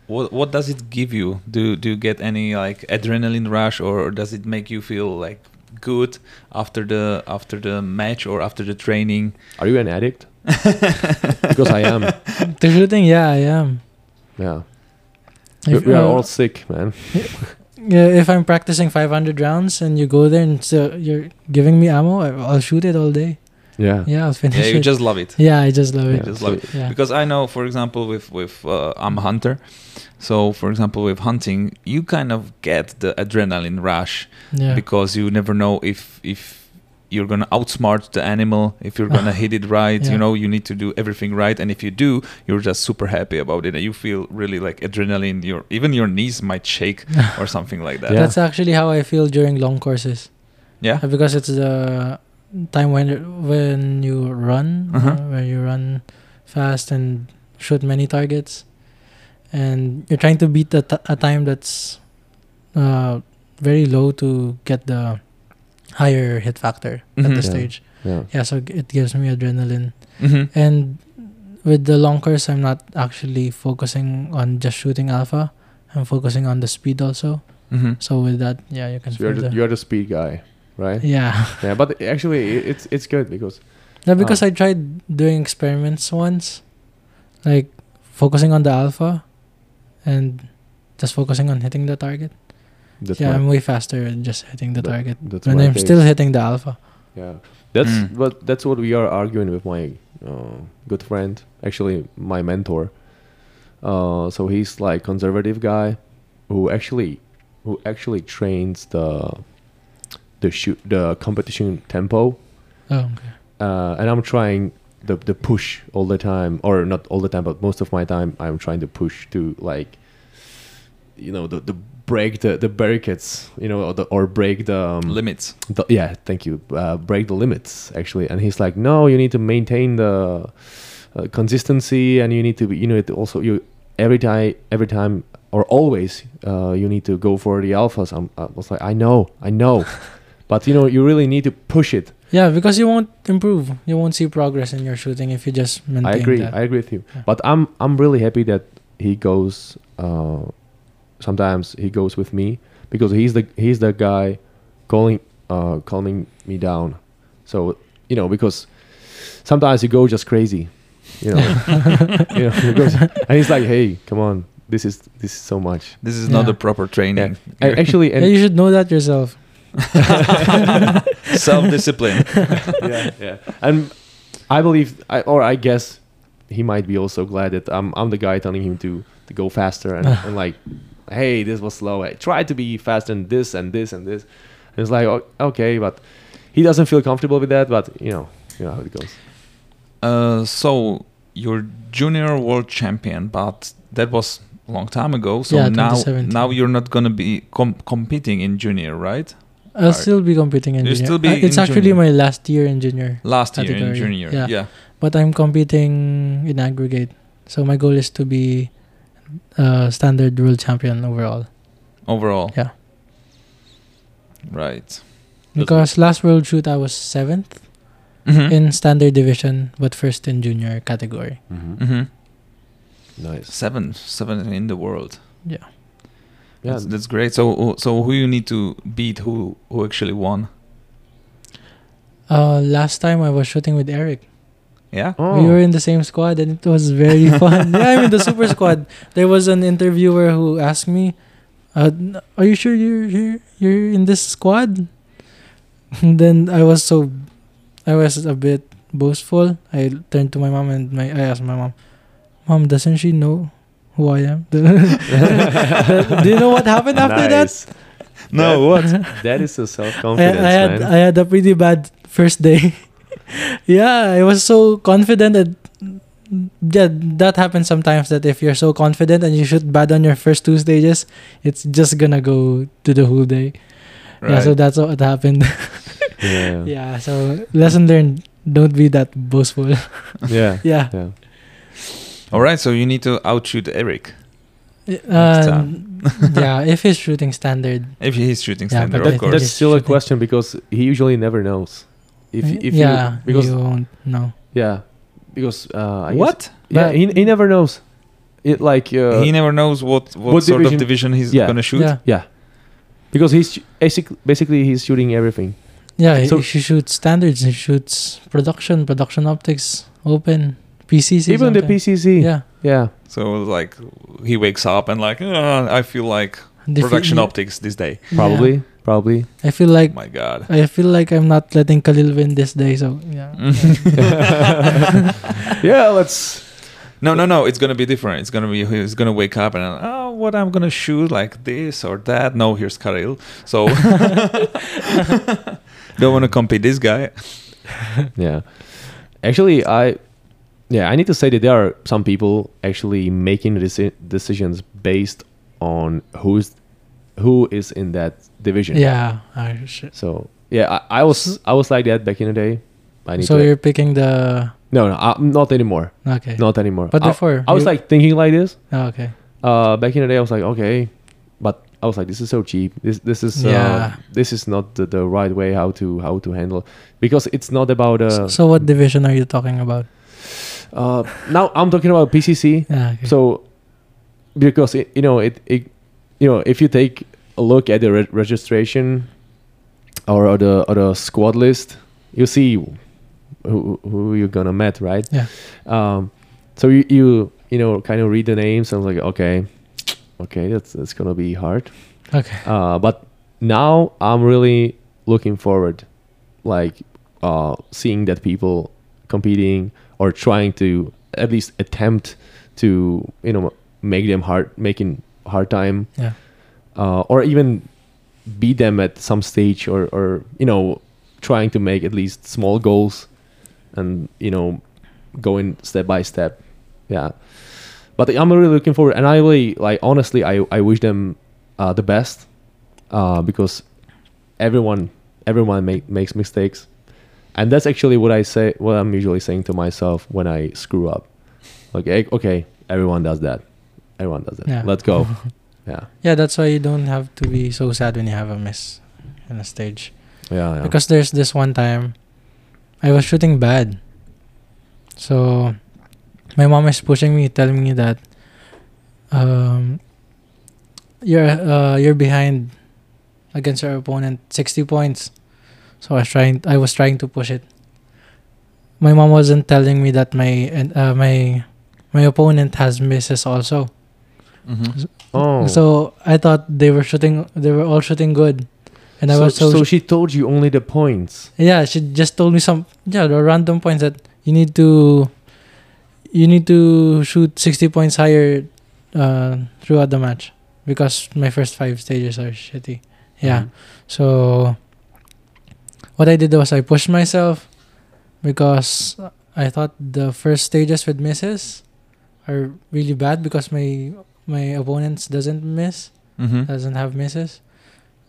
[SPEAKER 1] what what does it give you? Do do you get any like adrenaline rush, or does it make you feel like good after the after the match or after the training?
[SPEAKER 2] Are you an addict? because I am.
[SPEAKER 3] The shooting, yeah, I am.
[SPEAKER 2] Yeah. We,
[SPEAKER 3] If,
[SPEAKER 2] we are
[SPEAKER 3] uh,
[SPEAKER 2] all sick, man.
[SPEAKER 3] yeah, if I'm practicing 500 rounds and you go there and so you're giving me ammo, I- I'll shoot it all day.
[SPEAKER 2] Yeah.
[SPEAKER 3] Yeah, I'll finish
[SPEAKER 1] yeah, you
[SPEAKER 3] it.
[SPEAKER 1] just love it.
[SPEAKER 3] yeah, I just love
[SPEAKER 2] Yeah,
[SPEAKER 3] it.
[SPEAKER 1] just
[SPEAKER 2] so-
[SPEAKER 1] like-
[SPEAKER 3] Yeah.
[SPEAKER 1] Because I know, for example, with with uh, I'm a hunter, so for example with hunting, you kind of get the adrenaline rush
[SPEAKER 3] Yeah.
[SPEAKER 1] because you never know if if you're gonna outsmart the animal, if you're gonna hit it right. You
[SPEAKER 3] Yeah.
[SPEAKER 1] know, you need to do everything right, and if you do, you're just super happy about it, and you feel really like adrenaline. Your even your knees might shake or something like that.
[SPEAKER 2] Yeah.
[SPEAKER 3] That's actually how I feel during long courses.
[SPEAKER 1] Yeah.
[SPEAKER 3] Uh, because it's the time when when you run,
[SPEAKER 1] Uh-huh.
[SPEAKER 3] uh, where you run fast and shoot many targets, and you're trying to beat a, t- a time that's uh, very low to get the higher hit factor at
[SPEAKER 1] Mhm.
[SPEAKER 3] the
[SPEAKER 2] Yeah.
[SPEAKER 3] stage.
[SPEAKER 2] Yeah.
[SPEAKER 3] Yeah, so g- it gives me adrenaline.
[SPEAKER 1] Mhm.
[SPEAKER 3] And with the long course, I'm not actually focusing on just shooting alpha. I'm focusing on the speed also.
[SPEAKER 1] Mhm.
[SPEAKER 3] So with that, yeah, you can
[SPEAKER 2] So you're
[SPEAKER 3] feel
[SPEAKER 2] the,
[SPEAKER 3] the-
[SPEAKER 2] you're the speed guy, right?
[SPEAKER 3] yeah.
[SPEAKER 2] Yeah, but actually i- it's it's good because
[SPEAKER 3] No,
[SPEAKER 2] Um,
[SPEAKER 3] because I tried doing experiments once, like focusing on the alpha, and just focusing on hitting the target.
[SPEAKER 2] that's my-
[SPEAKER 3] yeah, I'm way faster at just hitting the
[SPEAKER 2] that-
[SPEAKER 3] target,
[SPEAKER 2] That's
[SPEAKER 3] and
[SPEAKER 2] my
[SPEAKER 3] I'm
[SPEAKER 2] take.
[SPEAKER 3] still hitting the alpha.
[SPEAKER 2] Yeah, that's
[SPEAKER 1] Mm.
[SPEAKER 2] what that's what we are arguing with my uh, good friend, actually my mentor. Uh, so he's like conservative guy, who actually who actually trains the the shoot the competition tempo,
[SPEAKER 3] Oh, okay.
[SPEAKER 2] uh, and I'm trying the the push all the time, or not all the time, but most of my time I'm trying to push to like, you know, the the break the the barricades, you know, or, the, or break the um,
[SPEAKER 1] Limits.
[SPEAKER 2] the, yeah thank you uh, break the limits actually and he's like no you need to maintain the uh, consistency and you need to be you know it also you every time, every time, or always, uh, you need to go for the alphas. I'm, I was like, I know, I know, but you know, you really need to push it.
[SPEAKER 3] Yeah, because you won't improve. You won't see progress in your shooting if you just maintain
[SPEAKER 2] I agree.
[SPEAKER 3] that.
[SPEAKER 2] I agree with you.
[SPEAKER 3] Yeah.
[SPEAKER 2] But I'm I'm really happy that he goes. Uh, sometimes he goes with me because he's the he's the guy calling uh, calming me down. So you know because sometimes you go just crazy. You know, you know you go- and he's like, hey, come on, this is this is so much.
[SPEAKER 1] This is not
[SPEAKER 3] Yeah.
[SPEAKER 1] the proper training.
[SPEAKER 2] I, actually,
[SPEAKER 3] yeah,
[SPEAKER 2] and
[SPEAKER 3] you should know that yourself.
[SPEAKER 1] Self discipline.
[SPEAKER 2] yeah, yeah. And I believe, I, or I guess, he might be also glad that I'm I'm the guy telling him to to go faster and, and like, hey, this was slow. I try to be faster than this and this and this. And it's like o- okay, but he doesn't feel comfortable with that. But you know, you know how it goes.
[SPEAKER 1] Uh, so you're junior world champion, but that was a long time ago. So
[SPEAKER 3] Yeah,
[SPEAKER 1] now
[SPEAKER 3] 2017.
[SPEAKER 1] now you're not gonna be com- competing in junior, right?
[SPEAKER 3] I'll
[SPEAKER 1] Alright.
[SPEAKER 3] still be competing in
[SPEAKER 1] You'll
[SPEAKER 3] junior.
[SPEAKER 1] still be
[SPEAKER 3] Uh, it's
[SPEAKER 1] in
[SPEAKER 3] actually
[SPEAKER 1] junior.
[SPEAKER 3] my last year in junior,
[SPEAKER 1] Last year in
[SPEAKER 3] Category,
[SPEAKER 1] junior. Yeah.
[SPEAKER 3] yeah. but I'm competing in aggregate. So my goal is to be uh, standard world champion overall.
[SPEAKER 1] Overall.
[SPEAKER 3] Yeah.
[SPEAKER 1] Right.
[SPEAKER 3] Because last world shoot I was seventh
[SPEAKER 1] Mhm.
[SPEAKER 3] in standard division, but first in junior category.
[SPEAKER 1] Mhm.
[SPEAKER 3] Mm-hmm.
[SPEAKER 2] Nice.
[SPEAKER 1] Seven, seven in the world.
[SPEAKER 2] Yeah.
[SPEAKER 1] that's, that's great. So, uh, so who you need to beat? Who who actually won?
[SPEAKER 3] Uh, last time I was shooting with Eric.
[SPEAKER 1] Yeah.
[SPEAKER 2] Oh.
[SPEAKER 3] We were in the same squad and it was very fun. yeah, I'm in the super squad. There was an interviewer who asked me, uh, n- "Are you sure you're you're, you're in this squad?" And then I was so, I was a bit boastful. I turned to my mom and my I asked my mom, "Mom, doesn't she know who I am?" Do you know what happened after that?
[SPEAKER 2] that?
[SPEAKER 1] No, what?
[SPEAKER 2] That is a self
[SPEAKER 3] I,
[SPEAKER 2] confidence,
[SPEAKER 3] I had
[SPEAKER 2] man.
[SPEAKER 3] I had a pretty bad first day. yeah, I was so confident that yeah, that happens sometimes that if you're so confident and you shoot bad on your first two stages, it's just gonna go to the whole day. Yeah, so that's what happened.
[SPEAKER 2] yeah. Yeah.
[SPEAKER 3] yeah, so lesson learned. Don't be that boastful.
[SPEAKER 2] yeah.
[SPEAKER 3] yeah.
[SPEAKER 2] Yeah.
[SPEAKER 1] All right. So you need to outshoot Eric Next
[SPEAKER 3] Um, yeah, if he's shooting standard.
[SPEAKER 1] if he's shooting
[SPEAKER 3] Yeah,
[SPEAKER 1] standard,
[SPEAKER 3] but
[SPEAKER 1] of
[SPEAKER 3] I think
[SPEAKER 1] course.
[SPEAKER 2] That's
[SPEAKER 3] Just
[SPEAKER 2] still a
[SPEAKER 3] shooting.
[SPEAKER 2] question because he usually never knows. If if
[SPEAKER 3] yeah,
[SPEAKER 2] you, because
[SPEAKER 3] you won't know.
[SPEAKER 2] yeah because uh, I guess-
[SPEAKER 1] what?
[SPEAKER 2] Yeah,
[SPEAKER 3] But-
[SPEAKER 2] he, he never knows. It like uh,
[SPEAKER 1] he never knows what what,
[SPEAKER 2] What
[SPEAKER 1] sort
[SPEAKER 2] division-
[SPEAKER 1] of division he's
[SPEAKER 2] Yeah.
[SPEAKER 1] gonna shoot.
[SPEAKER 3] Yeah,
[SPEAKER 2] yeah, because he's sh- basic- basically he's shooting everything.
[SPEAKER 3] Yeah,
[SPEAKER 2] So-
[SPEAKER 3] she shoots standards. She shoots production, production optics, open PCC.
[SPEAKER 2] Even the
[SPEAKER 3] sometimes.
[SPEAKER 2] PCC.
[SPEAKER 3] Yeah,
[SPEAKER 2] yeah,
[SPEAKER 1] So like he wakes up and like "Ah, I feel like
[SPEAKER 3] The fe-
[SPEAKER 1] production
[SPEAKER 3] yeah,
[SPEAKER 1] optics this day.
[SPEAKER 3] yeah.
[SPEAKER 2] probably, probably.
[SPEAKER 3] I feel like
[SPEAKER 1] My God.
[SPEAKER 3] I feel like I'm not letting Khalil win this day. So yeah,
[SPEAKER 2] yeah, let's.
[SPEAKER 1] No, no, no. It's gonna be different. It's gonna be he's gonna wake up and oh, what I'm gonna shoot like this or that. No, here's Karil. So don't want to compete this guy.
[SPEAKER 2] Yeah, actually, I, yeah, I need to say that there are some people actually making the deci- decisions based on who's, who is in that division.
[SPEAKER 3] yeah. I should-
[SPEAKER 2] So yeah, I, I was I was like that back in the day. I need
[SPEAKER 3] So
[SPEAKER 2] to,
[SPEAKER 3] you're picking the
[SPEAKER 2] no, no, I, not anymore.
[SPEAKER 3] okay.
[SPEAKER 2] Not anymore.
[SPEAKER 3] But
[SPEAKER 2] I-
[SPEAKER 3] before
[SPEAKER 2] I was
[SPEAKER 3] you-
[SPEAKER 2] like thinking like this.
[SPEAKER 3] Oh, okay.
[SPEAKER 2] uh, back in the day, I was like, okay, but I was like, this is so cheap. This this is uh,
[SPEAKER 3] Yeah.
[SPEAKER 2] this is not the, the right way how to how to handle because it's not about uh,
[SPEAKER 3] so what division are you talking about?
[SPEAKER 2] uh now I'm talking about PCC.
[SPEAKER 3] Yeah. Okay.
[SPEAKER 2] So because it, you know it, it you know if you take a look at the re- registration or, or the or the squad list, you see who who you're gonna met, right?
[SPEAKER 3] Yeah.
[SPEAKER 2] Um, so you you you know kind of read the names and like okay, okay that's that's gonna be hard.
[SPEAKER 3] okay.
[SPEAKER 2] Uh, but now I'm really looking forward, like uh, seeing that people competing or trying to at least attempt to you know make them hard, making hard time,
[SPEAKER 3] Yeah.
[SPEAKER 2] uh, or even beat them at some stage, or or you know trying to make at least small goals, and you know going step by step, yeah. But I'm really looking forward, and I really like honestly, I I wish them uh, the best uh, because everyone everyone make, makes mistakes and that's actually what i say what i'm usually saying to myself when i screw up like eh, okay everyone does that Everyone does it.
[SPEAKER 3] Yeah.
[SPEAKER 2] Let's go. yeah.
[SPEAKER 3] Yeah, that's why you don't have to be so sad when you have a miss on a stage.
[SPEAKER 2] Yeah. yeah.
[SPEAKER 3] Because there's this one time I was shooting bad. So my mom is pushing me, telling me that um, you're uh, you're behind against your opponent 60 points. So I was trying I was trying to push it. My mom wasn't telling me that my and uh, my my opponent has misses also.
[SPEAKER 1] Mhm.
[SPEAKER 2] oh.
[SPEAKER 3] So I thought they were shooting. They were all shooting good, and I
[SPEAKER 2] so,
[SPEAKER 3] was so,
[SPEAKER 2] so she told you only the points.
[SPEAKER 3] yeah. She just told me some yeah the random points that you need to you need to shoot sixty points higher uh, throughout the match because my first five stages are shitty. Yeah. So what I did was I pushed myself because I thought the first stages with misses are really bad because my my opponents doesn't miss
[SPEAKER 1] Mhm.
[SPEAKER 3] doesn't have misses.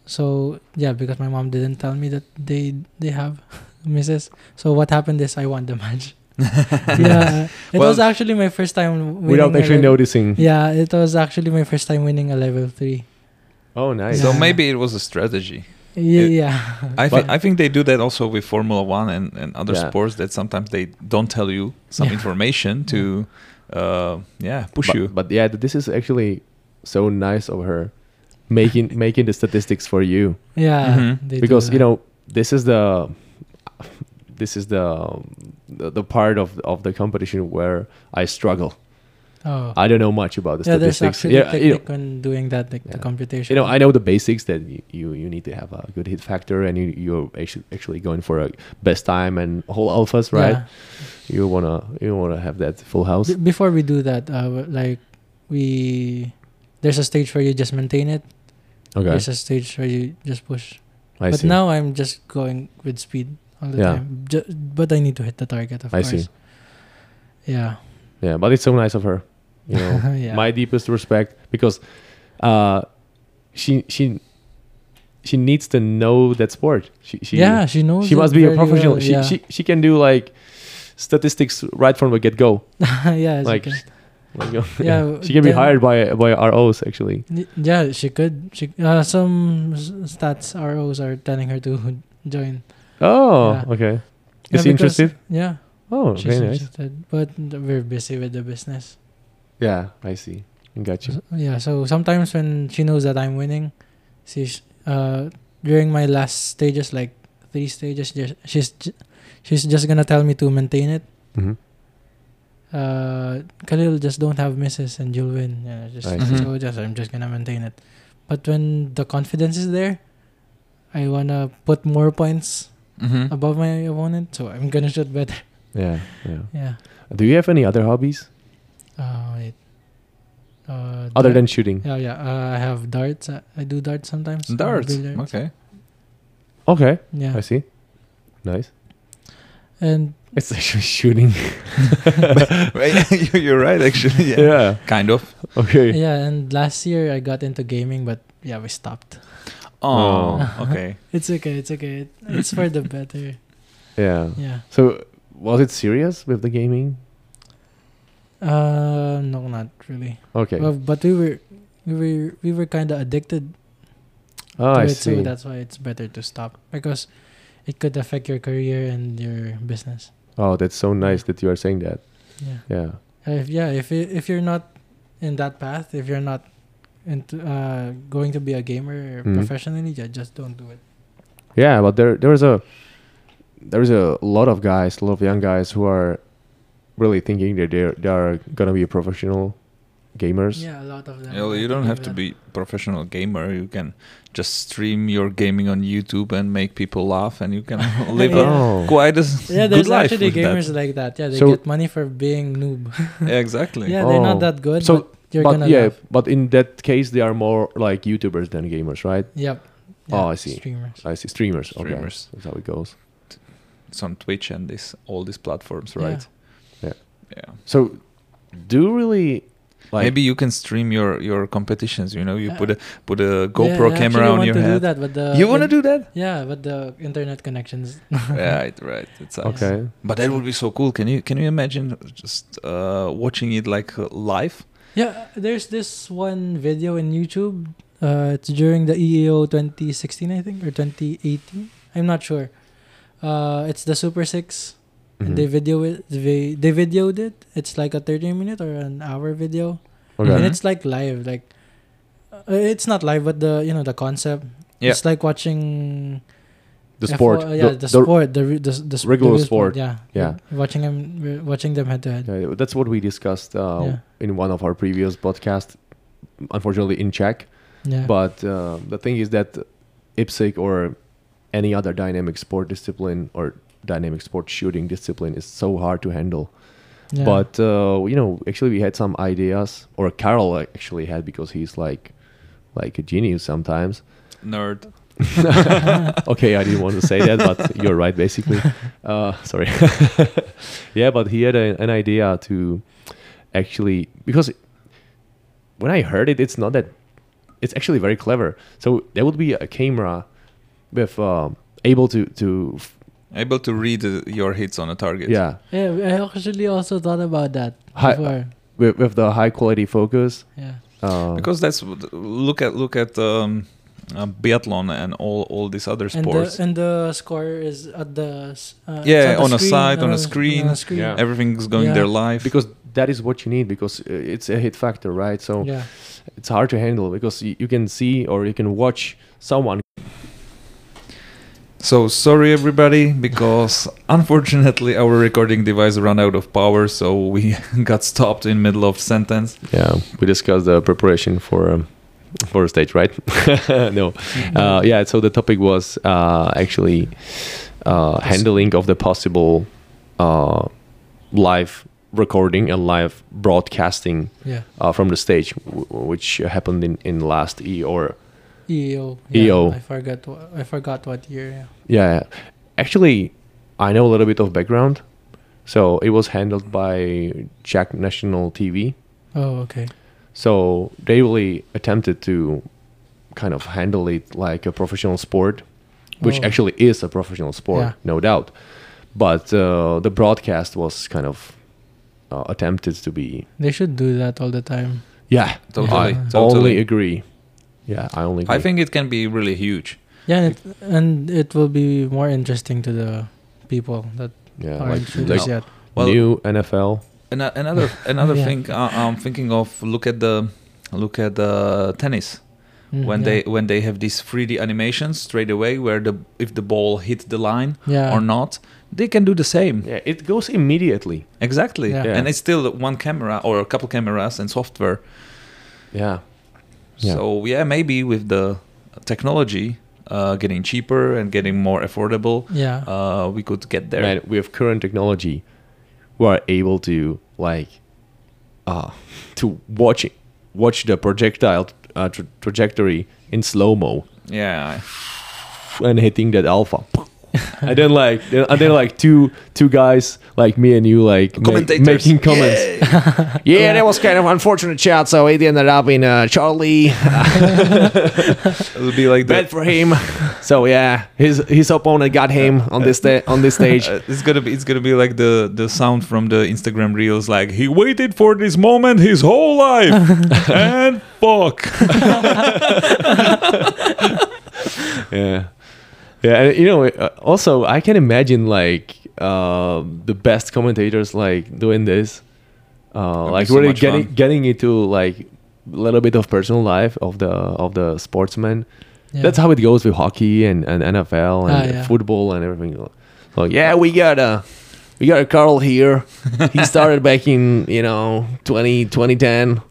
[SPEAKER 3] So yeah, because my mom didn't tell me that they they have misses. So what happened is I won the match. yeah, it
[SPEAKER 1] Well-
[SPEAKER 3] was actually my first time winning
[SPEAKER 2] Without
[SPEAKER 3] a
[SPEAKER 2] actually
[SPEAKER 3] level-
[SPEAKER 2] noticing.
[SPEAKER 3] Yeah, it was actually my first time winning a level three.
[SPEAKER 2] Oh, nice.
[SPEAKER 1] So
[SPEAKER 3] Yeah.
[SPEAKER 1] maybe it was a strategy.
[SPEAKER 3] Yeah,
[SPEAKER 1] It-
[SPEAKER 3] yeah.
[SPEAKER 1] I think
[SPEAKER 3] Yeah.
[SPEAKER 1] I think they do that also with Formula One and, and other
[SPEAKER 2] Yeah.
[SPEAKER 1] sports that sometimes they don't tell you some
[SPEAKER 3] Yeah.
[SPEAKER 1] information to, uh, yeah, push
[SPEAKER 2] but,
[SPEAKER 1] you.
[SPEAKER 2] But yeah, th- this is actually so nice of her, making making the statistics for you
[SPEAKER 1] Mhm.
[SPEAKER 3] yeah. they do
[SPEAKER 2] Mm-hmm. because you
[SPEAKER 3] that.
[SPEAKER 2] know this is the this is the, the the part of of the competition where I struggle.
[SPEAKER 3] Oh.
[SPEAKER 2] I don't know much about the
[SPEAKER 3] yeah, there's
[SPEAKER 2] statistics.
[SPEAKER 3] actually
[SPEAKER 2] Yeah, you know,
[SPEAKER 3] technique on doing that, like the
[SPEAKER 2] Yeah.
[SPEAKER 3] computation.
[SPEAKER 2] you know, I know the basics that you, you, you need to have a good hit factor and you, you're actu- actually going for a best time and whole alphas, right?
[SPEAKER 3] Yeah.
[SPEAKER 2] You wanna you wanna have that full house.
[SPEAKER 3] B- before we do that, uh, w- like we there's a stage where you just maintain it.
[SPEAKER 2] Okay,
[SPEAKER 3] There's a stage where you just push.
[SPEAKER 2] I
[SPEAKER 3] but
[SPEAKER 2] see.
[SPEAKER 3] now I'm just going with speed all the
[SPEAKER 2] Yeah.
[SPEAKER 3] time. Ju- but I need to hit the target, of
[SPEAKER 2] I see.
[SPEAKER 3] course. Yeah.
[SPEAKER 2] Yeah, but it's so nice of her. You know,
[SPEAKER 3] yeah.
[SPEAKER 2] my deepest respect because uh, she she she needs to know that sport. She she
[SPEAKER 3] yeah, she
[SPEAKER 2] she
[SPEAKER 3] knows. it
[SPEAKER 2] must be a
[SPEAKER 3] very
[SPEAKER 2] professional.
[SPEAKER 3] well,
[SPEAKER 2] she,
[SPEAKER 3] yeah.
[SPEAKER 2] she she can do like statistics right from the get go.
[SPEAKER 3] yeah, she
[SPEAKER 2] like,
[SPEAKER 3] could.
[SPEAKER 2] Like, you know,
[SPEAKER 3] Yeah,
[SPEAKER 2] she can be
[SPEAKER 3] then-
[SPEAKER 2] hired by by ROs actually.
[SPEAKER 3] Y- Yeah, she could. She uh, some s- stats ROs are telling her to join.
[SPEAKER 2] Oh,
[SPEAKER 3] Yeah.
[SPEAKER 2] okay.
[SPEAKER 3] Yeah,
[SPEAKER 2] Is she
[SPEAKER 3] because-
[SPEAKER 2] interested?
[SPEAKER 3] Yeah,
[SPEAKER 2] Oh,
[SPEAKER 3] she's
[SPEAKER 2] very nice.
[SPEAKER 3] interested, but we're busy with the business.
[SPEAKER 2] Yeah, I see. Got you.
[SPEAKER 3] So- Yeah, so sometimes when she knows that I'm winning, she's uh during my last stages, like three stages, just, she's j- she's just gonna tell me to maintain it.
[SPEAKER 2] Mhm.
[SPEAKER 3] Uh, Khalil just don't have misses and you'll win. Yeah, just
[SPEAKER 2] I
[SPEAKER 1] see.
[SPEAKER 3] so just I'm just gonna maintain it. But when the confidence is there, I wanna put more points
[SPEAKER 1] Mhm.
[SPEAKER 3] above my opponent, so I'm gonna shoot better.
[SPEAKER 2] Yeah, yeah.
[SPEAKER 3] Yeah.
[SPEAKER 2] Do you have any other hobbies
[SPEAKER 3] Uh, wait. Uh,
[SPEAKER 2] other
[SPEAKER 3] that-
[SPEAKER 2] than shooting?
[SPEAKER 3] Yeah, yeah. Uh, I have darts. I, I do darts sometimes. I
[SPEAKER 1] Darts.
[SPEAKER 3] do
[SPEAKER 1] Okay.
[SPEAKER 2] Okay,
[SPEAKER 3] Yeah.
[SPEAKER 2] I see. Nice.
[SPEAKER 3] And
[SPEAKER 2] It's actually shooting.
[SPEAKER 1] Right, You're right, actually. Yeah.
[SPEAKER 2] yeah.
[SPEAKER 1] Kind of.
[SPEAKER 2] Okay.
[SPEAKER 3] yeah, and last year I got into gaming, but yeah, we stopped.
[SPEAKER 1] Oh,
[SPEAKER 3] Oh.
[SPEAKER 1] okay.
[SPEAKER 3] It's okay. It's okay. It- It's for the better.
[SPEAKER 2] Yeah.
[SPEAKER 3] Yeah.
[SPEAKER 2] So was it serious with the gaming?
[SPEAKER 3] Uh, no, not really.
[SPEAKER 2] Okay.
[SPEAKER 3] Well, but we were, we were, we were kind of addicted
[SPEAKER 2] oh,
[SPEAKER 3] to
[SPEAKER 2] I
[SPEAKER 3] it,
[SPEAKER 2] see.
[SPEAKER 3] so that's why it's better to stop because it could affect your career and your business.
[SPEAKER 2] oh, that's so nice that you are saying that.
[SPEAKER 3] Yeah.
[SPEAKER 2] Yeah.
[SPEAKER 3] Uh, If yeah, if you- if you're not in that path, if you're not into uh, going to be a gamer
[SPEAKER 2] Mhm.
[SPEAKER 3] professionally, yeah, just don't do it.
[SPEAKER 2] Yeah, but there there's a there's a lot of guys, a lot of young guys who are really thinking that they're they are gonna be professional gamers.
[SPEAKER 3] Yeah, a lot of them.
[SPEAKER 1] You, know, you don't have to be professional gamer. You can just stream your gaming on YouTube and make people laugh, and you can live
[SPEAKER 3] Yeah.
[SPEAKER 1] a
[SPEAKER 2] Oh.
[SPEAKER 1] quite a s-
[SPEAKER 3] Yeah,
[SPEAKER 1] good
[SPEAKER 3] there's
[SPEAKER 1] life
[SPEAKER 3] actually
[SPEAKER 1] with that.
[SPEAKER 3] gamers like that. Yeah, they
[SPEAKER 2] So-
[SPEAKER 3] get money for being noob.
[SPEAKER 1] Yeah, exactly.
[SPEAKER 3] yeah, they're
[SPEAKER 2] Oh.
[SPEAKER 3] not that good.
[SPEAKER 2] So,
[SPEAKER 3] but you're
[SPEAKER 2] but
[SPEAKER 3] gonna
[SPEAKER 2] yeah,
[SPEAKER 3] laugh.
[SPEAKER 2] but in that case, they are more like YouTubers than gamers, right?
[SPEAKER 3] Yep.
[SPEAKER 2] Oh,
[SPEAKER 3] Yeah,
[SPEAKER 2] I see.
[SPEAKER 3] Streamers.
[SPEAKER 2] I see streamers.
[SPEAKER 1] Streamers.
[SPEAKER 2] Okay. That's how it goes.
[SPEAKER 1] It's on Twitch and this all these platforms, right?
[SPEAKER 2] Yeah.
[SPEAKER 1] Yeah.
[SPEAKER 2] So, do you really like?
[SPEAKER 1] Maybe you can stream your your competitions. You know, you
[SPEAKER 3] Yeah.
[SPEAKER 1] put a put a
[SPEAKER 3] yeah,
[SPEAKER 1] GoPro
[SPEAKER 3] I
[SPEAKER 1] camera
[SPEAKER 3] actually
[SPEAKER 1] on
[SPEAKER 3] want
[SPEAKER 1] your
[SPEAKER 3] to Do
[SPEAKER 1] head.
[SPEAKER 3] that, but the
[SPEAKER 1] you want to do that?
[SPEAKER 3] Yeah, but the internet connections.
[SPEAKER 1] right, right. It sucks.
[SPEAKER 2] Okay.
[SPEAKER 1] But that would be so cool. Can you can you imagine just uh, watching it like uh, live?
[SPEAKER 3] Yeah, there's this one video in YouTube. Uh, it's during the EEO 2016, I think, or 2018. I'm not sure. Uh, it's the Super 6
[SPEAKER 1] Mm-hmm.
[SPEAKER 3] and they
[SPEAKER 2] Mhm.
[SPEAKER 3] video it. They they videoed it. It's like a 30 minute or an hour video,
[SPEAKER 2] Okay. Mm-hmm.
[SPEAKER 3] and
[SPEAKER 1] Mhm.
[SPEAKER 3] it's like live. Like uh, it's not live, but the you know the concept.
[SPEAKER 1] Yeah.
[SPEAKER 3] It's like watching
[SPEAKER 2] The
[SPEAKER 3] F1
[SPEAKER 2] sport.
[SPEAKER 3] yeah, the, sport. The re- the the, sp- the
[SPEAKER 2] regular
[SPEAKER 3] real
[SPEAKER 2] sport,
[SPEAKER 3] Yeah.
[SPEAKER 2] yeah.
[SPEAKER 3] Watching them watching them head to head.
[SPEAKER 2] Yeah, that's what we discussed uh,
[SPEAKER 3] Yeah.
[SPEAKER 2] in one of our previous podcasts. Unfortunately, in Czech.
[SPEAKER 3] Yeah.
[SPEAKER 2] But uh, the thing is that IPSC or any other dynamic sport discipline or dynamic sport shooting discipline is so hard to handle.
[SPEAKER 3] yeah.
[SPEAKER 2] But uh, you know, actually, we had some ideas, or Carol actually had because he's like, like a genius sometimes.
[SPEAKER 1] Nerd.
[SPEAKER 2] okay, I didn't want to say that, but you're right, basically. Uh, sorry. yeah, but he had a, an idea to actually because when I heard it, it's not that. It's actually very clever. So there would be a camera with um, able to to f-
[SPEAKER 1] Able to read uh, your hits on a target.
[SPEAKER 2] yeah
[SPEAKER 3] yeah, I actually also thought about that
[SPEAKER 2] Hi-
[SPEAKER 3] before.
[SPEAKER 2] with, with the high quality focus.
[SPEAKER 3] Yeah.
[SPEAKER 2] Uh,
[SPEAKER 1] Because that's what- look at look at um, uh, biathlon and all all these other
[SPEAKER 3] And the,
[SPEAKER 1] sports.
[SPEAKER 3] and the score is at the s- uh, it's
[SPEAKER 1] Yeah,
[SPEAKER 3] at the
[SPEAKER 1] on a
[SPEAKER 3] screen, uh,
[SPEAKER 1] side, on a
[SPEAKER 3] on
[SPEAKER 1] screen.
[SPEAKER 3] a screen.
[SPEAKER 2] Yeah.
[SPEAKER 1] Everything's going
[SPEAKER 3] Yeah.
[SPEAKER 1] there live.
[SPEAKER 2] because that is what you need because uh, it's a hit factor, right? So
[SPEAKER 3] Yeah.
[SPEAKER 2] it's hard to handle because you, you can see or you can watch someone.
[SPEAKER 1] So sorry everybody, because unfortunately our recording device ran out of power, so we got stopped in middle of sentence.
[SPEAKER 2] Yeah, we discussed the preparation for um, for a stage, right? no, uh, yeah. So the topic was uh, actually uh, handling of the possible uh, live recording and live broadcasting
[SPEAKER 3] Yeah.
[SPEAKER 2] uh, from the stage, w- which happened in in last E or
[SPEAKER 3] EO. Yeah,
[SPEAKER 2] EO.
[SPEAKER 3] I forgot. Wha- I forgot what year. Yeah.
[SPEAKER 2] Yeah, actually, I know a little bit of background. So it was handled by Czech National TV.
[SPEAKER 3] Oh, okay.
[SPEAKER 2] So they really attempted to kind of handle it like a professional sport, which
[SPEAKER 3] Oh.
[SPEAKER 2] actually is a professional sport,
[SPEAKER 3] Yeah.
[SPEAKER 2] no doubt. But uh, the broadcast was kind of uh, attempted to be.
[SPEAKER 3] They should do that all the time.
[SPEAKER 2] Oh, Yeah,
[SPEAKER 1] Totally.
[SPEAKER 2] I only
[SPEAKER 1] totally.
[SPEAKER 2] agree. Yeah, I only. Agree.
[SPEAKER 1] I think it can be really huge.
[SPEAKER 3] Yeah, and it, and it will be more interesting to the people that
[SPEAKER 2] yeah,
[SPEAKER 3] aren't
[SPEAKER 2] like,
[SPEAKER 3] shooters
[SPEAKER 2] like
[SPEAKER 1] No.
[SPEAKER 3] yet.
[SPEAKER 1] Well-
[SPEAKER 2] new NFL.
[SPEAKER 1] Ano- Another another
[SPEAKER 3] Yeah.
[SPEAKER 1] thing I- I'm thinking of. Look at the look at the tennis
[SPEAKER 3] Mm,
[SPEAKER 1] when
[SPEAKER 3] yeah.
[SPEAKER 1] they when they have these 3D animations straight away, where the if the ball hit the line
[SPEAKER 3] yeah
[SPEAKER 1] or not, they can do the same
[SPEAKER 2] Yeah, it goes immediately.
[SPEAKER 1] exactly,
[SPEAKER 3] Yeah.
[SPEAKER 2] Yeah.
[SPEAKER 1] and it's still one camera or a couple cameras and software.
[SPEAKER 2] Yeah. Yeah.
[SPEAKER 1] So yeah, maybe with the technology uh, getting cheaper and getting more affordable,
[SPEAKER 3] yeah
[SPEAKER 1] uh, we could get there.
[SPEAKER 2] Man, with current technology, we are able to like, uh, to watch it, watch the projectile uh, tra- trajectory in slow mo
[SPEAKER 1] Yeah,
[SPEAKER 2] and hitting that alpha. and then like, then- and then like two two guys like me and you like ma-
[SPEAKER 1] commentators
[SPEAKER 2] making comments. Yeah, that was kind of unfortunate shot. So it ended up in uh, Charlie.
[SPEAKER 1] It'll be like
[SPEAKER 2] Bad
[SPEAKER 1] that.
[SPEAKER 2] for him. so yeah, his his opponent got him on this sta- on this stage.
[SPEAKER 1] Uh, it's gonna be it's gonna be like the the sound from the Instagram reels like he waited for this moment his whole life and fuck
[SPEAKER 2] yeah yeah and you know uh, also i can imagine like um the best commentators like doing this uh
[SPEAKER 1] be
[SPEAKER 2] like
[SPEAKER 1] so
[SPEAKER 2] really
[SPEAKER 1] much
[SPEAKER 2] getting
[SPEAKER 1] fun.
[SPEAKER 2] getting into like a little bit of personal life of the of the sportsman
[SPEAKER 3] yeah.
[SPEAKER 2] that's how it goes with hockey and, and nfl and
[SPEAKER 3] Ah, yeah.
[SPEAKER 2] football and everything like yeah we got a we got a carl here he started back in you know 20 2010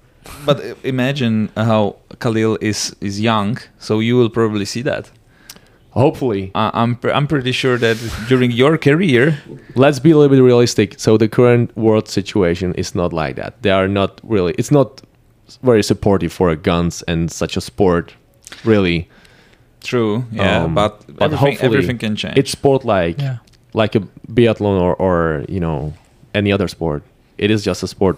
[SPEAKER 1] but i- imagine how Khalil is is young so you will probably see that
[SPEAKER 2] hopefully
[SPEAKER 1] I I'm pre- I'm pretty sure that during your career
[SPEAKER 2] let's be a little bit realistic. So the current world situation is not like that. They are not really. It's not very supportive for guns and such a sport. Really,
[SPEAKER 1] true yeah
[SPEAKER 2] Um,
[SPEAKER 1] but,
[SPEAKER 2] but
[SPEAKER 1] everything,
[SPEAKER 2] hopefully
[SPEAKER 1] everything can change
[SPEAKER 2] it's sport like
[SPEAKER 3] yeah
[SPEAKER 2] like a biathlon or or you know any other sport. It is just a sport.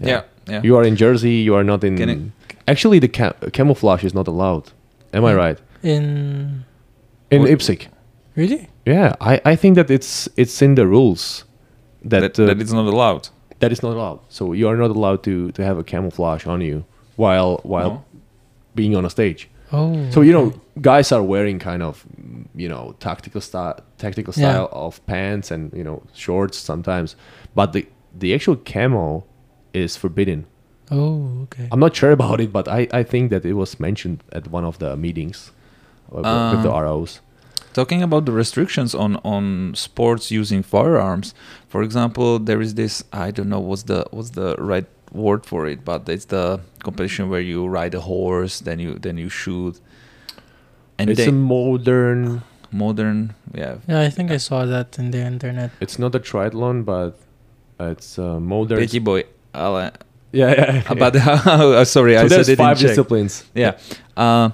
[SPEAKER 1] yeah yeah,
[SPEAKER 2] You are in Jersey. You are not in.
[SPEAKER 1] Can it- Hmm.
[SPEAKER 2] Actually, the ca- camouflage is not allowed. Am I
[SPEAKER 3] Mm.
[SPEAKER 2] right?
[SPEAKER 3] in
[SPEAKER 2] In
[SPEAKER 1] What-
[SPEAKER 2] Ipsic.
[SPEAKER 3] really
[SPEAKER 2] Yeah, I, I think that it's it's in the rules that,
[SPEAKER 1] that,
[SPEAKER 2] uh,
[SPEAKER 1] that it's not allowed
[SPEAKER 2] that is not allowed. So you are not allowed to to have a camouflage on you while while
[SPEAKER 1] No.
[SPEAKER 2] being on a stage.
[SPEAKER 3] Oh.
[SPEAKER 2] So you know, guys are wearing kind of, mm, you know, tactical style, tactical
[SPEAKER 3] Yeah.
[SPEAKER 2] style of pants and you know shorts sometimes, but the the actual camo is forbidden.
[SPEAKER 3] Oh, okay.
[SPEAKER 2] I'm not sure about it, but I I think that it was mentioned at one of the meetings uh, with the
[SPEAKER 1] Um,
[SPEAKER 2] ROs.
[SPEAKER 1] Talking about the restrictions on on sports using firearms, for example, there is this I don't know what's the what's the right word for it, but it's the competition where you ride a horse, then you then you shoot, and
[SPEAKER 2] it's
[SPEAKER 1] they,
[SPEAKER 2] a modern.
[SPEAKER 1] modern yeah
[SPEAKER 3] Yeah, I think I saw that in the internet.
[SPEAKER 2] It's not a triathlon, but it's a modern.
[SPEAKER 1] pretty boy. Ale,
[SPEAKER 2] Yeah, yeah. yeah.
[SPEAKER 1] but uh, sorry,
[SPEAKER 2] so
[SPEAKER 1] I said
[SPEAKER 2] there's
[SPEAKER 1] it in
[SPEAKER 2] five
[SPEAKER 1] Czech.
[SPEAKER 2] disciplines.
[SPEAKER 1] Yeah. Uh,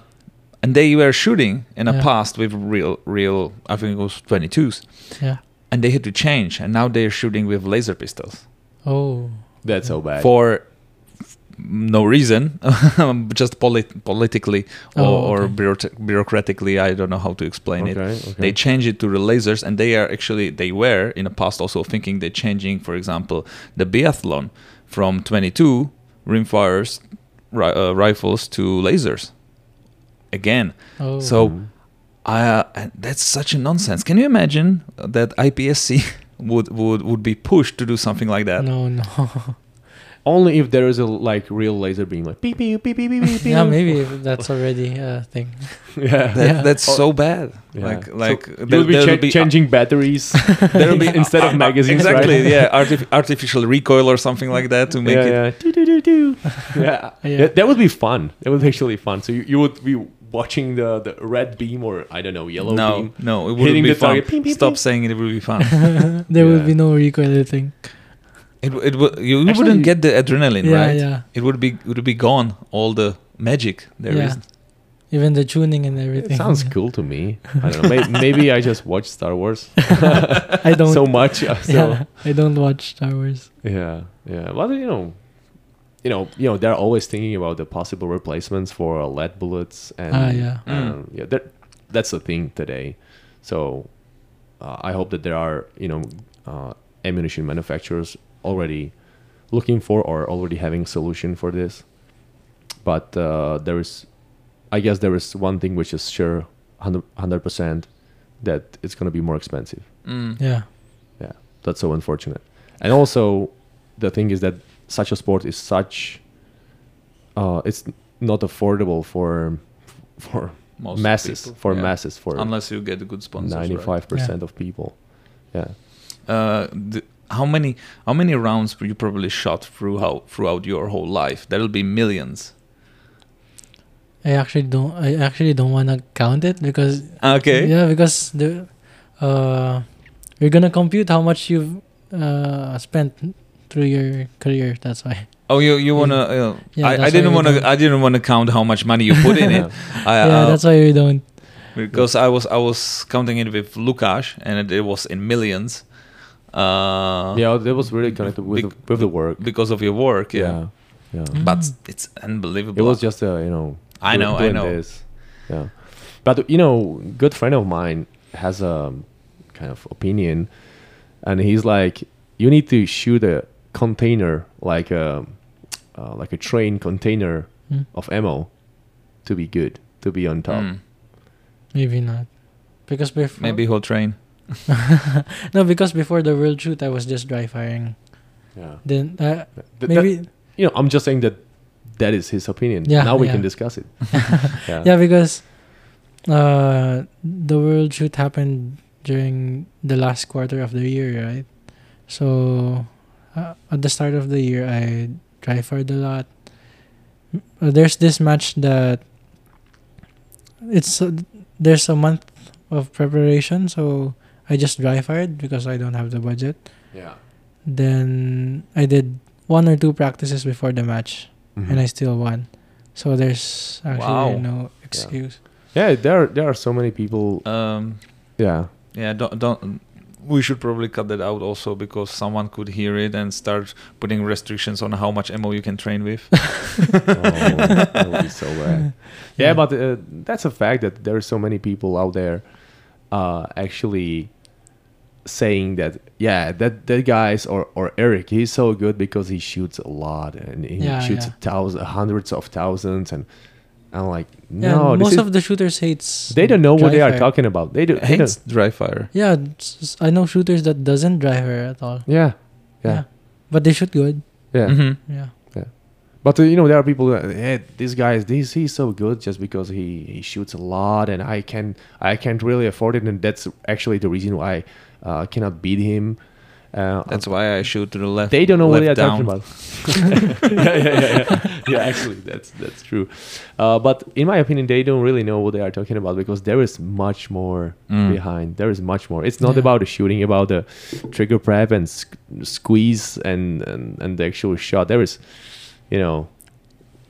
[SPEAKER 1] and they were shooting in the
[SPEAKER 3] Yeah.
[SPEAKER 1] past with real, real, I think it was 22s.
[SPEAKER 3] Yeah.
[SPEAKER 1] And they had to change. And now they're shooting with laser pistols
[SPEAKER 3] Oh.
[SPEAKER 2] That's so bad.
[SPEAKER 1] for no reason, just polit- politically or,
[SPEAKER 3] Oh,
[SPEAKER 1] or
[SPEAKER 3] okay.
[SPEAKER 1] bureaucrat- bureaucratically. I don't know how to explain it.
[SPEAKER 2] Okay, okay.
[SPEAKER 1] They change it to the lasers, and they are actually, they were in the past also thinking they're changing, for example, the biathlon from 22 rimfires, ri- uh, rifles to lasers. Again,
[SPEAKER 3] Oh.
[SPEAKER 1] so
[SPEAKER 2] Mm-hmm.
[SPEAKER 1] I, uh, and that's such a nonsense. Can you imagine that IPSC would, would, would be pushed to do something like that?
[SPEAKER 3] No, no.
[SPEAKER 2] Only if there is a like real laser beam, like beep beep beep beep beep beep.
[SPEAKER 3] yeah, maybe if that's already a thing.
[SPEAKER 2] yeah.
[SPEAKER 1] That,
[SPEAKER 3] Yeah.
[SPEAKER 1] That's
[SPEAKER 2] Oh,
[SPEAKER 1] so bad.
[SPEAKER 2] Yeah.
[SPEAKER 1] Like,
[SPEAKER 2] So
[SPEAKER 1] like
[SPEAKER 2] You'll be,
[SPEAKER 1] there'll uh,
[SPEAKER 2] cha- changing batteries
[SPEAKER 1] there'll be-
[SPEAKER 2] instead of magazines,
[SPEAKER 1] exactly.
[SPEAKER 2] right?
[SPEAKER 1] Yeah, artif- artificial recoil or something like that to make
[SPEAKER 2] yeah,
[SPEAKER 1] it.
[SPEAKER 2] yeah. Do, do, do, do. yeah.
[SPEAKER 3] Yeah.
[SPEAKER 2] That, that would be fun. That would be actually fun. So you, you would be watching the, the red beam or I don't know yellow
[SPEAKER 1] no,
[SPEAKER 2] beam.
[SPEAKER 1] no, it
[SPEAKER 2] hitting
[SPEAKER 1] wouldn't be
[SPEAKER 2] the
[SPEAKER 1] fun.
[SPEAKER 2] target. Ping, ping,
[SPEAKER 1] Stop
[SPEAKER 2] ping.
[SPEAKER 1] saying it would be fun.
[SPEAKER 2] Yeah.
[SPEAKER 3] there will be no recoil, I think.
[SPEAKER 1] it w- it w- you
[SPEAKER 2] Actually-
[SPEAKER 1] wouldn't get the adrenaline,
[SPEAKER 3] yeah,
[SPEAKER 1] right?
[SPEAKER 3] yeah.
[SPEAKER 1] It would be it would be gone. All the magic there is.
[SPEAKER 3] Yeah. Even the tuning and
[SPEAKER 2] It
[SPEAKER 3] everything.
[SPEAKER 2] sounds cool to me. I don't know. May- maybe I just watch Star Wars
[SPEAKER 3] I don't.
[SPEAKER 2] so much. uh, So
[SPEAKER 3] yeah, I don't watch Star Wars.
[SPEAKER 2] Yeah, yeah. Well, you know, you know, you know, they're always thinking about the possible replacements for uh, lead bullets, and
[SPEAKER 3] Ah, yeah.
[SPEAKER 2] um, yeah. That that's the thing today. So, uh, I hope that there are you know uh, ammunition manufacturers already looking for or already having solution for this. But uh, there is, I guess, there is one thing which is sure, hundred percent, that it's going to be more expensive.
[SPEAKER 1] Mm.
[SPEAKER 3] Yeah.
[SPEAKER 2] Yeah, that's so unfortunate. And also, the thing is that such a sport is such. Uh, it's not affordable for for
[SPEAKER 1] Most
[SPEAKER 2] masses
[SPEAKER 1] people,
[SPEAKER 2] for
[SPEAKER 1] yeah.
[SPEAKER 2] masses for
[SPEAKER 1] Unless you get good sponsors.
[SPEAKER 2] ninety
[SPEAKER 1] right?
[SPEAKER 2] five percent of people. Yeah,
[SPEAKER 1] Uh, th- how many how many rounds you probably shot throughout throughout your whole life? That'll be millions.
[SPEAKER 3] I actually don't. I actually don't want to count it because.
[SPEAKER 1] Okay.
[SPEAKER 3] Yeah, because the, uh, we're gonna compute how much you've uh spent through your career. That's why.
[SPEAKER 1] Oh, you you wanna? Uh,
[SPEAKER 3] Yeah,
[SPEAKER 1] I, I
[SPEAKER 3] that's
[SPEAKER 1] didn't
[SPEAKER 3] why we
[SPEAKER 1] wanna
[SPEAKER 3] don't-
[SPEAKER 1] I didn't wanna count how much money you put in it. I,
[SPEAKER 3] yeah,
[SPEAKER 1] uh,
[SPEAKER 3] that's why we don't.
[SPEAKER 1] because I was I was counting it with Lukash, and it, it was in millions. Uh,
[SPEAKER 2] yeah, that was really connected with
[SPEAKER 1] Bec-
[SPEAKER 2] the, with the work.
[SPEAKER 1] because of your work. Yeah,
[SPEAKER 2] yeah, yeah.
[SPEAKER 3] Mm.
[SPEAKER 1] but it's
[SPEAKER 2] It
[SPEAKER 1] unbelievable.
[SPEAKER 2] was just a you know.
[SPEAKER 1] I
[SPEAKER 2] do-
[SPEAKER 1] know, I
[SPEAKER 2] doing
[SPEAKER 1] know.
[SPEAKER 2] This. Yeah, but you know, good friend of mine has a kind of opinion, and he's like, you need to shoot a container like a uh, like a train container
[SPEAKER 3] Mm.
[SPEAKER 2] of ammo to be good to be on top.
[SPEAKER 1] Mm.
[SPEAKER 3] Maybe not. Because before
[SPEAKER 1] maybe whole train.
[SPEAKER 3] no, because before the world shoot, I was just dry firing.
[SPEAKER 2] Yeah,
[SPEAKER 3] Then uh,
[SPEAKER 2] Th- that-
[SPEAKER 3] maybe
[SPEAKER 2] you know, I'm just saying that that is his opinion.
[SPEAKER 3] Yeah,
[SPEAKER 2] now we
[SPEAKER 3] yeah.
[SPEAKER 2] can discuss it. yeah.
[SPEAKER 3] yeah, because uh, the world shoot happened during the last quarter of the year, right? So uh, at the start of the year, I dry fired a lot. Uh, there's this match that it's uh, there's a month of preparation, so I just dry fired because I don't have the budget.
[SPEAKER 2] yeah.
[SPEAKER 3] then I did one or two practices before the match and I
[SPEAKER 2] Mhm.
[SPEAKER 3] still won. So there's actually
[SPEAKER 1] Wow.
[SPEAKER 3] no excuse.
[SPEAKER 2] yeah, there are, there are so many people.
[SPEAKER 1] Um,
[SPEAKER 2] yeah,
[SPEAKER 1] yeah, don't don't. We should probably cut that out also because someone could hear it and start putting restrictions on how much ammo you can train with.
[SPEAKER 2] oh, that would be so bad. yeah,
[SPEAKER 3] Yeah.
[SPEAKER 2] but uh, that's a fact that there are so many people out there uh, actually saying that yeah that that guy's or or Eric he's so good because he shoots a lot and he
[SPEAKER 3] Yeah,
[SPEAKER 2] shoots
[SPEAKER 3] yeah.
[SPEAKER 2] thousands hundreds of thousands and I'm like
[SPEAKER 3] Yeah,
[SPEAKER 2] no this
[SPEAKER 3] most
[SPEAKER 2] is-
[SPEAKER 3] of the shooters hates.
[SPEAKER 2] they don't know what they are
[SPEAKER 3] dry fire.
[SPEAKER 2] talking about they do they
[SPEAKER 1] hates
[SPEAKER 2] don't,
[SPEAKER 1] dry fire.
[SPEAKER 3] Yeah, s- s- I know shooters that doesn't dry her at all.
[SPEAKER 2] yeah yeah
[SPEAKER 3] but they shoot good.
[SPEAKER 2] yeah
[SPEAKER 1] Mhm.
[SPEAKER 3] Yeah,
[SPEAKER 2] But uh, you know, there are people that hey, this guy is this he's so good just because he, he shoots a lot, and I can I can't really afford it, and that's actually the reason why uh, I cannot beat him. Uh,
[SPEAKER 1] That's why I shoot to the left.
[SPEAKER 2] they don't know what they are
[SPEAKER 1] left
[SPEAKER 2] talking about. yeah, yeah, yeah, yeah. yeah, actually, that's that's true. Uh, but in my opinion, they don't really know what they are talking about because there is much more
[SPEAKER 1] Mm.
[SPEAKER 2] behind. There is much more. It's not
[SPEAKER 3] Yeah.
[SPEAKER 2] about the shooting, about the trigger prep and sq- squeeze and, and and the actual shot. There is, you know,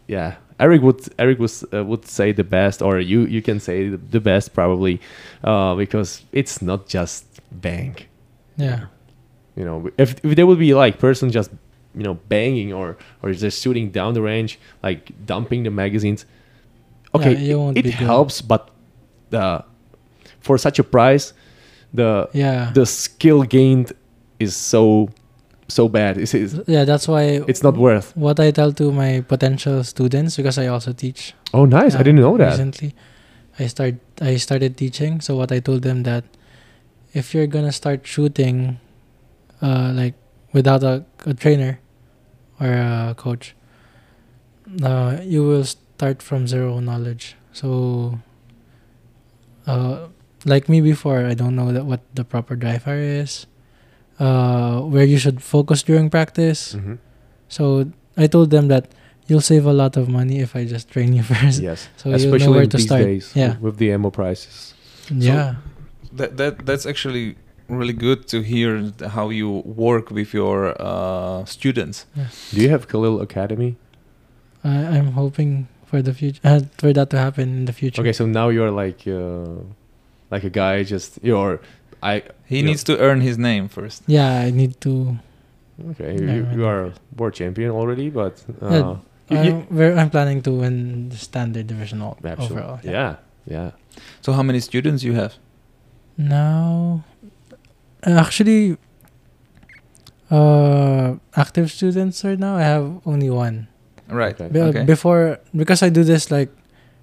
[SPEAKER 2] yeah. Eric would Eric was uh, would say the best, or you you can say the, the best probably, uh, because it's not just bang
[SPEAKER 3] yeah,
[SPEAKER 2] you know if, if there would be like person just you know banging or or just shooting down the range like dumping the magazines okay
[SPEAKER 3] Yeah, you won't
[SPEAKER 2] it,
[SPEAKER 3] be
[SPEAKER 2] it
[SPEAKER 3] good.
[SPEAKER 2] helps but the for such a price the
[SPEAKER 3] yeah.
[SPEAKER 2] the skill gained is so so bad it's, it's,
[SPEAKER 3] yeah, that's why.
[SPEAKER 2] it's not worth
[SPEAKER 3] what I tell to my potential students because I also teach.
[SPEAKER 2] oh nice
[SPEAKER 3] uh,
[SPEAKER 2] i didn't know that
[SPEAKER 3] Recently, I start I started teaching. So what I told them that if you're gonna start shooting, uh, like without a, a trainer or a coach, uh, you will start from zero knowledge. So, uh, like me before, I don't know that what the proper dry fire is, uh, where you should focus during practice.
[SPEAKER 2] Mhm.
[SPEAKER 3] So I told them that you'll save a lot of money if I just train you first.
[SPEAKER 2] yes
[SPEAKER 3] So you'll know
[SPEAKER 2] especially
[SPEAKER 3] where
[SPEAKER 2] in
[SPEAKER 3] to
[SPEAKER 2] these
[SPEAKER 3] start.
[SPEAKER 2] days
[SPEAKER 3] yeah.
[SPEAKER 2] with the ammo prices
[SPEAKER 3] yeah.
[SPEAKER 1] That, that that's actually really good to hear how you work with your uh, students.
[SPEAKER 2] do you have khalil academy
[SPEAKER 3] I, I'm hoping for the future uh, for that to happen in the future.
[SPEAKER 2] okay so now you're like uh, like a guy just you're i
[SPEAKER 1] He
[SPEAKER 2] Yeah.
[SPEAKER 1] needs to earn his name first.
[SPEAKER 3] Yeah, I need to.
[SPEAKER 2] Okay,
[SPEAKER 3] Yeah,
[SPEAKER 2] you,
[SPEAKER 3] right.
[SPEAKER 2] you are world champion already, but uh,
[SPEAKER 3] Yeah,
[SPEAKER 2] you-
[SPEAKER 3] I'm,
[SPEAKER 2] you-
[SPEAKER 3] where I'm planning to win the standard division all,
[SPEAKER 2] absolute-
[SPEAKER 3] overall.
[SPEAKER 2] yeah, yeah.
[SPEAKER 1] So how many students you have?
[SPEAKER 3] Now, actually, uh, active students right now I have only one.
[SPEAKER 1] Right.
[SPEAKER 2] Okay.
[SPEAKER 3] Be- uh,
[SPEAKER 1] Okay.
[SPEAKER 3] Before because I do this like,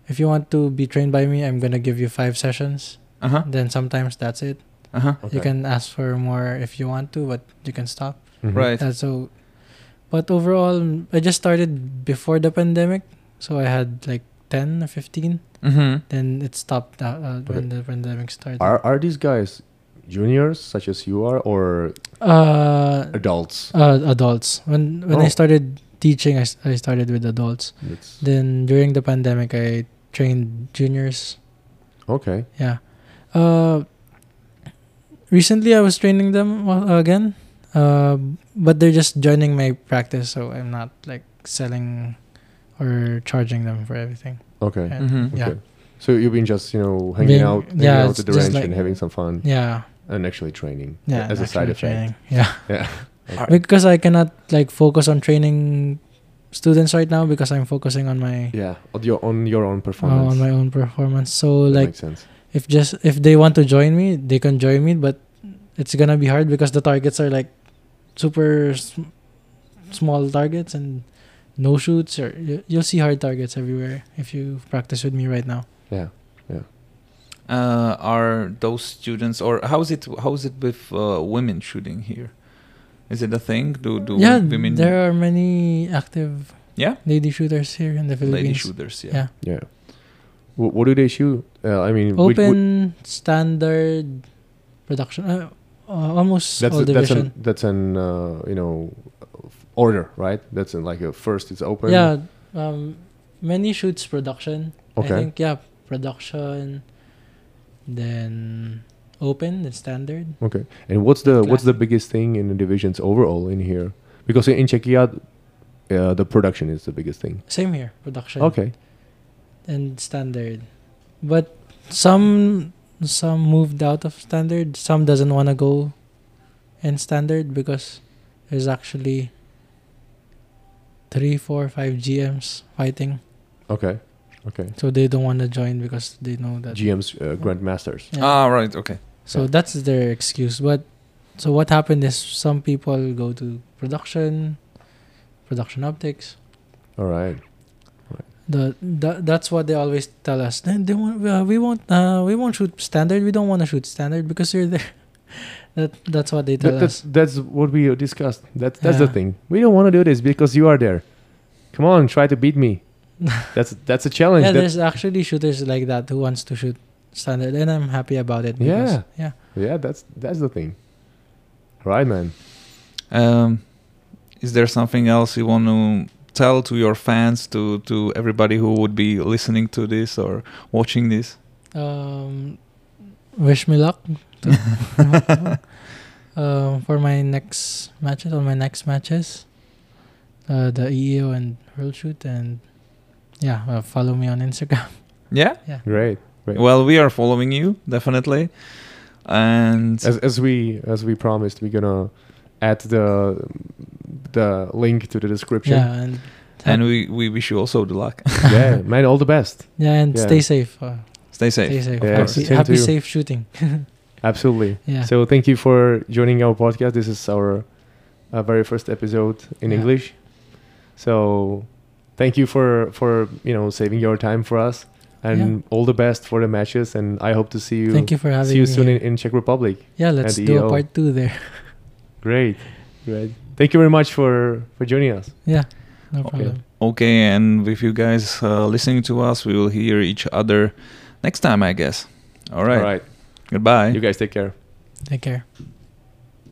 [SPEAKER 3] if you want to be trained by me, I'm gonna give you five sessions.
[SPEAKER 1] Uh huh.
[SPEAKER 3] Then sometimes that's it.
[SPEAKER 1] Uh huh.
[SPEAKER 2] Okay.
[SPEAKER 3] You can ask for more if you want to, but you can stop.
[SPEAKER 2] Mhm.
[SPEAKER 1] Right.
[SPEAKER 3] Yeah, so, but overall, mm, I just started before the pandemic, so I had like ten or fifteen.
[SPEAKER 1] Mm-hmm.
[SPEAKER 3] Then it stopped uh, uh, when the pandemic started.
[SPEAKER 2] Are are these guys juniors such as you are or
[SPEAKER 3] uh,
[SPEAKER 2] adults?
[SPEAKER 3] uh, adults. When when I
[SPEAKER 2] Oh.
[SPEAKER 3] started teaching, I, s- I started with adults.
[SPEAKER 2] It's-
[SPEAKER 3] Then during Uh, the pandemic, I trained juniors.
[SPEAKER 2] okay.
[SPEAKER 3] Yeah. Uh, recently, I was training them wa- again, uh, but they're just joining my practice, so I'm not like selling or charging them for everything.
[SPEAKER 2] Okay.
[SPEAKER 3] Yeah.
[SPEAKER 1] Mm-hmm.
[SPEAKER 3] Yeah.
[SPEAKER 2] Okay. So you've been just you know hanging
[SPEAKER 3] Being-
[SPEAKER 2] out, hanging
[SPEAKER 3] yeah,
[SPEAKER 2] out
[SPEAKER 3] it's
[SPEAKER 2] at the
[SPEAKER 3] just
[SPEAKER 2] range
[SPEAKER 3] like-
[SPEAKER 2] and having some fun
[SPEAKER 3] Yeah.
[SPEAKER 2] and actually training
[SPEAKER 3] Yeah.
[SPEAKER 2] as a
[SPEAKER 3] actually
[SPEAKER 2] side effect.
[SPEAKER 3] training. Yeah.
[SPEAKER 2] Yeah. Okay.
[SPEAKER 3] Because I cannot like focus on training students right now because I'm focusing on my
[SPEAKER 2] Yeah. On your on your own
[SPEAKER 3] uh,
[SPEAKER 2] performance.
[SPEAKER 3] on my own performance. So
[SPEAKER 2] that
[SPEAKER 3] like
[SPEAKER 2] makes sense.
[SPEAKER 3] if just if they want to join me, they can join me, but it's gonna be hard because the targets are like super sm- small targets and no shoots or you, you'll see hard targets everywhere if you practice with me right now.
[SPEAKER 2] Yeah.
[SPEAKER 1] Uh, are those students or how is it? How is it with uh, women shooting here? Is it a thing? Do do
[SPEAKER 3] yeah,
[SPEAKER 1] women
[SPEAKER 3] there are many active
[SPEAKER 1] Yeah?
[SPEAKER 3] lady shooters here in the Philippines.
[SPEAKER 1] lady shooters? Yeah.
[SPEAKER 2] Yeah.
[SPEAKER 3] Yeah.
[SPEAKER 2] Wh- what do they shoot? Uh, I mean, which- which-
[SPEAKER 3] Open standard production, uh, uh, almost
[SPEAKER 2] that's a,
[SPEAKER 3] all
[SPEAKER 2] that's
[SPEAKER 3] division.
[SPEAKER 2] an that's an uh, you know order right that's in like a first it's open
[SPEAKER 3] yeah, um, many shoots production.
[SPEAKER 2] okay
[SPEAKER 3] I think yeah, production, then open, then standard.
[SPEAKER 2] okay and what's the what's the biggest thing in the divisions overall in here because in, in czechia uh, the production is the biggest thing
[SPEAKER 3] Same here, production.
[SPEAKER 2] okay
[SPEAKER 3] And standard, but some some moved out of standard. Some doesn't want to go in standard because there's actually three, four, five GMs fighting,
[SPEAKER 2] okay okay
[SPEAKER 3] so they don't want to join because they know that.
[SPEAKER 2] gm's uh, grandmasters
[SPEAKER 3] Yeah.
[SPEAKER 1] Ah, right. Okay.
[SPEAKER 3] So that's their excuse. But So what happened is some people go to production, production optics.
[SPEAKER 2] All right.
[SPEAKER 3] The, the that's what they always tell us. They, they won't, uh, we won't uh, we won't shoot standard. We don't want to shoot standard because you're there. that that's what they tell
[SPEAKER 2] That,
[SPEAKER 3] us.
[SPEAKER 2] that's that's what we discussed. That's that's the
[SPEAKER 3] uh, Yeah.
[SPEAKER 2] thing. We don't want to do this because you are there. Come on, try to beat me. that's that's a challenge.
[SPEAKER 3] Yeah,
[SPEAKER 2] That's-
[SPEAKER 3] there's actually shooters like that who wants to shoot standard, and I'm happy about it.
[SPEAKER 2] Yeah.
[SPEAKER 3] because- yeah.
[SPEAKER 2] yeah, that's that's the thing. Right, man.
[SPEAKER 1] Um, is there something else you want to tell to your fans, to to everybody who would be listening to this or watching this?
[SPEAKER 3] Um, wish me luck to- um, for my next matches. On my next matches, uh, the EEO and World Shoot, and yeah, uh, follow me on Instagram.
[SPEAKER 1] Yeah.
[SPEAKER 2] Great. Great.
[SPEAKER 1] Well, we are following you definitely, and
[SPEAKER 2] As as we as we promised, we're gonna add the the link to the description.
[SPEAKER 3] Yeah, and
[SPEAKER 1] and we we wish you also the luck.
[SPEAKER 2] Yeah, man, all the best.
[SPEAKER 3] yeah, and
[SPEAKER 2] Yeah.
[SPEAKER 3] stay safe. Uh,
[SPEAKER 1] Stay safe.
[SPEAKER 3] stay safe.
[SPEAKER 2] Yeah,
[SPEAKER 3] happy
[SPEAKER 2] same to
[SPEAKER 3] happy
[SPEAKER 2] you.
[SPEAKER 3] safe shooting.
[SPEAKER 2] Absolutely.
[SPEAKER 3] Yeah.
[SPEAKER 2] So thank you for joining our podcast. This is our uh, very first episode in
[SPEAKER 3] Yeah.
[SPEAKER 2] English. So thank you for for you know saving your time for us, and all the best for the matches. And I hope to see you.
[SPEAKER 3] Thank you for having
[SPEAKER 2] see you
[SPEAKER 3] me.
[SPEAKER 2] soon
[SPEAKER 3] here.
[SPEAKER 2] in, E in Czech Republic.
[SPEAKER 3] yeah, let's
[SPEAKER 2] the
[SPEAKER 3] do
[SPEAKER 2] EEO.
[SPEAKER 3] a part two there.
[SPEAKER 2] Great, great. Thank you very much for for joining us.
[SPEAKER 3] Yeah, no
[SPEAKER 1] Okay.
[SPEAKER 3] problem.
[SPEAKER 1] Okay, and with you guys uh, listening to us, we will hear each other next time, I guess. All right.
[SPEAKER 2] All right.
[SPEAKER 1] Goodbye.
[SPEAKER 2] You guys take care.
[SPEAKER 3] Take care.